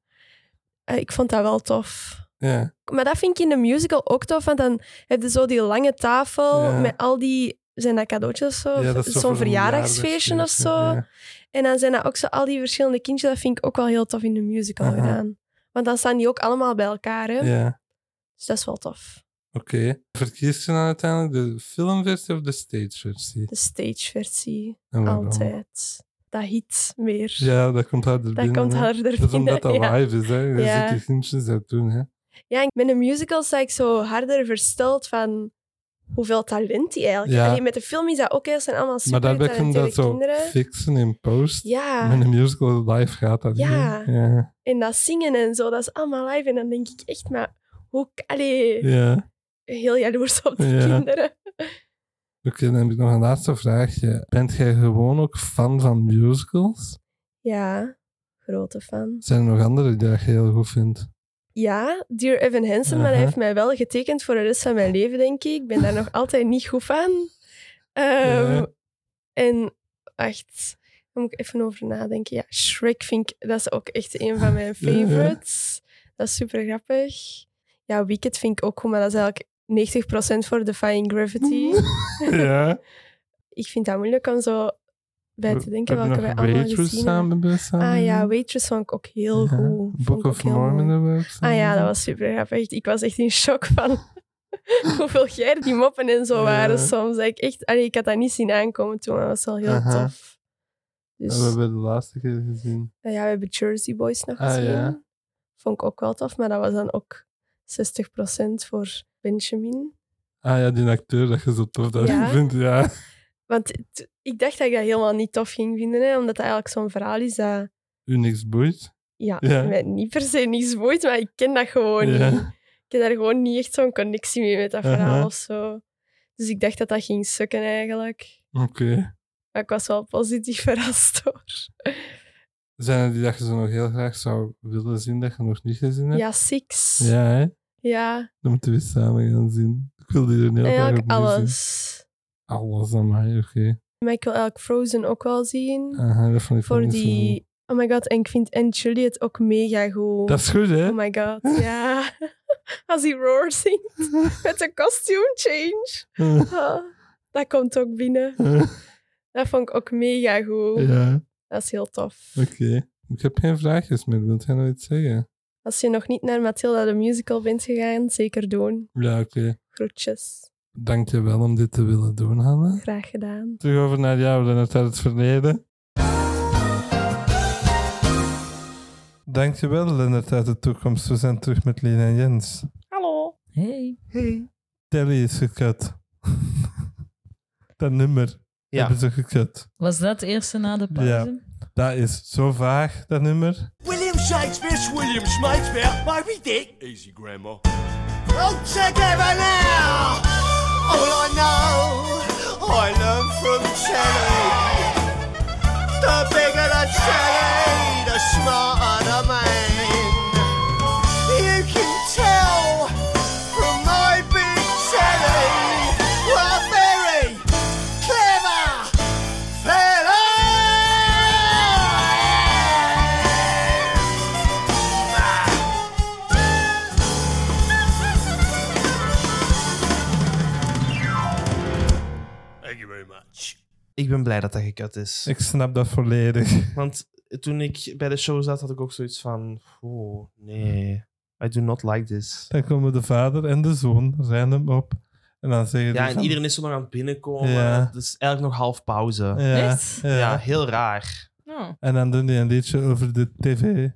Eh, ik vond dat wel tof.
Ja,
Maar dat vind ik in de musical ook tof, want dan heb je zo die lange tafel
Ja.
met al die. Zijn dat cadeautjes of zo?
ja dat
Of
is zo
Zo'n
voor een
verjaardagsfeestje of zo.
ja.
En dan zijn dat ook zo al die verschillende kindjes. Dat vind ik ook wel heel tof in de musical
Aha.
gedaan. Want dan staan die ook allemaal bij elkaar. Hè?
ja.
Dus dat is wel tof.
Oké. Verkies je dan uiteindelijk de filmversie of de stageversie?
De stageversie.
En waarom?
Altijd. Dat hit meer.
Ja, dat komt harder
dat
binnen.
komt
hè.
harder
Dat is omdat dat
binnen, ja.
live is, hè. Je
Ja.
ziet die kindjes dat doen, hè.
Ja, en met een musical sta ik zo harder versteld van hoeveel talent die eigenlijk
Ja.
Allee, Met de film is dat ook, hè. Het zijn allemaal
maar
super
daarbij kun je dat zo
kinderen.
fixen in post.
Ja,
Met een musical live gaat dat
Ja.
niet. Ja.
en dat zingen en zo, dat is allemaal live. En dan denk ik echt, maar hoe... Allee,
ja.
heel jaloers op die
Ja.
kinderen.
Oké, dan heb ik nog een laatste vraagje. Bent jij gewoon ook fan van musicals?
Ja, grote fan.
Zijn er nog andere die dat je heel goed vindt?
Ja, Dear Evan Hansen, maar hij
Aha.
heeft mij wel getekend voor de rest van mijn leven, denk ik. Ik ben daar nog altijd niet goed van. Ehm,
Ja.
En echt, daar moet ik even over nadenken. Ja, Shrek vind ik, dat is ook echt een van mijn
Ja, ja.
favorites. Dat is super grappig. Ja, Wicked vind ik ook goed, maar dat is eigenlijk 90% voor Defying Gravity.
ja.
ik vind dat moeilijk om zo bij te denken
Heb je
welke
nog
wij allemaal
Waitress
gezien hebben.
samen samen.
Ah ja, Waitress vond ik ook heel goed. Vond
Book
ik ook
of
heel mooi.
Mormon hebben we ook
Ah
samen
ja, dat
gezien.
was super grappig. Ik was echt in shock van hoeveel geir die moppen en zo
Ah, Ja.
waren soms. Dat Ik, echt, allee, ik had dat niet zien aankomen toen, maar dat was wel heel
Aha.
tof. Dus
Dat hebben we de laatste keer gezien.
nou ja, we hebben Jersey Boys nog
Ah,
gezien.
ja.
Vond ik ook wel tof, maar dat was dan ook 60% voor Benjamin.
Ah ja, die acteur dat je zo tof dat
Ja.
vindt. Ja.
Want het- ik dacht dat ik dat helemaal niet tof ging vinden, hè, omdat dat eigenlijk zo'n verhaal is dat
U niks boeit.
ja,
Ja.
mij niet per se niets boeit, maar ik ken dat gewoon
Ja.
niet. Ik heb daar gewoon niet echt zo'n connectie mee met dat
Aha.
verhaal of zo. Dus ik dacht dat dat ging sukken eigenlijk.
Oké.
Maar ik was wel positief verrast hoor.
Zijn er die dat je zo nog heel graag zou willen zien dat je nog niet gezien hebt?
Ja, Six. Ja.
Ja, hè?
ja.
Dan moeten we eens samen gaan zien. Ik wil die er niet
Eigenlijk
opnieuw zien.
alles.
Alles aan mij, oké.
Maar ik wil eigenlijk Frozen ook wel zien.
Aha, dat vond Ah, ik
voor
nog niet zo
die... Oh my god, en ik vind Anne Juliet ook mega goed.
goed. Dat is goed, hè?
Oh my god, ja. Als hij roar zingt met een costume change. Ah, dat komt ook binnen. Dat vond ik ook mega goed.
ja,
Dat is heel tof.
oké. Ik heb geen vraagjes meer. Wilt jij nog iets zeggen?
Als je nog niet naar Matilda de Musical bent gegaan, zeker doen.
Ja, oké.
Groetjes.
Dank je wel om dit te willen doen, Hanna.
Graag gedaan.
Terug over naar jou en het uit het verleden. Dankjewel, Lennart uit de toekomst. We zijn terug met Lina en Jens.
Hallo.
Hey.
Telly is gekut. dat nummer
Ja.
hebben ze gekut.
Was dat het eerste na de pauze?
Ja. Dat is zo vaag, dat nummer.
William Shakespeare's William Shakespeare, Moby Dick. Easy, Grandma. All together now. All I know, I learned from telly. The bigger the telly, the smarter the man. You can tell from my big telly, we're very clever. Thank you very much.
Ik ben blij dat dat gekut is.
Ik snap dat volledig.
Want toen ik bij de show zat, had ik ook zoiets van... Oh, nee. I do not like this.
Dan komen de vader en de zoon random op. En dan zeggen die
Ja, en
van-
iedereen is zo lang aan het binnenkomen.
Ja.
Het is eigenlijk nog half pauze. Ja,
Ja,
Echt?
ja.
heel raar.
Oh.
En dan doen die een liedje over de tv.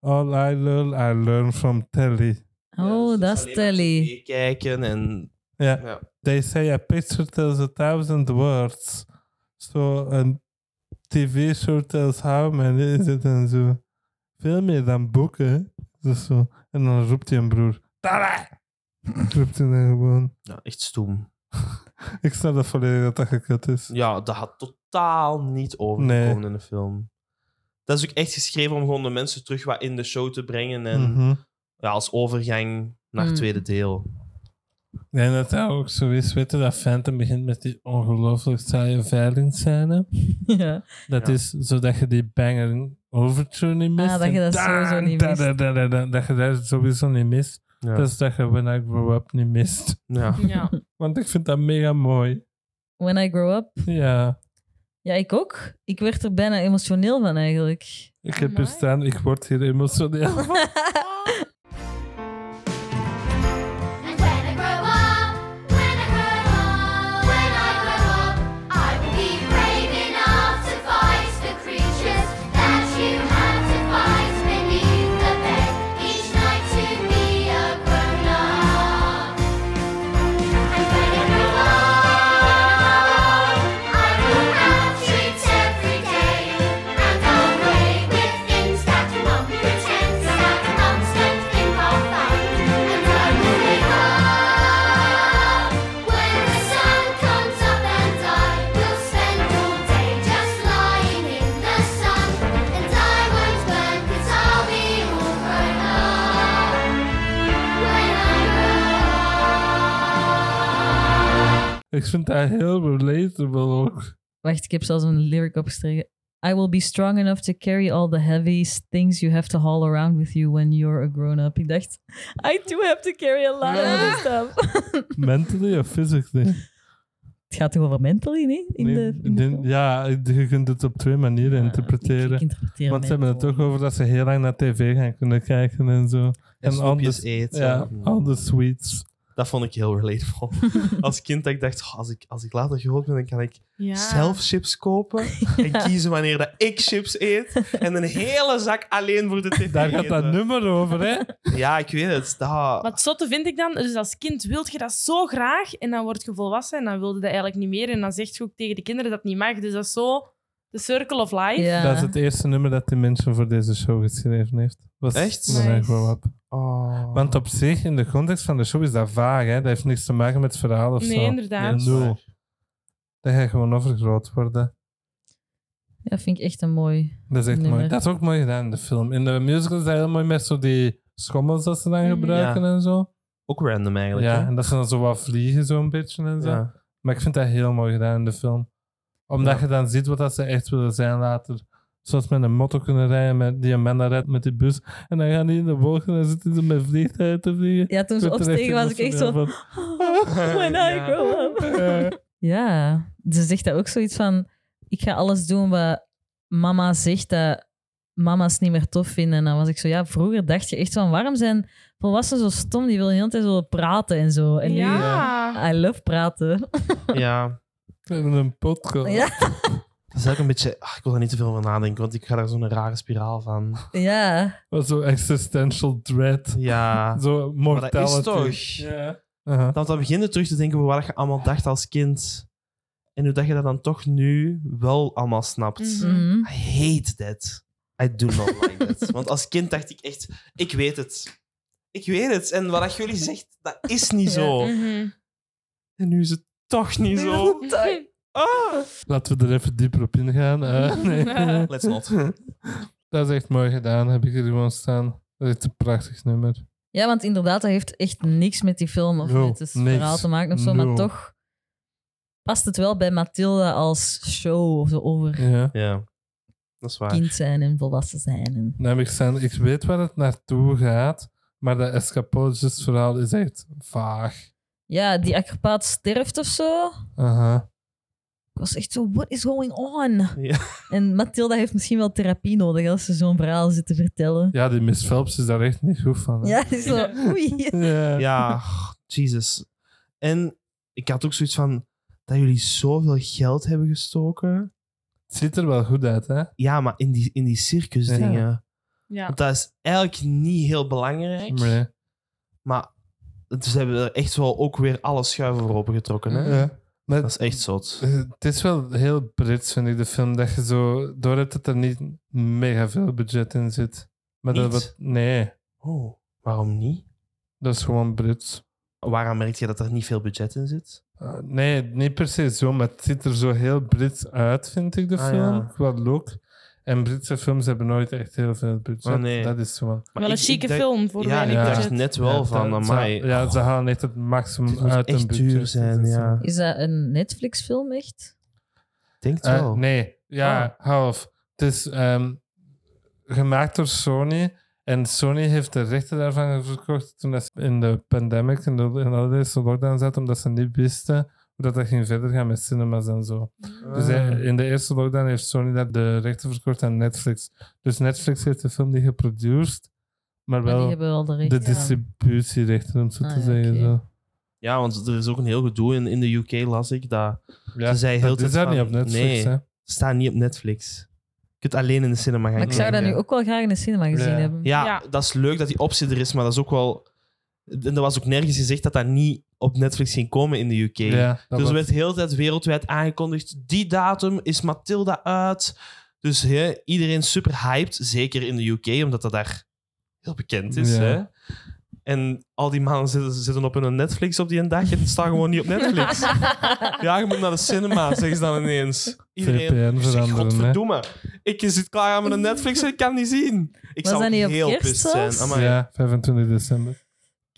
All I learn, I learn from telly.
Oh,
dus
dat is Telly.
Kijken en...
Ja.
Ja.
They say a picture tells a thousand words. So a tv show tells how many is it en zo. Veel meer dan boeken. Dus zo. En dan roept hij een broer. Telly! roept hij dan gewoon.
Ja, echt stoem.
Ik snap dat volledig dat dat gekut is.
Ja, dat had totaal niet overgekomen in de film. Dat is ook echt geschreven om gewoon de mensen terug wat in de show te brengen. En
Mhm.
ja, als overgang naar het
Mm.
tweede deel.
Nee, dat dat ook zo is. Weet je, dat Phantom begint met die ongelooflijk saaie veilingscène.
Ja.
Dat
Ja.
is zodat je die banger overture niet mist.
Ah, dat je dat
En
sowieso niet
da-
mist.
da- da- da- da- dat je dat sowieso niet mist.
Ja.
Dat is dat je When I Grow Up niet mist.
ja.
Ja.
Want ik vind dat mega mooi.
When I grow up.
Ja,
Ja, ik ook. Ik werd er bijna emotioneel van eigenlijk.
ik heb hier
Amai.
staan. Ik word hier emotioneel.
And when I grow up, when I grow up, when I grow up, I will be brave enough to fight the creatures that you have to fight beneath the bed each night to be a grown up. And when I grow up, I will have treats every day, and I'll play with things that your mum pretends that mums don't think are fun. And I will wake up when the sun comes up, and I will spend all day just lying in the sun. And I won't burn 'cause I'll be all grown up when I grow up.
ik vind dat heel relatable ook.
Wacht, ik heb zelfs een lyric opgestreken. I will be strong enough to carry all the heavy things you have to haul around with you when you're a grown-up. Ik dacht, I do have to carry a lot of other stuff.
Mentally of physically?
Het gaat toch over mentally, nee? In
Nee,
de, in de
die-
film?
ja, je kunt het op twee manieren
Ah,
interpreteren.
ik interpreteer
Want ze hebben het
mental.
toch over dat ze heel lang naar tv gaan kunnen kijken en zo.
En
all
snoepjes
the-
eten.
Ja, all the sweets.
Dat vond ik heel relatable. als kind dat ik dacht, "Oh, als, ik, als ik later groot ben, dan kan ik
Ja.
zelf chips kopen. En kiezen wanneer dat ik chips eet. En een hele zak alleen voor de tv
Daar gaat dat
eten.
nummer over, hè?
Ja, ik weet het. Dat...
Maar het zotte vind ik dan, dus als kind wil je dat zo graag en dan word je volwassen en dan wilde dat eigenlijk niet meer. En dan zegt je ook tegen de kinderen dat het niet mag. Dus dat is zo de circle of life.
Ja.
Dat is het eerste nummer dat die mensen voor deze show geschreven heeft. Was
Echt?
Mijn
Nice.
eigen wat.
Oh.
Want op zich, in de context van de show, is dat vaag. Hè? Dat heeft niks te maken met het verhaal of
Nee,
zo.
inderdaad.
Nee, nul. Dat gaat gewoon overgroot worden.
Ja, vind ik echt een mooi.
Dat is echt
Nummer.
mooi. Dat is ook mooi gedaan in de film. In de musical is dat heel mooi met zo die schommels dat ze dan
Mhm.
gebruiken en zo.
Ook random eigenlijk.
Ja,
hè?
en dat ze dan zo wat vliegen zo'n beetje en zo.
Ja.
Maar ik vind dat heel mooi gedaan in de film. Omdat
Ja.
je dan ziet wat dat ze echt willen zijn later. Zoals met een motto kunnen rijden, met die een man dat rijdt met die bus. En dan gaan die in de wolken en zitten ze met vliegtuigen te vliegen.
Ja, toen ze
Ik vind het
opstegen was ik echt zo.
emotioneel
When I
Ja.
grow up.
van, eh,
Ja, ze zegt dat ook zoiets van: ik ga alles doen wat mama zegt dat mama's niet meer tof vinden. En dan was ik zo, ja, vroeger dacht je echt van: waarom zijn volwassenen zo stom? Die willen de hele tijd zo praten en zo. En nu,
Ja.
I love praten.
ja.
We hebben een podcast.
Ja,
Dat is ook een beetje... ah, ik wil daar niet te veel over nadenken, want ik ga daar zo'n rare spiraal van.
ja.
Wat Zo existential dread.
Ja.
Zo
Maar dat is
mortality.
toch...
Ja. Aha.
Dan, dan begin je terug te denken over wat je allemaal dacht als kind. En hoe dat je dat dan toch nu wel allemaal snapt.
Mhm.
Mhm.
I hate that. I do not like that. Want als kind dacht ik echt, ik weet het. Ik weet het. En wat dat jullie zegt, dat is niet zo.
Mhm.
En nu is het toch niet zo. Ah.
Laten we er even dieper op ingaan. Eh, nee.
Let's not.
dat is echt mooi gedaan, heb ik hier gewoon staan. Dat is echt een prachtig nummer.
Ja, want inderdaad, dat heeft echt niks met die film of
Nul,
met het
niks.
verhaal te maken of zo.
Nul.
Maar toch past het wel bij Mathilda als show of zo over
Ja.
Ja, dat is waar.
kind zijn en volwassen zijn. En...
Nou, ik, staan, ik weet waar het naartoe gaat, maar dat escapologist verhaal is echt vaag.
Ja, die acrobaat sterft of zo.
Aha.
Ik was echt zo, what is going on?
Ja.
En Mathilda heeft misschien wel therapie nodig als ze zo'n verhaal zit te vertellen.
Ja, die Miss Phelps is daar echt niet goed van. hè.
Ja, die is zo, oei.
Ja.
Ja, Jesus. En ik had ook zoiets van dat jullie zoveel geld hebben gestoken.
Het ziet er wel goed uit, hè?
Ja, maar in die, in die circusdingen.
Ja.
Want dat is eigenlijk niet heel belangrijk.
Nee.
Maar ze hebben er echt wel ook weer alle schuiven voor opengetrokken. Hè?
Ja. Maar
Dat is echt zot.
Eh, Het is wel heel Brits, vind ik, de film. Dat je zo door hebt dat er niet mega veel budget in zit. Maar dat
Niet?
wat- nee,
Oh, waarom niet?
dat is gewoon Brits.
Waarom merk je dat er niet veel budget in zit?
Eh, nee, niet per se zo, maar het ziet er zo heel Brits uit, vind ik, de
Ah,
film.
ja.
Qua look. En Britse films hebben nooit echt heel veel budget.
Oh, nee.
Dat is gewoon...
Maar
Wel een
ik- ik
chique
dacht-
film voor
Ja,
weinig
ik
Ja.
dacht
budget.
net wel
Ja,
van,
dat-
amai.
ze- Ja, ze halen echt het maximum
Dit moet
uit
echt
een budget.
duur zijn,
Dat is-
ja.
Is dat een Netflix-film echt?
Ik denk het
Eh,
wel.
nee, ja, half. Het is ehm, gemaakt door Sony. En Sony heeft de rechten daarvan verkocht toen dat ze in de pandemic, in de, in de allereerste lockdown zaten, omdat ze niet wisten hoe dat, dat ging verder gaan met cinemas en zo. Dus eh, in de eerste lockdown heeft Sony dat de rechten verkocht aan Netflix. Dus Netflix heeft de film niet geproduceerd, maar
Maar die
wel
hebben wel de
de
rechten.
distributierechten, om zo
Ah,
te
ja,
zeggen.
oké.
Zo.
Ja, want er is ook een heel gedoe in, in de UK, las ik. Dat
Ja,
Ze zei heel
dat
de
is
tijd
daar niet
van,
op Netflix,
nee.
hè.
staat niet op Netflix. Je kunt alleen in de cinema gaan
Maar ik zou dat
kijken.
nu ook wel graag in de cinema gezien
Ja.
hebben.
Ja,
Ja.
dat is leuk dat die optie er is, maar dat is ook wel... En er was ook nergens gezegd dat dat niet op Netflix ging komen in de UK.
Ja, dat
dus
was-
er werd heel de tijd wereldwijd aangekondigd. Die datum is Matilda uit. Dus hè, iedereen super hyped. Zeker in de UK, omdat dat daar heel bekend is.
Ja.
Hè? En al die mannen zitten, zitten op hun Netflix op die een dag. En het staat gewoon niet op Netflix. ja, je moet naar de cinema, zeggen ze dan ineens.
VPN
Iedereen, ik zeg,
veranderen, hè.
godverdomme. Ik zit klaar aan mijn Netflix en ik kan niet zien. Ik
Was
zou
dat niet op
heel
kerst
pist zijn.
zelfs?
Amai.
Ja, 25 december.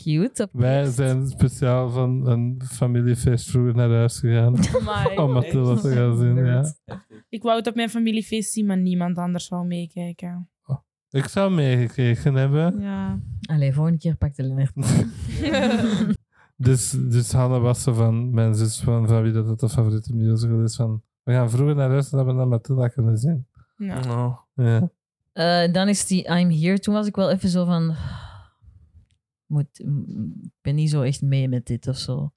Cute. op
Wij
kerst.
zijn speciaal van een familiefeest vroeger naar huis gegaan
Amai.
om Mathilda te gaan zien. Ja.
Ik wou het op mijn familiefeest zien, maar niemand anders wou meekijken.
Ik zou meegekeken hebben.
Ja.
Allee, volgende keer pakt de Lennart.
Dus, dus Hanna was zo van mijn zus, van, van wie dat het de favoriete musical is. Van, we gaan vroeger naar huis en hebben dan Mathilda kunnen zien.
Ja.
Oh.
Ja.
Eh, dan is die I'm Here. Toen was ik wel even zo van... moet, m- ik ben niet zo echt mee met dit of zo.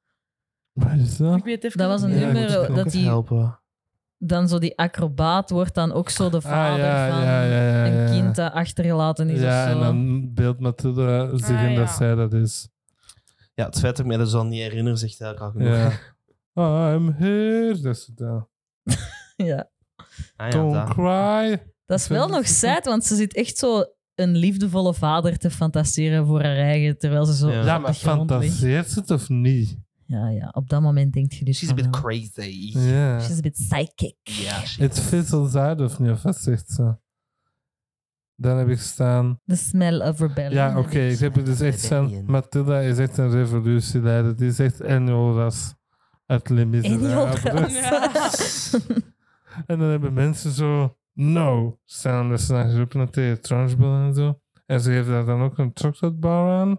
Wat is dat?
Ik weet even
Dat was een
Ja, ik moet
nummer
het
dat die,
helpen.
dan zo die acrobaat wordt dan ook zo de vader van
Ah, ja,
een
ja.
kind dat achtergelaten is
Ja,
of zo.
en dan beeld Matilda zich
Ah,
in dat
ja.
zij dat is.
Ja, het feit dat ik me dat zo niet herinner, zegt eigenlijk al genoeg. Ah
Ja. I'm here. Dat is het. ja.
ja.
Ah, ja,
Don't
dat.
cry.
Dat is wel
vind
nog
het-
sad, want ze zit echt zo een liefdevolle vader te fantaseren voor haar eigen, terwijl ze zo
Ja.
op
Ja,
de
maar
grond ligt.
fantaseert ze het of niet?
Ja, ja, op dat moment denk je dus
She's a
van,
bit
oh,
crazy.
Ja.
she's a bit psychic.
Ja, she-
Het fizzles out of niet, dus of wat zegt ze? Dan heb ik staan...
The smell of rebellion.
Ja, oké, ik heb het dus echt staan...
Rebellion.
Matilda is echt een revolutieleider. Die is echt Eniolas uit Les Miserables.
Eniolas.
Ja.
En dan hebben mensen zo... No! Staan er s'nachts roepen tegen Trunchbull en zo. En ze geven daar dan ook een chocolate bar aan.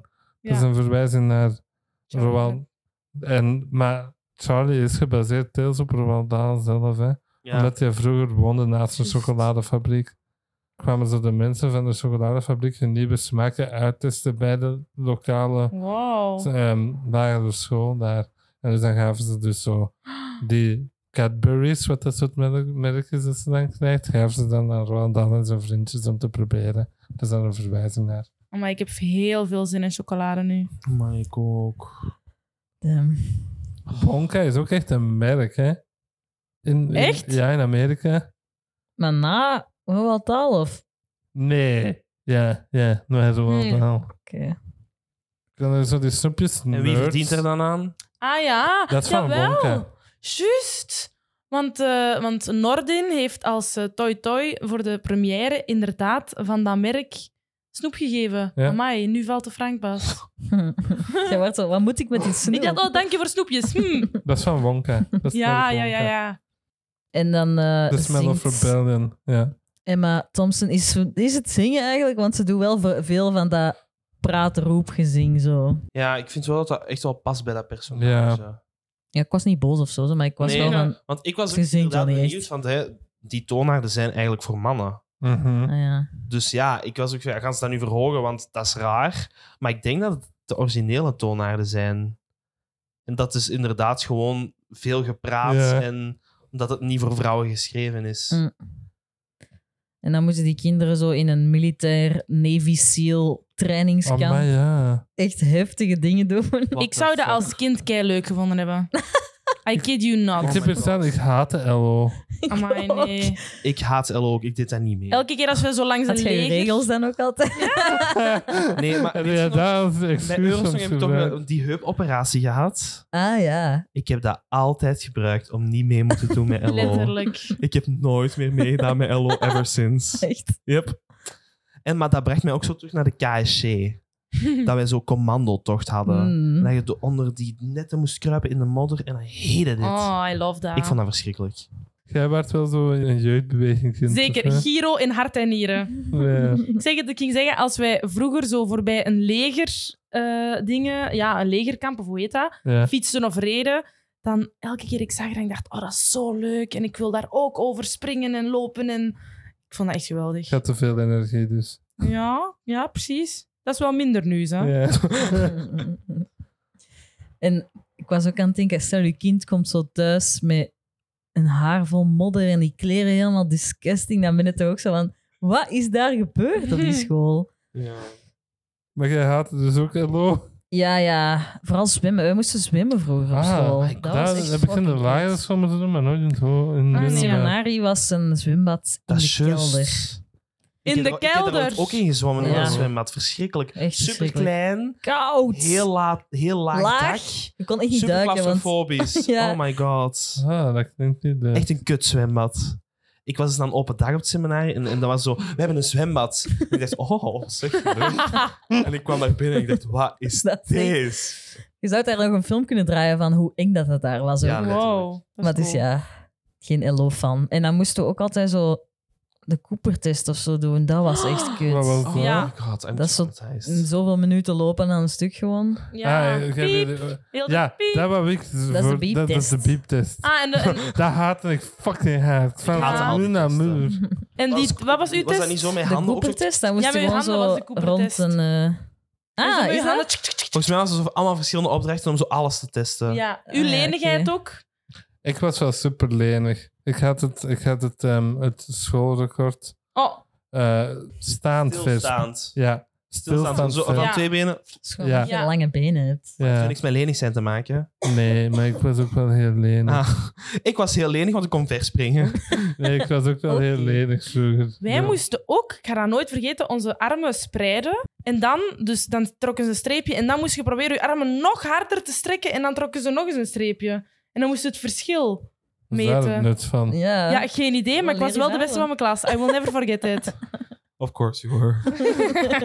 Ja.
Dat is een verwijzing naar Roald. En, maar Charlie is gebaseerd deels op Roald Dahl zelf. Hè?
ja.
Omdat hij vroeger woonde naast een
Juist.
chocoladefabriek. Kwamen ze de mensen van de chocoladefabriek hun nieuwe smaken uittesten bij de lokale
Wow.
ehm lagere school daar. En dus dan gaven ze dus zo die Cadbury's, wat dat soort merk merk is dat ze dan krijgt, gaven ze dan aan Roald Dahl en zijn vriendjes om te proberen. Dat is dan een verwijzing naar.
Oh, maar ik heb heel veel zin in chocolade nu.
Maar ik ook.
Damn.
Oh.
Bonka is ook echt een merk, hè? In, in-
Echt?
ja, in Amerika.
Maar na Roald Dahl of...
Nee. Ja, ja, nee, dat wel.
Nee.
wel.
Oké.
Dan er zo die snoepjes.
En wie
nerds.
verdient er dan aan?
Ah ja,
Dat is van
jawel.
Bonka.
Juist. Want, eh, want Nordin heeft als eh, Toy Toy voor de première inderdaad van dat merk snoep gegeven.
Ja.
Amai, nu valt de Frank pas.
Jij wordt zo, wat moet ik met die snoep?
Ik dacht, oh, dank je voor snoepjes. Hm.
Dat is van Wonka. Dat is
Ja,
merk
ja, ja,
Wonka.
ja.
En dan eh
The Smell of
zingt
Rebellion. Ja.
Emma Thompson. Is, is het zingen eigenlijk? Want ze doet wel ve- veel van dat praatroepgezing zo.
Ja, ik vind wel dat dat echt wel past bij dat personage.
Ja, ik was niet boos of zo, zo, maar ik was
Nee,
wel
ja.
van...
Want ik was
Ze
ook
zingt
inderdaad
dan niet
benieuwd,
echt.
want hè, die toonaarden zijn eigenlijk voor mannen.
Mhm.
Ah, ja.
Dus ja, ik was ook van, ja, gaan ze dat nu verhogen, want dat is raar. Maar ik denk dat het de originele toonaarden zijn. En dat is inderdaad gewoon veel gepraat
Ja.
en omdat het niet voor vrouwen geschreven is.
Mm. En dan moeten die kinderen zo in een militair Navy SEAL trainingskamp
Amai, Oh, ja.
Oh
echt heftige dingen doen.
What
Ik
the
zou dat
fuck?
als kind kei leuk gevonden hebben. I kid you
ik
not.
heb
my
er staan, ik haat de LO.
Amai, nee.
Ik haat LO ook, ik deed dat niet mee.
Elke keer als we zo langs
Had
een
jij je
leger...
regels dan ook altijd?
Nee, maar
En
weet je
ja,
nog,
daar is
bij
excuus
Eurosong heb ik toch wel die heupoperatie gehad.
Ah ja.
Ik heb dat altijd gebruikt om niet mee moeten doen met LO.
Letterlijk.
ik heb nooit meer meegedaan met LO ever since.
Echt.
Yep. En, maar dat bracht mij ook zo terug naar de KSC. dat wij zo'n commandotocht hadden. En
Mm.
dat je door onder die netten moest kruipen in de modder. En dan heette dit.
Oh, I love that.
Ik vond dat verschrikkelijk.
Jij werd wel zo een jeugdbeweging. kind,
Zeker,
of, hè?
Giro in hart en nieren.
Ja.
Ik zeg het, ik ging zeggen, als wij vroeger zo voorbij een leger eh, dingen, ja, een legerkamp of hoe heet dat,
Ja.
fietsen of reden, dan elke keer ik zag dat ik dacht, oh, dat is zo leuk en ik wil daar ook over springen en lopen en... Ik vond dat echt geweldig.
Ik had te veel energie, dus.
Ja, ja, precies. Dat is wel minder nu, hè.
Ja.
en ik was ook aan het denken, stel je kind komt zo thuis met een haar vol modder en die kleren helemaal disgusting, dan ben je toch ook zo van, wat is daar gebeurd op die school?
Maar jij haatte dus ook
Oh
LO.
Ja, ja. Vooral zwemmen. We moesten zwemmen vroeger op
Ah,
school.
my
Dat
Daar
was echt
heb ik in de
fucking
lagere
kut.
school moeten doen, maar nooit in het ho- in
Ah,
de-
nee.
Seminari was een zwembad in
Dat
de
is juist.
kelder.
In
Ik heb
de
er- Ik heb er
kelder.
ooit ook in gezwommen in
Ja.
dat zwembad. Verschrikkelijk.
Echt
Super
verschrikkelijk.
klein.
Koud.
Heel, laat, heel laag,
Laag.
dak.
Ik kon echt niet
Super
duiken, want
claustrofobisch.
Ja.
Oh my god.
Ah, dat klinkt niet leuk.
Echt een kut zwembad. Ik was dan open dag op het seminaar en, en dat was zo, we hebben een zwembad. En ik dacht, oh, zeg leuk. En ik kwam daar binnen en ik dacht, wat is
Dat is echt-
dit?
je zou daar nog een film kunnen draaien van hoe eng dat het daar was.
Ja,
ook.
letterlijk.
Wow. dat
maar het is
cool.
ja, geen LO van. En dan moesten we ook altijd zo de Cooper-test of zo doen. Dat was echt kut.
Wat was dat?
Oh
Ja.
my god, I'm
Dat is zo-
traumatized.
Zoveel minuten lopen aan een stuk gewoon.
Ja,
Ah, ik heb-
piep. Heel de
Ja,
piep.
dat was ik. dus voor-
de
Dat dat is
bieptest.
de bieptest.
Ah, en, de- en,
Dat haatte ik fucking hard. Van
haat
ja.
al
muur
die
naar
testen.
muur.
en die, wat was uw
Was
test?
dat niet zo met
De
handen? ook zo-
Cooper-test, dan
Ja,
moest je
met je
gewoon zo
handen
rond
was de Cooper-test.
een... eh,
En zo
Ah,
met je
is
handen
dat?
tsk, tsk, tsk, tsk.
Volgens mij hadden ze zo allemaal verschillende opdrachten om zo alles te testen.
Ja,
Ah,
uw
ja,
lenigheid
oké.
ook.
Ik was wel super lenig. Ik had het, ik had het, ehm, het schoolrecord
Oh,
eh, staand vers.
Stilstaand.
Ja,
Stilstaand.
Stilstaand
Zo, van
vers.
twee benen.
Het is gewoon
Ja.
dat je
Ja.
lange benen hebt.
Het heeft
ja.
niks met lenig zijn te maken.
Nee, maar ik was ook wel heel lenig.
Ah, ik was heel lenig, want ik kon verspringen.
Nee, ik was ook wel heel
Oké.
lenig vroeger.
wij
Ja.
moesten ook, ik ga dat nooit vergeten, onze armen spreiden. En dan, dus dan trokken ze een streepje. En dan moest je proberen je armen nog harder te strekken. En dan trokken ze nog eens een streepje. En dan moest je het verschil
Wat is daar het
meten.
nut van?
Ja.
Ja, geen idee, maar ik was wel de beste van mijn klas. I will never forget it.
Of course you were.
Ik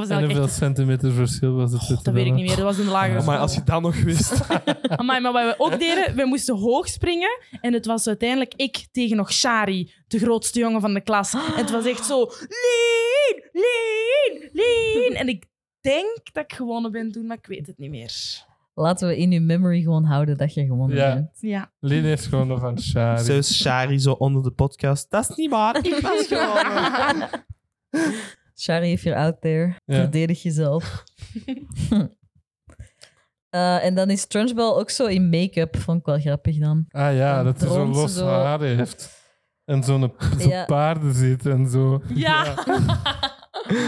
was
en
eigenlijk
hoeveel
echt...
centimeter verschil was het? tussen
Dat weet ik
de-
niet meer, dat was in de lagere
Maar
school.
als je dat nog wist.
Amai, maar wat we ook deden, we moesten hoog springen. En het was uiteindelijk ik tegen nog Shari, de grootste jongen van de klas. En het was echt zo... Lean, lean, lean. En ik denk dat ik gewonnen ben toen, maar ik weet het niet meer.
Laten we in je memory gewoon houden dat je gewonnen
Ja.
bent.
Ja.
Lien heeft gewoon nog aan Shari.
Zeus Shari zo onder de podcast. Dat is niet waar. Ik was gewoon.
Shari, if you're out there,
Ja.
verdedig jezelf. Eh, en dan is Trunchbull ook zo in make-up, vond ik wel grappig dan.
Ah ja,
En
dat hij zo'n
dronk ze
los
zo.
haar heeft. En zo'n zo
Ja.
paarden zit en zo.
Ja.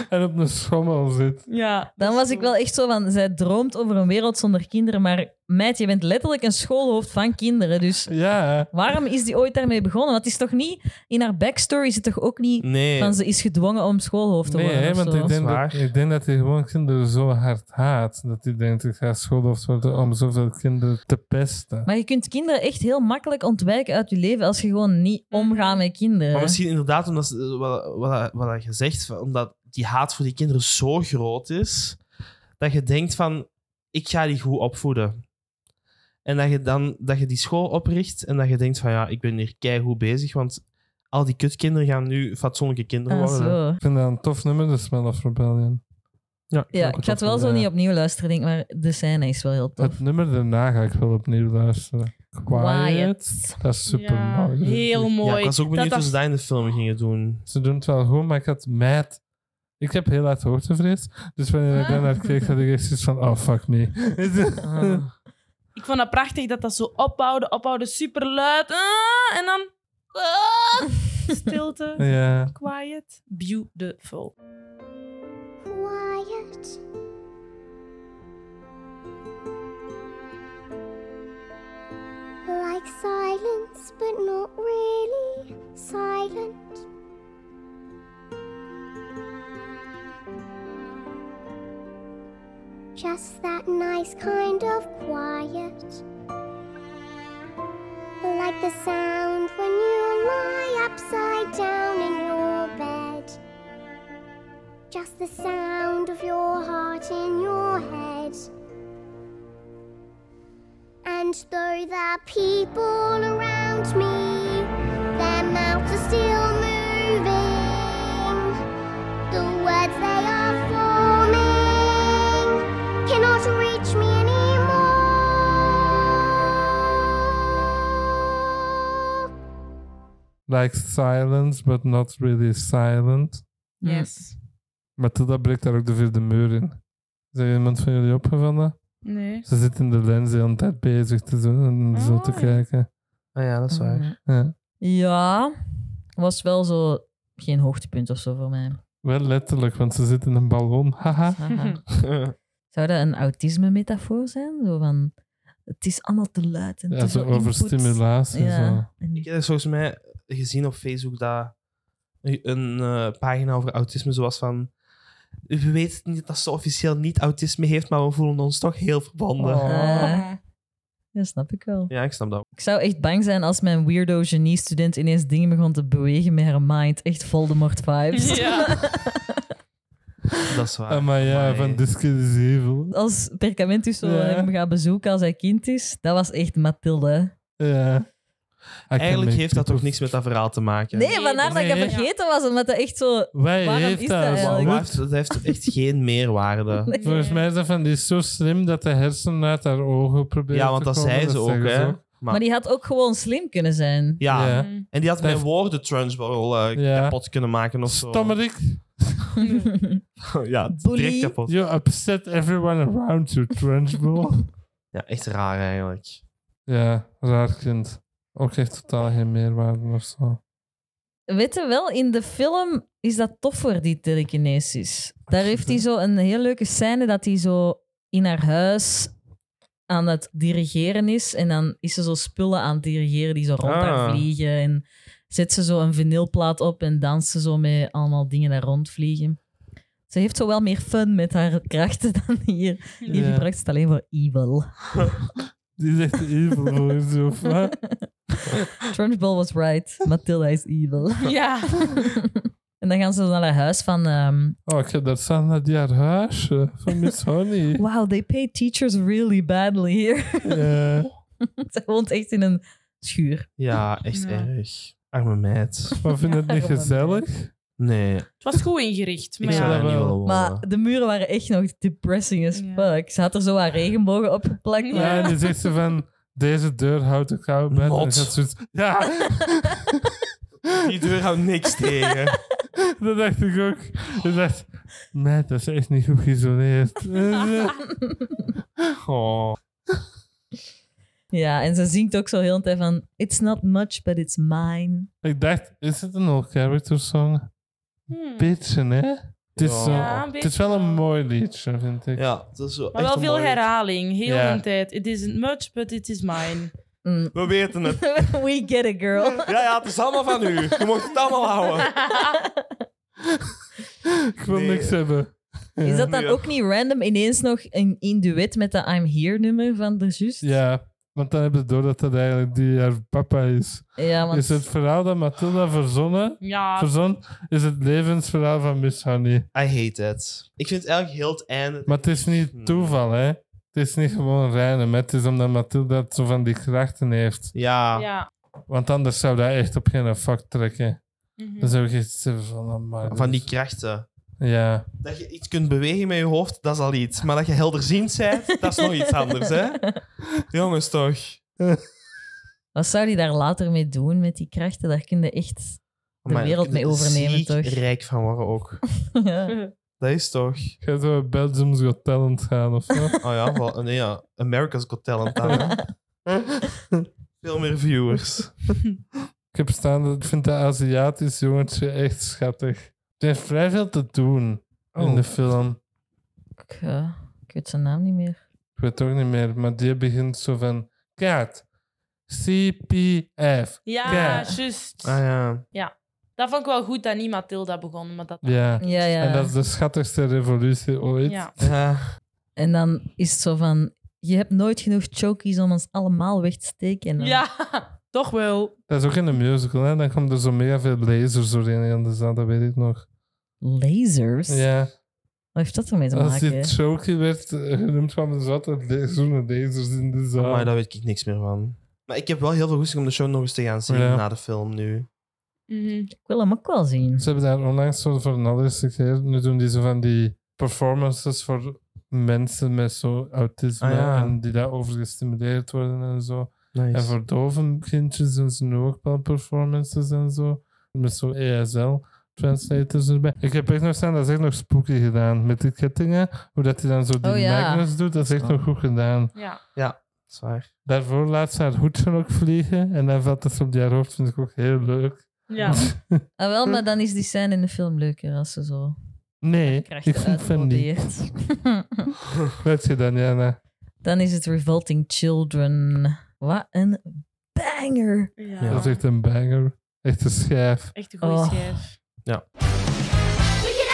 En op een schommel zit.
Ja.
Dan was ik wel echt zo van, zij droomt over een wereld zonder kinderen, maar meid, je bent letterlijk een schoolhoofd van kinderen, dus
Ja,
waarom is die ooit daarmee begonnen? Want het is toch niet, in haar backstory zit toch ook niet
Nee.
van ze is gedwongen om schoolhoofd te
nee,
worden
hè,
of
want
zo.
ik denk, dat,
Zwaar.
ik denk dat hij gewoon kinderen zo hard haat. Dat hij denkt, ik ga schoolhoofd worden om zoveel kinderen te pesten.
Maar je kunt kinderen echt heel makkelijk ontwijken uit je leven als je gewoon niet
Mm.
omgaat met kinderen.
Maar misschien inderdaad, omdat, ze- eh, wat, wat, wat hij gezegd omdat die haat voor die kinderen zo groot is, dat je denkt van, ik ga die goed opvoeden. En dat je dan dat je die school opricht en dat je denkt van, ja, ik ben hier keigoed bezig, want al die kutkinderen gaan nu fatsoenlijke kinderen
Ah,
worden.
zo.
Ik vind dat een tof nummer, de Smell of Rebellion.
Ja,
Ja, ik ga het wel zo niet opnieuw luisteren, denk ik, maar de scène is wel heel tof.
Het nummer daarna ga ik wel opnieuw luisteren. Quiet. Dat is super
Ja,
mooi.
Heel mooi.
Ja, ik was ook benieuwd
dat,
hoe ze
dat-
dat in de film gingen doen.
Ze doen het wel goed, maar ik had meid. Ik heb heel hard hoogtevrees. Dus wanneer ik
Ah.
daarnaar keek, had ik echt zoiets van: oh fuck me.
Ah.
Ik vond dat prachtig dat dat zo opbouwde, opbouwde, super luid. en dan... ah, stilte.
ja.
Quiet. Beautiful.
Quiet. Like silence, but not really silent. Just that nice kind of quiet. Like the sound when you lie upside down in your bed. Just the sound of your heart in your head. And though the people around me, their mouths are still moving, the words they are forming cannot reach me anymore.
Like silence, but not really silent.
Yes.
Maar Tilda breekt daar ook de vierde muur in. Is er iemand van jullie opgevallen?
Nee.
Ze zit in de lens de hele tijd bezig te doen en zo te
Ah.
kijken. Mm.
Ah ja, dat is waar.
Ja.
Mm. Ja, was wel zo geen hoogtepunt of zo voor mij. Dus,
Wel letterlijk, want ze zit in een ballon. Haha.
Haha. Zou dat een autisme-metafoor zijn? Zo van, het is allemaal te luid en
Ja,
te
zo
veel input.
overstimulatie.
Ja.
Ik heb volgens mij gezien op Facebook dat een eh, pagina over autisme zoals van. We weten niet dat ze officieel niet autisme heeft, maar we voelen ons toch heel
Zo.
verbonden.
Oh.
Eh, ja, snap ik wel.
Ja, ik snap dat.
Ik zou echt bang zijn als mijn weirdo genie-student ineens dingen begon te bewegen met haar mind. Echt Voldemort-vibes.
Ja.
Dat is waar.
Ah, maar ja,
Amai.
van Discus is evil.
Als Perkamentus zo
Ja.
hem gaat bezoeken als hij kind is, dat was echt Mathilde.
Ja. I can
Eigenlijk
make
heeft dat toch
people
niks met dat verhaal te maken?
Nee, vandaar dat ik
Nee.
dat vergeten was, omdat dat echt zo...
Wij
Waarom
heeft
is
dat?
dat
als
eigenlijk?
goed?
Dat heeft, dat heeft echt geen meerwaarde.
Volgens mij is dat van die is zo slim dat de hersenen uit haar ogen proberen
Ja, want
te
dat
komen.
zei ze ook,
zeggen
hè?
ook.
Maar die had ook gewoon slim kunnen zijn.
Ja.
Ja.
Mm.
en die had
Dat
mijn
heeft-
woorden Trunchbull eh,
Ja.
kapot kunnen maken of zo.
Stommerik.
ja,
Bully.
direct kapot.
You upset everyone around you, Trunchbull.
Ja, echt raar eigenlijk.
ja, raar kind. Ook echt totaal geen meerwaarde of zo.
Weet je wel, in de film is dat tof voor die telekinesis. Daar heeft hij zo een heel leuke scène dat hij zo in haar huis aan het dirigeren is. En dan is ze zo spullen aan het dirigeren die zo rond haar
Ah.
vliegen. En zet ze zo een vinylplaat op en danst ze zo met allemaal dingen daar rondvliegen. Ze heeft zo wel meer fun met haar krachten dan hier. Hier
Ja.
gebruikt ze het alleen voor evil.
Die is echt evil voor zo. of wat?
Trunchbull was right. Matilda is evil.
Ja.
en dan gaan ze naar haar huis van... ehm,
Oh, ik heb daar Sandra die haar huisje van Miss Honey.
Wow, they pay teachers really badly here.
Ja.
Zij woont echt in een schuur.
Ja, echt
Ja.
erg. Arme meid.
maar vind je het niet
Ja, gewoon,
gezellig?
Nee,
Het was goed ingericht.
ik
Maar
zou
ja.
dat
daar niet
wel.
willen wonen.
Maar de muren waren echt nog depressing as
Ja.
fuck. Ze had er zo haar regenbogen opgeplakt.
Ja.
Maar...
Ja, en dan zegt ze van, deze deur houdt ik gauw bij. En dan gaat
Not.
ze zoiets- ja,
Die deur houdt niks tegen.
dat dacht ik ook. Ik dacht, meid, dat is echt niet goed geïsoleerd.
Oh.
Ja, en ze zingt ook zo heel de tijd van... It's not much, but it's mine.
ik dacht, is het een old character song?
Hmm.
Beetje, hè? Het is,
Ja.
zo,
Ja, een
het is
beetje
wel een
wel.
mooi liedje, vind ik.
Ja, dat is wel
Maar
echt
wel
een
veel
mooi-
herhaling. Heel
Ja.
de tijd. It isn't much, but it is mine.
Mm.
We weten het.
We get it, girl.
Ja, ja, het is allemaal van u. Je mocht het allemaal houden.
Ik wil
Nee.
niks hebben.
Is dat dan
Ja.
ook niet random ineens nog een in duet met dat I'm Here nummer van de Just?
Ja, want dan hebben ze door dat dat eigenlijk die haar papa is.
Ja, want...
Is het verhaal dat Matilda verzonnen,
ja.
verzon, is het levensverhaal van Miss Honey.
I hate that. Ik vind eigenlijk heel het einde...
Maar het is
Hmm.
niet toeval, hè. Het is niet gewoon rennen, maar het is omdat Matilda zo van die krachten heeft.
Ja.
ja.
Want anders zou dat echt op geen fuck trekken.
Mhm.
Dan zou ik echt zeggen van... "Oh, amai,
Van die
dit-
krachten.
Ja.
Dat je iets kunt bewegen met je hoofd, dat is al iets. Maar dat je helderziend bent, dat is nog iets anders, hè? Jongens, toch?
Wat zou die daar later mee doen met die krachten? Daar kun je echt... De
Amai,
wereld
ik vind
mee
het
overnemen,
ziek
toch?
rijk van worden ook.
ja.
Dat is toch?
Gaat zo bij Belgium's Got Talent gaan of zo?
Oh ja, wel, nee, ja. America's Got Talent dan, hè? Veel meer viewers.
ik heb staan dat ik vind dat Aziatisch jongetje echt schattig. Er is vrij veel te doen in
Oh.
de film.
Ik, eh, ik weet zijn naam niet meer.
Ik weet het ook niet meer, maar die begint zo van... Kat, CPF.
Ja,
Ja.
juist.
Ah ja.
Dat vond ik wel goed dat niet Matilda begon, maar dat...
Ja.
Ja, ja.
En dat is de schattigste revolutie ooit.
Ja.
ja.
En dan is het zo van... Je hebt nooit genoeg chokies om ons allemaal weg te steken. En dan-
Ja, toch wel.
Dat is ook in de musical, hè. Dan komen er zo mega veel lasers doorheen in de zaal, dat weet ik nog.
Lasers?
Ja.
Wat heeft dat ermee te
Als
maken?
die chokie werd eh, genoemd van de zat, zo'n lasers in de zaal.
Maar daar weet ik niks meer van. Maar ik heb wel heel veel goesting om de show nog eens te gaan zien
Ja.
na de film nu.
Mhm.
Ik wil hem ook wel zien.
Ze hebben daar onlangs zo voor een alles gekregen. Nu doen die zo van die performances voor mensen met zo autisme
Ah, ja.
en die daarover gestimuleerd worden en zo.
Nice.
En voor dove kindjes doen ze nu ook wel performances en zo. Met zo'n ESL-translators erbij. Ik heb echt nog staan, dat is echt nog spooky gedaan. Met die kettingen, hoe dat hij dan zo die
Oh, ja. Oh.
magnets doet, dat is echt
Ah.
nog goed gedaan.
Ja.
Zwaar.
Daarvoor laat ze haar hoedje ook vliegen en dan valt dat op haar hoofd, vind ik ook heel leuk.
Ja.
Ah, wel, maar dan is die scène in de film leuker als ze zo
Nee,
krachten
ik vind van niet.
uitprobeert.
Weet je dan, Jana?
dan is het Revolting Children. Wat een banger!
ja.
Dat is echt een banger. Echt een schijf.
Echt een goede
Oh.
schijf.
We can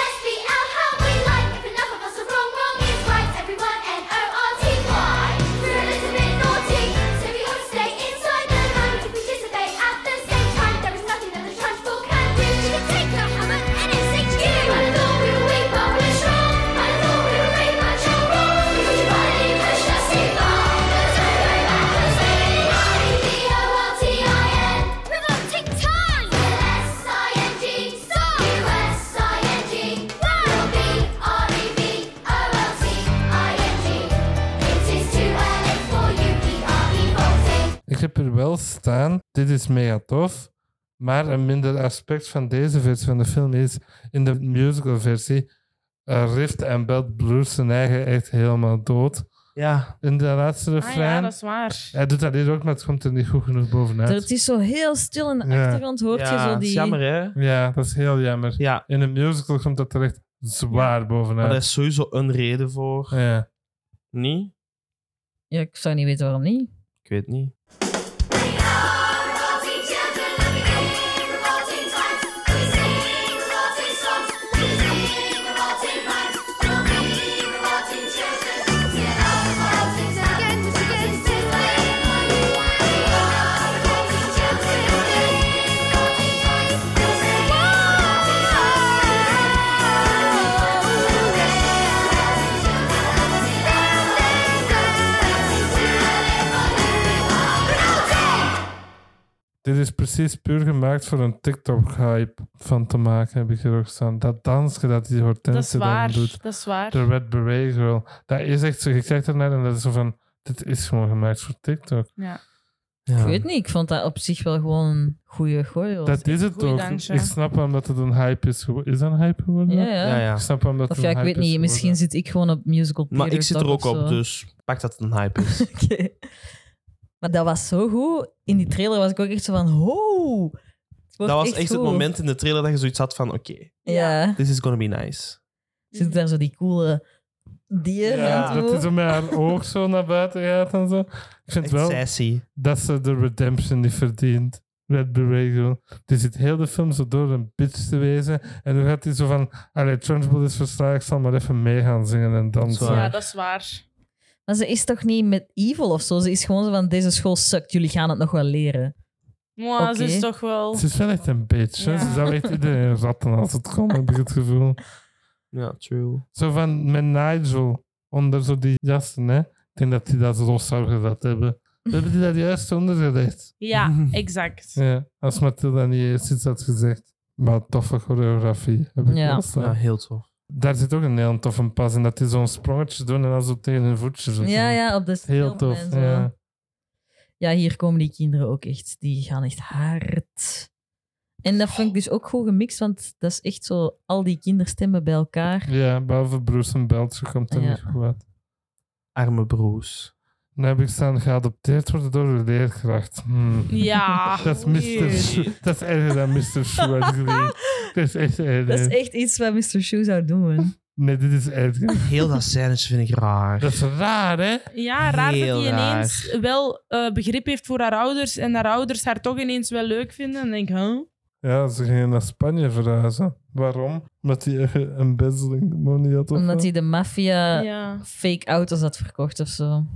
ask me out how we like. If enough of us are wrong, wrong is right. Everyone and O-R-T-Y. We're a little bit naughty, so we ought to stay inside the line. If we disobey at the same time, there is nothing that the transport can do. She can take the hammer and insect you. I thought we were weak, but we're strong. I thought we were brave, but you're wrong. Because you finally pushed us too far. There's no way back, there's only one. D-O-R-T-I-N. Revolting time! L-S-I-N-G. So U-S-I-N-G. B-R-E-V-O-L-T-I-N-G. It is too early for you. We are revolting.
Ik heb er wel staan. Dit is mega tof. Maar een minder aspect van deze versie van de film is, in de musicalversie, eh, rift en belt Bruce zijn eigen echt helemaal dood.
Ja.
In de laatste
Ah
refrein.
ja, dat is waar.
Hij doet dat hier ook, maar het komt er niet goed genoeg bovenuit.
Het is zo heel stil in de
Ja.
achtergrond, hoort
ja,
je zo
dat
die...
is jammer, hè?
Ja, dat is heel jammer.
Ja,
In een musical komt dat er echt zwaar
maar daar
bovenuit.
is sowieso een reden voor.
Ja.
Niet?
Ja, ik zou niet weten waarom niet.
Ik weet niet.
Dit is precies puur gemaakt voor een TikTok-hype van te maken, heb ik hier ook staan. Dat dansje dat die
Dat is
Hortense dan
waar.
doet.
Dat is waar.
De Red Beret Girl. Dat is echt zo, je kijkt ernaar en dat is zo van, dit is gewoon gemaakt voor TikTok.
Ja.
Ja.
Ik weet niet, ik vond dat op zich wel gewoon een goede gooi. hoor.
Dat is het
goeie
ook.
dansje.
Ik snap waarom dat het een hype is geworden. Is dat een hype geworden?
Ja, ja.
Ja, ja.
Ik snap waarom dat
Of
het
ja,
een
ik
hype
weet niet,
is
misschien
geworden.
zit ik gewoon op musical
Maar ik
Theater
zit er
Talk
ook
of
op,
zo.
dus pak dat het een hype is.
Oké. Maar dat was zo goed. In die trailer was ik ook echt zo van, ho! Het
dat
wordt
was echt, het
goed.
moment in de trailer dat je zoiets had van: oké,
Ja,
this is gonna be nice.
zit daar zo die coole dieren
Ja,
aan toe.
dat is om haar oog zo naar buiten gaat en zo. Ik vind
Echt
wel
sassy.
dat ze de redemption die verdient. Red Beret Girl. Die zit heel de film zo door een bitch te wezen. En dan gaat hij zo van... Allee, Trunchbull is verslagen, ik zal maar even mee gaan zingen en dansen.
Zwaar.
Ja, dat is waar.
Maar ze is toch niet met evil of zo? Ze is gewoon zo van, deze school sukt, jullie gaan het nog wel leren.
Maar ze
Oké.
is toch wel...
Ze is wel echt een bitch. hè.
Ja.
Ze zou echt iedereen ratten als het kon, heb ik het gevoel.
Ja, true.
Zo van met Nigel onder zo die jassen, hè. Ik denk dat die dat los zou gezet hebben. Hebben die dat juist ondergelegd?
Ja, exact.
Ja, als Mathilda niet eerst iets had gezegd. Maar toffe choreografie, heb ik
Ja.
wel staan.
Ja, heel tof.
Daar zit ook een heel toffe pas in, dat die zo'n sprongetje doen en dan zo tegen hun voetje zo.
Ja, ja, op de
Heel
film en
tof,
zo.
ja.
Ja, hier komen die kinderen ook echt. Die gaan echt hard. En dat vond ik dus ook goed gemixt, want dat is echt zo al die kinderstemmen bij elkaar.
Ja, behalve Bruce en Beltje komt er
Ja.
niet goed uit.
Arme broers.
Dan heb ik staan geadopteerd worden door de leerkracht. Hmm.
Ja.
Dat is Mr. Shoe. Dat is erger dan Mr. Shoe uit Glee. Dat is echt erger.
Dat is echt iets wat Mr. Shoe zou doen.
Nee, dit is erger.
Heel dat scènes vind ik raar.
Dat is raar, hè?
Ja, raar
Heel
dat hij ineens wel eh, begrip heeft voor haar ouders en haar ouders haar toch ineens wel leuk vinden. En denk ik, huh?
Ja, ze gingen naar Spanje verhuizen. Waarom? Omdat hij echt een bezdeling money had. Of
Omdat
wat?
hij de maffia
ja.
fake auto's had verkocht of zo.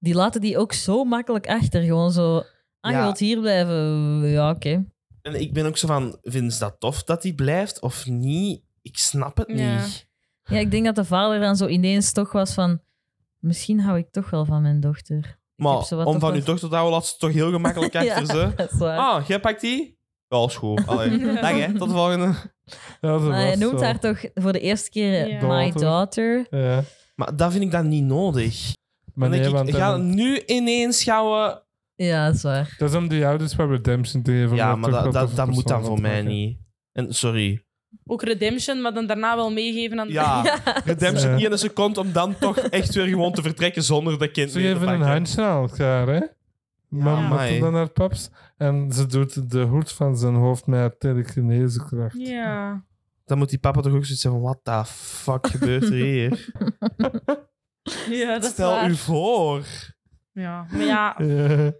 Die laten die ook zo makkelijk achter. Gewoon zo, ah, je
Ja.
wilt hier blijven? Ja, oké.
En ik ben ook zo van, vinden ze dat tof dat die blijft of niet? Ik snap het
Ja.
niet.
Ja, ik denk dat de vader dan zo ineens toch was van... Misschien hou ik toch wel van mijn dochter. heb
Maar
zo wat
om
toch
van
wel-
uw dochter te houden, laat ze toch heel gemakkelijk achter ze.
dat is waar.
Ah, jij pakt die? Ja, is goed. Allee. Dag hè, tot de volgende.
Ja, dat
Maar hij
was
noemt
zo.
haar toch voor de eerste keer eh,
Ja.
My
Daughter.
Daughter.
Ja.
Maar dat vind ik dan niet nodig.
Maar
Dan
nee,
denk
want
ik, ga
dan-
nu ineens gaan we...
Ja, dat is waar.
dat is om die ouders wat redemption te geven.
Ja,
om
maar
toch wel
dat, dat,
tot
dat
een
moet dan
persoon
voor mij
te maken.
niet. En sorry.
Ook Redemption, maar dan daarna wel meegeven aan...
Ja, redemption
Ja.
niet in een seconde om dan toch echt weer gewoon te vertrekken zonder dat kind
Ze
mee te
geven een
pakken.
handje aan elkaar, hè? Mama
Amai.
tot dan haar paps. En ze doet de hoed van zijn hoofd met haar telekinese kracht.
Ja.
Dan moet die papa toch ook zoiets zeggen van, what the fuck gebeurt er hier?
Ja, dat is
Stel
waar.
u voor.
Ja. Maar ja,
Ja.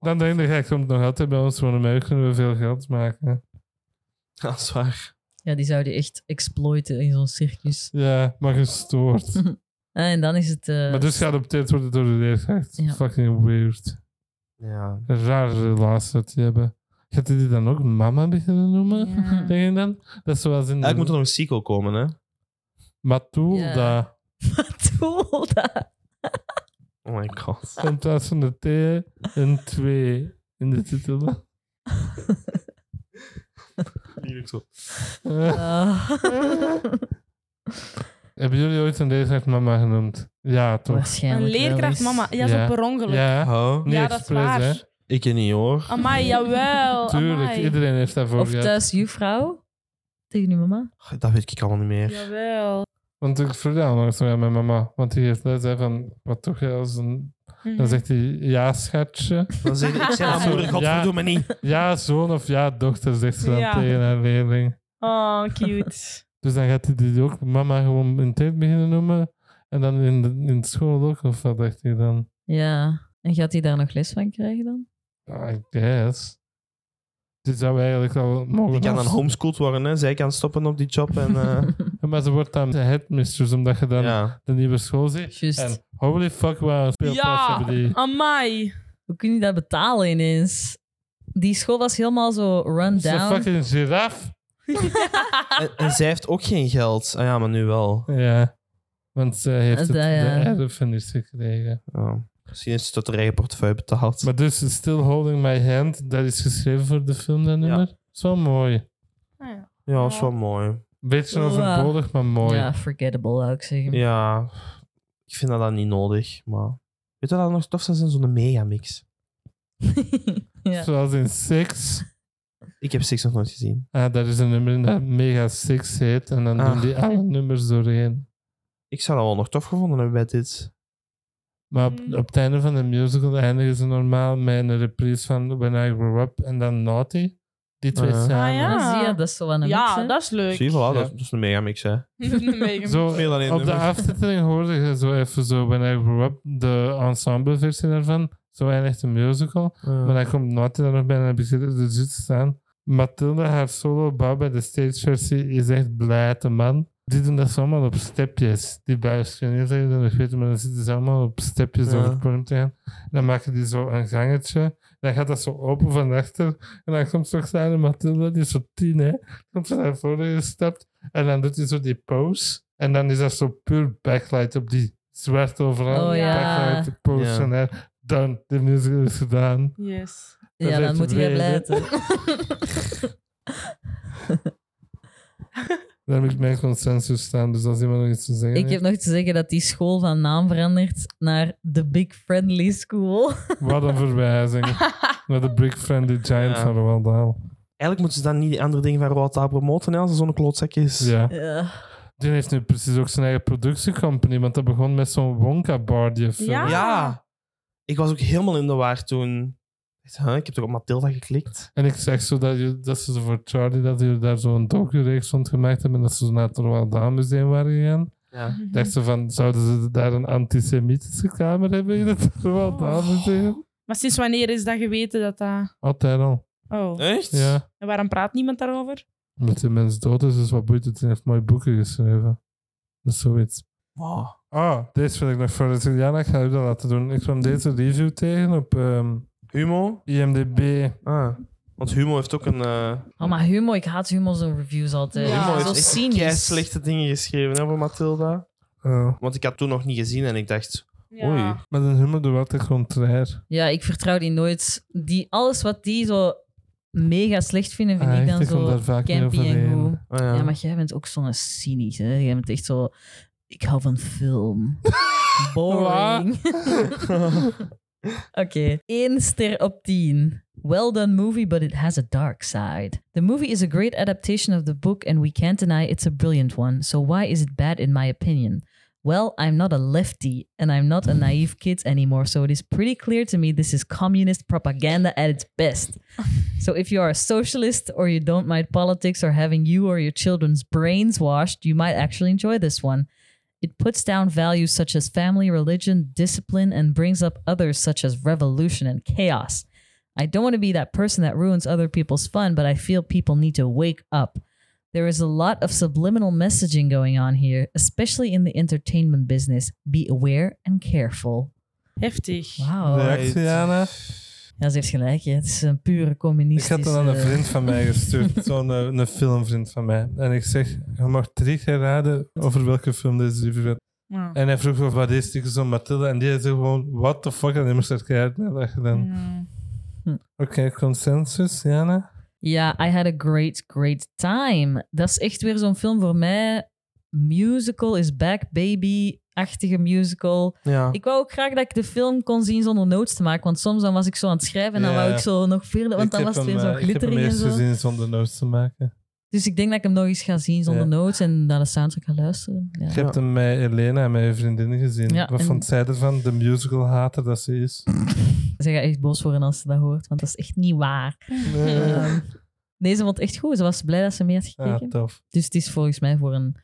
Dan denk ik, hij komt nog altijd bij ons wonen, maar hier kunnen we veel geld maken.
Ja, dat is waar.
Ja, die zouden echt exploiten in zo'n circus.
Ja, maar gestoord.
Ah, en dan is het... eh,
Maar dus geadopteerd worden door de leerkracht.
Ja.
Fucking weird.
Ja.
Een rare relatie dat die hebben. Gaat hij die dan ook mama beginnen noemen?
Ja.
Denk je dan? Dat is zoals in
Eigenlijk moet er nog een sequel komen, hè?
Mathilda.
Mathilda.
Oh my god.
In plaats van de T een 2 in de titel.
Hier ook zo.
Eh,
Ah.
hebben jullie ooit een leerkracht mama genoemd? Ja, toch?
Waarschijnlijk
een
wel eens.
leerkracht mama. Ja,
Ja.
zo per ongeluk.
Ja,
Oh.
niet
Ja, dat is
expres,
waar.
hè?
Ik niet hoor.
Amai, jawel.
Tuurlijk,
amai.
iedereen heeft daarvoor
Of
gehad.
thuis juffrouw tegen je mama.
Dat weet ik allemaal niet meer.
Jawel.
Want ik vertel nog eens met mijn mama, want die heeft les hè, van wat toch jij als een.
Mhm.
Dan zegt hij ja, schatje.
Dan zeg ik, ik zei aan moeder, godverdomme niet.
Ja, zoon of ja, dochter, zegt ze dan
Ja.
tegen haar leerling.
Oh, cute.
Dus dan gaat hij die ook mama gewoon in tijd beginnen noemen. En dan in, de, in school ook, of wat dacht hij dan?
Ja. En gaat hij daar nog les van krijgen dan?
Ah, I guess. Dit zou eigenlijk al mogen.
Die kan dan
afs-
homeschooled worden, hè. Zij kan stoppen op die job en... eh,
Ja, Maar ze wordt dan de headmistress, omdat je dan
ja.
de nieuwe school ziet.
Juist.
En holy fuck, wat een speelplaats
Ja.
hebben die.
Amai.
Hoe kun je dat betalen ineens? Die school was helemaal zo run
Dat is een
down.
fucking giraf.
En, en zij heeft ook geen geld. Ah ja, maar nu wel.
Ja, want zij heeft het,
Dat, eh, ja.
de erfenis gekregen.
Ja. Misschien is het tot haar eigen portefeuille betaald.
Maar dus Still Holding My Hand, dat is geschreven voor de film, dat nummer. Zo mooi.
ja, dat is wel mooi.
Beetje
Wow.
overbodig, maar mooi.
Ja, forgettable zou ik zeggen.
Ja. Ik vind dat dan niet nodig, maar... Weet je wat dat nog tof zou zijn? Zo'n megamix.
Ja.
Zoals in Six.
Ik heb Six nog nooit gezien.
Ah, dat is een nummer dat Mega Six heet. En dan
Ah.
doen die alle nummers doorheen.
Ik zou dat wel nog tof gevonden hebben bij dit.
Maar op, op het einde van de musical eindigen ze normaal met een reprise van When I Grew Up en dan Naughty. Die twee
Ah. Ah,
samen.
ja.
Ah, zie je, dat is zo aan een mix,
Ja,
hè?
dat is leuk.
Zie je, voilà,
Ja.
dat, is- dat is een megamix, hè.
Mega-
Zo,
Meer dan één
op de
nummer.
aftiteling hoorde je zo even zo When I Grew Up, de ensembleversie daarvan. Zo eindigt de musical.
Eh.
Maar dan komt Naughty daar nog bij en dan begint er de zut te staan. Mathilde, haar solo bouw bij de stageversie, is echt blij te man. Die doen dat zo allemaal op stepjes. Die buis kun je niet zeggen, dat ik weet, maar dan zitten ze allemaal op stepjes
Ja.
over het podium te gaan. En dan maken die zo een gangetje. Dan gaat dat zo open van achter. En dan komt straks aan Mathilde, die is zo tien, hè. Komt ze naar voren gestapt. En dan doet hij zo die pose. En dan is dat zo puur backlight op die zwart overal.
Oh, ja.
Backlight pose.
Ja.
En dan, done, de musical is gedaan.
Yes.
dat
Ja,
heeft
dan moet je
reden.
blijven.
Daar heb ik mijn consensus staan, dus als iemand nog iets te zeggen
Ik heb nog te zeggen dat die school van naam verandert naar The Big Friendly School.
heeft, Wat een verwijzing. Naar de Brick Friendly Giant
Ja.
van Roald Dahl.
Eigenlijk moeten ze dan niet die andere dingen van Roald Dahl promoten, hè, als er zo'n klootzak is.
Ja.
Ja.
Die heeft nu precies ook zijn eigen productiecompany, want dat begon met zo'n Wonka-bar. die film.
Ja.
Ja. Ik was ook helemaal in de war toen. Ik dacht, huh, Ik heb toch op Matilda geklikt?
En ik zeg zo dat, je, dat ze zo voor Charlie, dat je daar zo'n docu-reeks rond gemaakt hebben en dat ze zo naar het Roald Dahl Museum waren gegaan.
Ja.
Dacht ze van, zouden ze daar een antisemitische kamer hebben in het Roald Dahl Museum?
Maar sinds wanneer is dat geweten dat dat...
Altijd al.
Oh.
Echt?
Ja.
En waarom praat niemand daarover?
Omdat die mens dood is, dus wat boeit het? Die heeft mooie boeken geschreven. Dat is zoiets.
Wow.
Ah, deze wil ik nog voor de Jana, ik ga u dat laten doen. Ik kwam deze review tegen op ehm,
Humo?
IMDb.
Ah. Want Humo heeft ook een. eh
Oh, maar Humo, ik haat Humo's reviews altijd.
Ja.
Humo
Zo
heeft echt kei
cynisch.
slechte dingen geschreven hè, voor Matilda.
Oh.
Want ik had toen nog niet gezien en ik dacht. Oei. Ah,
Met een humor doe altijd contrair.
Ja, ik vertrouw die nooit. Die, alles wat die zo mega slecht vinden, vind
Ah,
ik
echt,
dan
ik kom
zo
daar vaak mee
campy en
overheen.
goed.
Ah, ja.
Ja, maar jij bent ook zo'n cynisch, hè. Jij bent echt zo... Ik hou van film. Boring. Oké. Eén ster op tien. Well done movie, but it has a dark side. The movie is a great adaptation of the book, and we can't deny it's a brilliant one. So why is it bad, in my opinion? Well, I'm not a lefty, and I'm not a naive kid anymore, so it is pretty clear to me this is communist propaganda at its best. so if you are a socialist or you don't mind politics or having you or your children's brains washed, you might actually enjoy this one. It puts down values such as family, religion, discipline, and brings up others such as revolution and chaos. I don't want to be that person that ruins other people's fun, but I feel people need to wake up. There is a lot of subliminal messaging going on here, especially in the entertainment business. Be aware and careful.
Heftig.
Wow.
Reactie, Jana?
Ja, ze heeft gelijk. hè. Het is een pure
Ik
communistische...
had dat aan een vriend van mij gestuurd, zo'n eh, een filmvriend van mij. En ik zeg, je mag drie keer raden over welke film deze review gaat.
Ja.
En hij vroeg, wat is die zo'n Mathilde? En die zei gewoon, what the fuck? En die moest er keihard naar lachen dan.
Hmm.
Oké, consensus, Jana?
Ja, I had a great, great time. Dat is echt weer zo'n film voor mij musical is back, baby-achtige musical.
Ja.
Ik wou ook graag dat ik de film kon zien zonder notes te maken. Want soms dan was ik zo aan het schrijven en dan
Ja.
wou ik zo nog verder. Want
Ik
dan was
heb
het weer
hem,
zo
eh, Ik heb hem
glitterig en
eerst
zo.
gezien zonder notes te maken.
Dus ik denk dat ik hem nog eens ga zien zonder
Ja.
notes en naar de soundtrack ga luisteren. Ja.
Ik heb hem met Elena en mijn vriendin gezien.
Ja,
Wat
en-
vond zij ervan? De musical-hater dat ze is.
Ze gaat echt boos worden als ze dat hoort, want dat is echt niet waar. Ehm, nee, ze vond het echt goed. Ze was blij dat ze mee had
Ah,
gekeken.
tof.
dus het is volgens mij voor een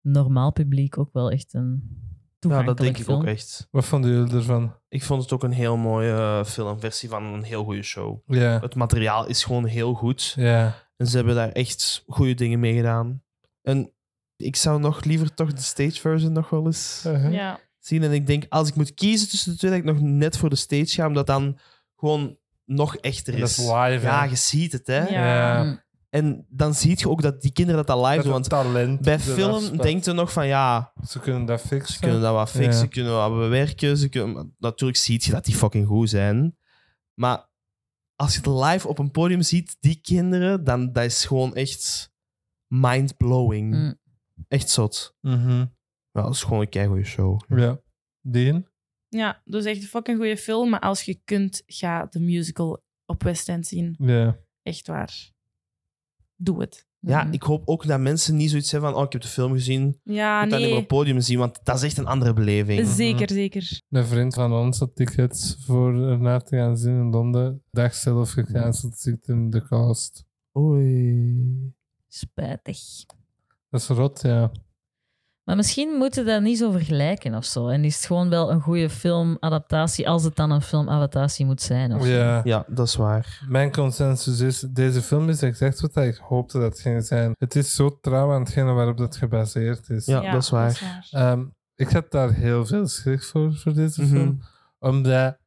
normaal publiek ook wel echt een
ja,
toegankelijk
dat denk ik
film.
ook echt.
Wat vonden jullie ervan?
Ik vond het ook een heel mooie eh, filmversie van een heel goede show.
Ja.
Het materiaal is gewoon heel goed.
Ja.
En ze hebben daar echt goede dingen mee gedaan. En ik zou nog liever toch de stage version nog wel eens
Ja.
zien. En ik denk, als ik moet kiezen tussen de twee, dat ik nog net voor de stage ga, omdat dan gewoon nog echter
Dat is
is.
live, hè?
Ja, je ziet het, hè.
Ja.
Ja.
Mm.
En dan zie je ook dat die kinderen dat al live
Dat
doen.
een
Want
talent.
bij
eraf
film
spat.
denkt je nog van, ja,
Ze kunnen dat fixen.
ze kunnen dat wat fixen,
Ja.
ze kunnen wat bewerken. Ze kunnen... maar Natuurlijk zie je dat die fucking goed zijn. Maar als je het live op een podium ziet, die kinderen, dan dat is gewoon echt mind-blowing.
Mm.
Echt zot.
Mhm.
Ja, dat is gewoon een keigoede show.
Ja. Deen?
ja, dus echt een fucking goede film. Maar als je kunt, ga de musical op West End zien.
Ja.
Echt waar. Doe het.
Ja,
Mm.
ik hoop ook dat mensen niet zoiets hebben van, oh, ik heb de film gezien, ik
Ja,
moet dat niet meer
Ah, nee.
op het podium zien, want dat is echt een andere beleving.
Zeker, zeker.
Een vriend van ons had tickets voor ernaar te gaan zien in Londen. Dag zelf gecanceld, ziet in de kost.
Oei.
Spijtig.
Dat is rot, ja.
Maar misschien moeten we dat niet zo vergelijken of zo. En is het gewoon wel een goede filmadaptatie, als het dan een filmadaptatie moet zijn. Of zo.
Ja.
Ja, dat is waar.
Mijn consensus is, deze film is exact wat ik hoopte dat het ging zijn. Het is zo trouw aan hetgene waarop dat gebaseerd is.
Ja, dat is waar.
Ehm, ik had daar heel veel schrik voor, voor deze
Mhm.
film. Omdat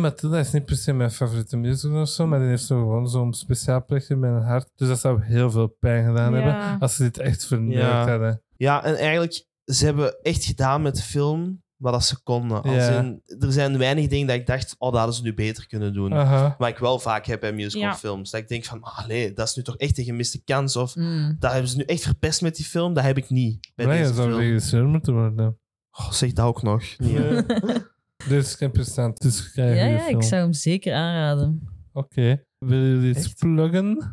Matilda is niet per se mijn favoriete musical of zo, maar die heeft zo gewoon zo'n speciaal plekje in mijn hart. Dus dat zou heel veel pijn
Eh,
gedaan
Ja.
hebben als ze dit echt verneukt
Ja.
hadden.
Ja, en eigenlijk, ze hebben echt gedaan met de film wat dat ze konden. Als
Ja.
in, er zijn weinig dingen dat ik dacht, oh, dat hadden ze nu beter kunnen doen.
Aha.
Wat ik wel vaak heb bij musicalfilms. Dat ik denk van, allee, dat is nu toch echt een gemiste kans. Of
Mm.
dat hebben ze nu echt verpest met die film. Dat heb ik niet bij
Brian
deze
zou
film.
regisseur moeten worden.
Oh, zeg dat ook nog. Nee, hè.
Dus ik heb percent. Het is
Ja,
geen goede
ja,
film.
ik zou hem zeker aanraden.
Oké. Willen jullie iets
Echt?
pluggen?
Hm?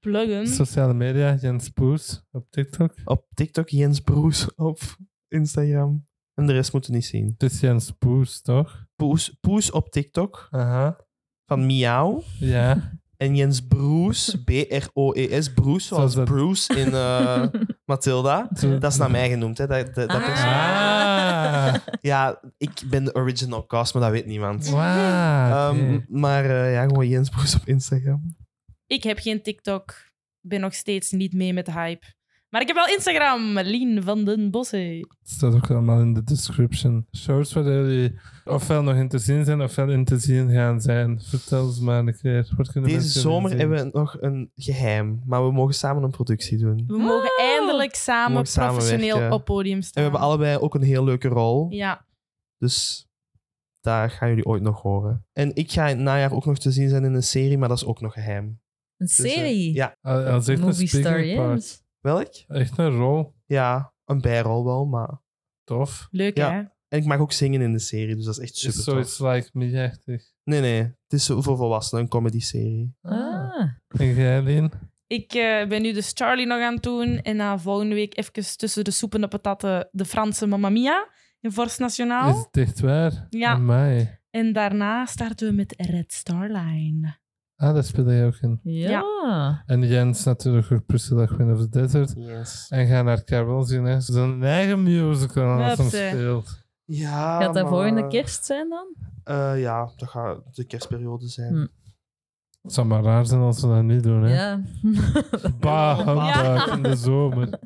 Pluggen.
Sociale media, Jens Poers op TikTok.
Op TikTok Jens Broes, op Instagram. En de rest moeten we niet zien.
Het is Jens Poers, toch?
Poes, Poes op TikTok
Aha.
van Miauw.
Ja.
En Jens Broes, B-R-O-E-S, Broes, E zoals
Zoals dat-
Bruce in eh Matilda.
Zo-
Dat is naar mij genoemd, hè? Dat, dat, dat is...
Ah.
Ah.
Ja, ik ben de original cast, maar dat weet niemand.
Wauw.
Ehm,
Ah, Oké.
Maar eh, ja, gewoon Jens Broes op Instagram.
Ik heb geen TikTok. Ben nog steeds niet mee met de hype. Maar ik heb wel Instagram. Lien van den Bossen.
Het staat ook allemaal in de description. Shows waar jullie ofwel nog in te zien zijn, ofwel in te zien gaan zijn. Vertel eens maar een keer. Wat kunnen
Deze
mensen
zomer
zien?
hebben we nog een geheim, maar we mogen samen een productie doen.
We mogen eindelijk samen
Mogen
professioneel
samenwerken.
op podium
En we
staan.
hebben allebei ook een heel leuke rol.
Ja,
Dus daar gaan jullie ooit nog horen. En ik ga in het najaar ook nog te zien zijn in een serie, maar dat is ook nog geheim.
Een
Dus, eh,
serie?
ja.
Al- Als echt een
Movie Star
speaking part.
Jens.
Welk?
Echt een rol.
Ja, een bijrol wel, maar...
Tof.
leuk
Ja.
hè?
En ik mag ook zingen in de serie, dus dat is echt
Super
super
is zoiets like me, echtig.
Nee, nee. Het is voor volwassenen, een comedy-serie.
Ah.
En jij, Lien?
Ik eh, ben nu dus Charlie nog aan het doen. En na volgende week even tussen de soep en de patatten de Franse Mamma Mia in Forst Nationaal.
Nou?
Is het echt waar?
Ja.
Amai.
En daarna starten we met Red Star Line.
Ah, dat speelde jij ook in.
Ja.
En Jens natuurlijk ook Priscilla Queen of the Desert.
Yes.
En ga naar Carol zien, hè. Zijn eigen musical als hem
Hupsi.
speelt.
Ja,
Gaat dat
maar-
volgende kerst zijn dan?
Eh, ja, dat gaat de kerstperiode zijn.
Hm.
Het zou maar raar zijn als ze dat niet doen, hè.
Ja.
Bah, handduik
Ja.
in de zomer.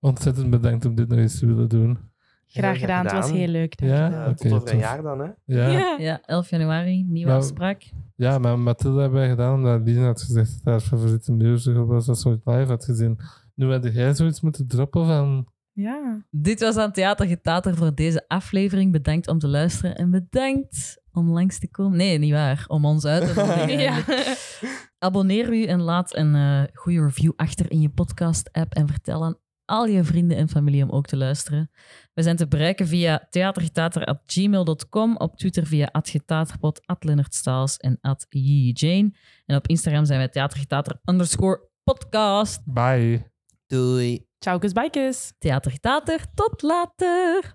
Ontzettend bedankt om dit nog eens te willen doen.
Graag gedaan, het was heel leuk. dank
Ja?
je wel.
Ja, Eh, tot
Ah, Oké,
over een
tof.
jaar dan, hè?
Ja,
Ja.
ja, 11 januari, nieuwe
Nou,
afspraak.
ja maar Mathilde hebben wij gedaan omdat Lien had gezegd dat haar favoriete musical was als ze ooit live had gezien. Nu had jij zoiets moeten droppen van...
Ja.
Dit was aan Theater Getater voor deze aflevering. Bedankt om te luisteren en bedankt om langs te komen. Nee, niet waar. Om ons uit te nodigen.
ja.
Abonneer u en laat een eh, goede review achter in je podcast-app en vertel aan al je vrienden en familie om ook te luisteren. We zijn te bereiken via theatergetater.gmail.com, op Twitter via atgetaterpot, @leonardstaals en @jijane. En op Instagram zijn wij theatergetater underscore podcast.
Bye.
Doei.
Ciao, kus, bye, kus.
Theatergetater, tot later!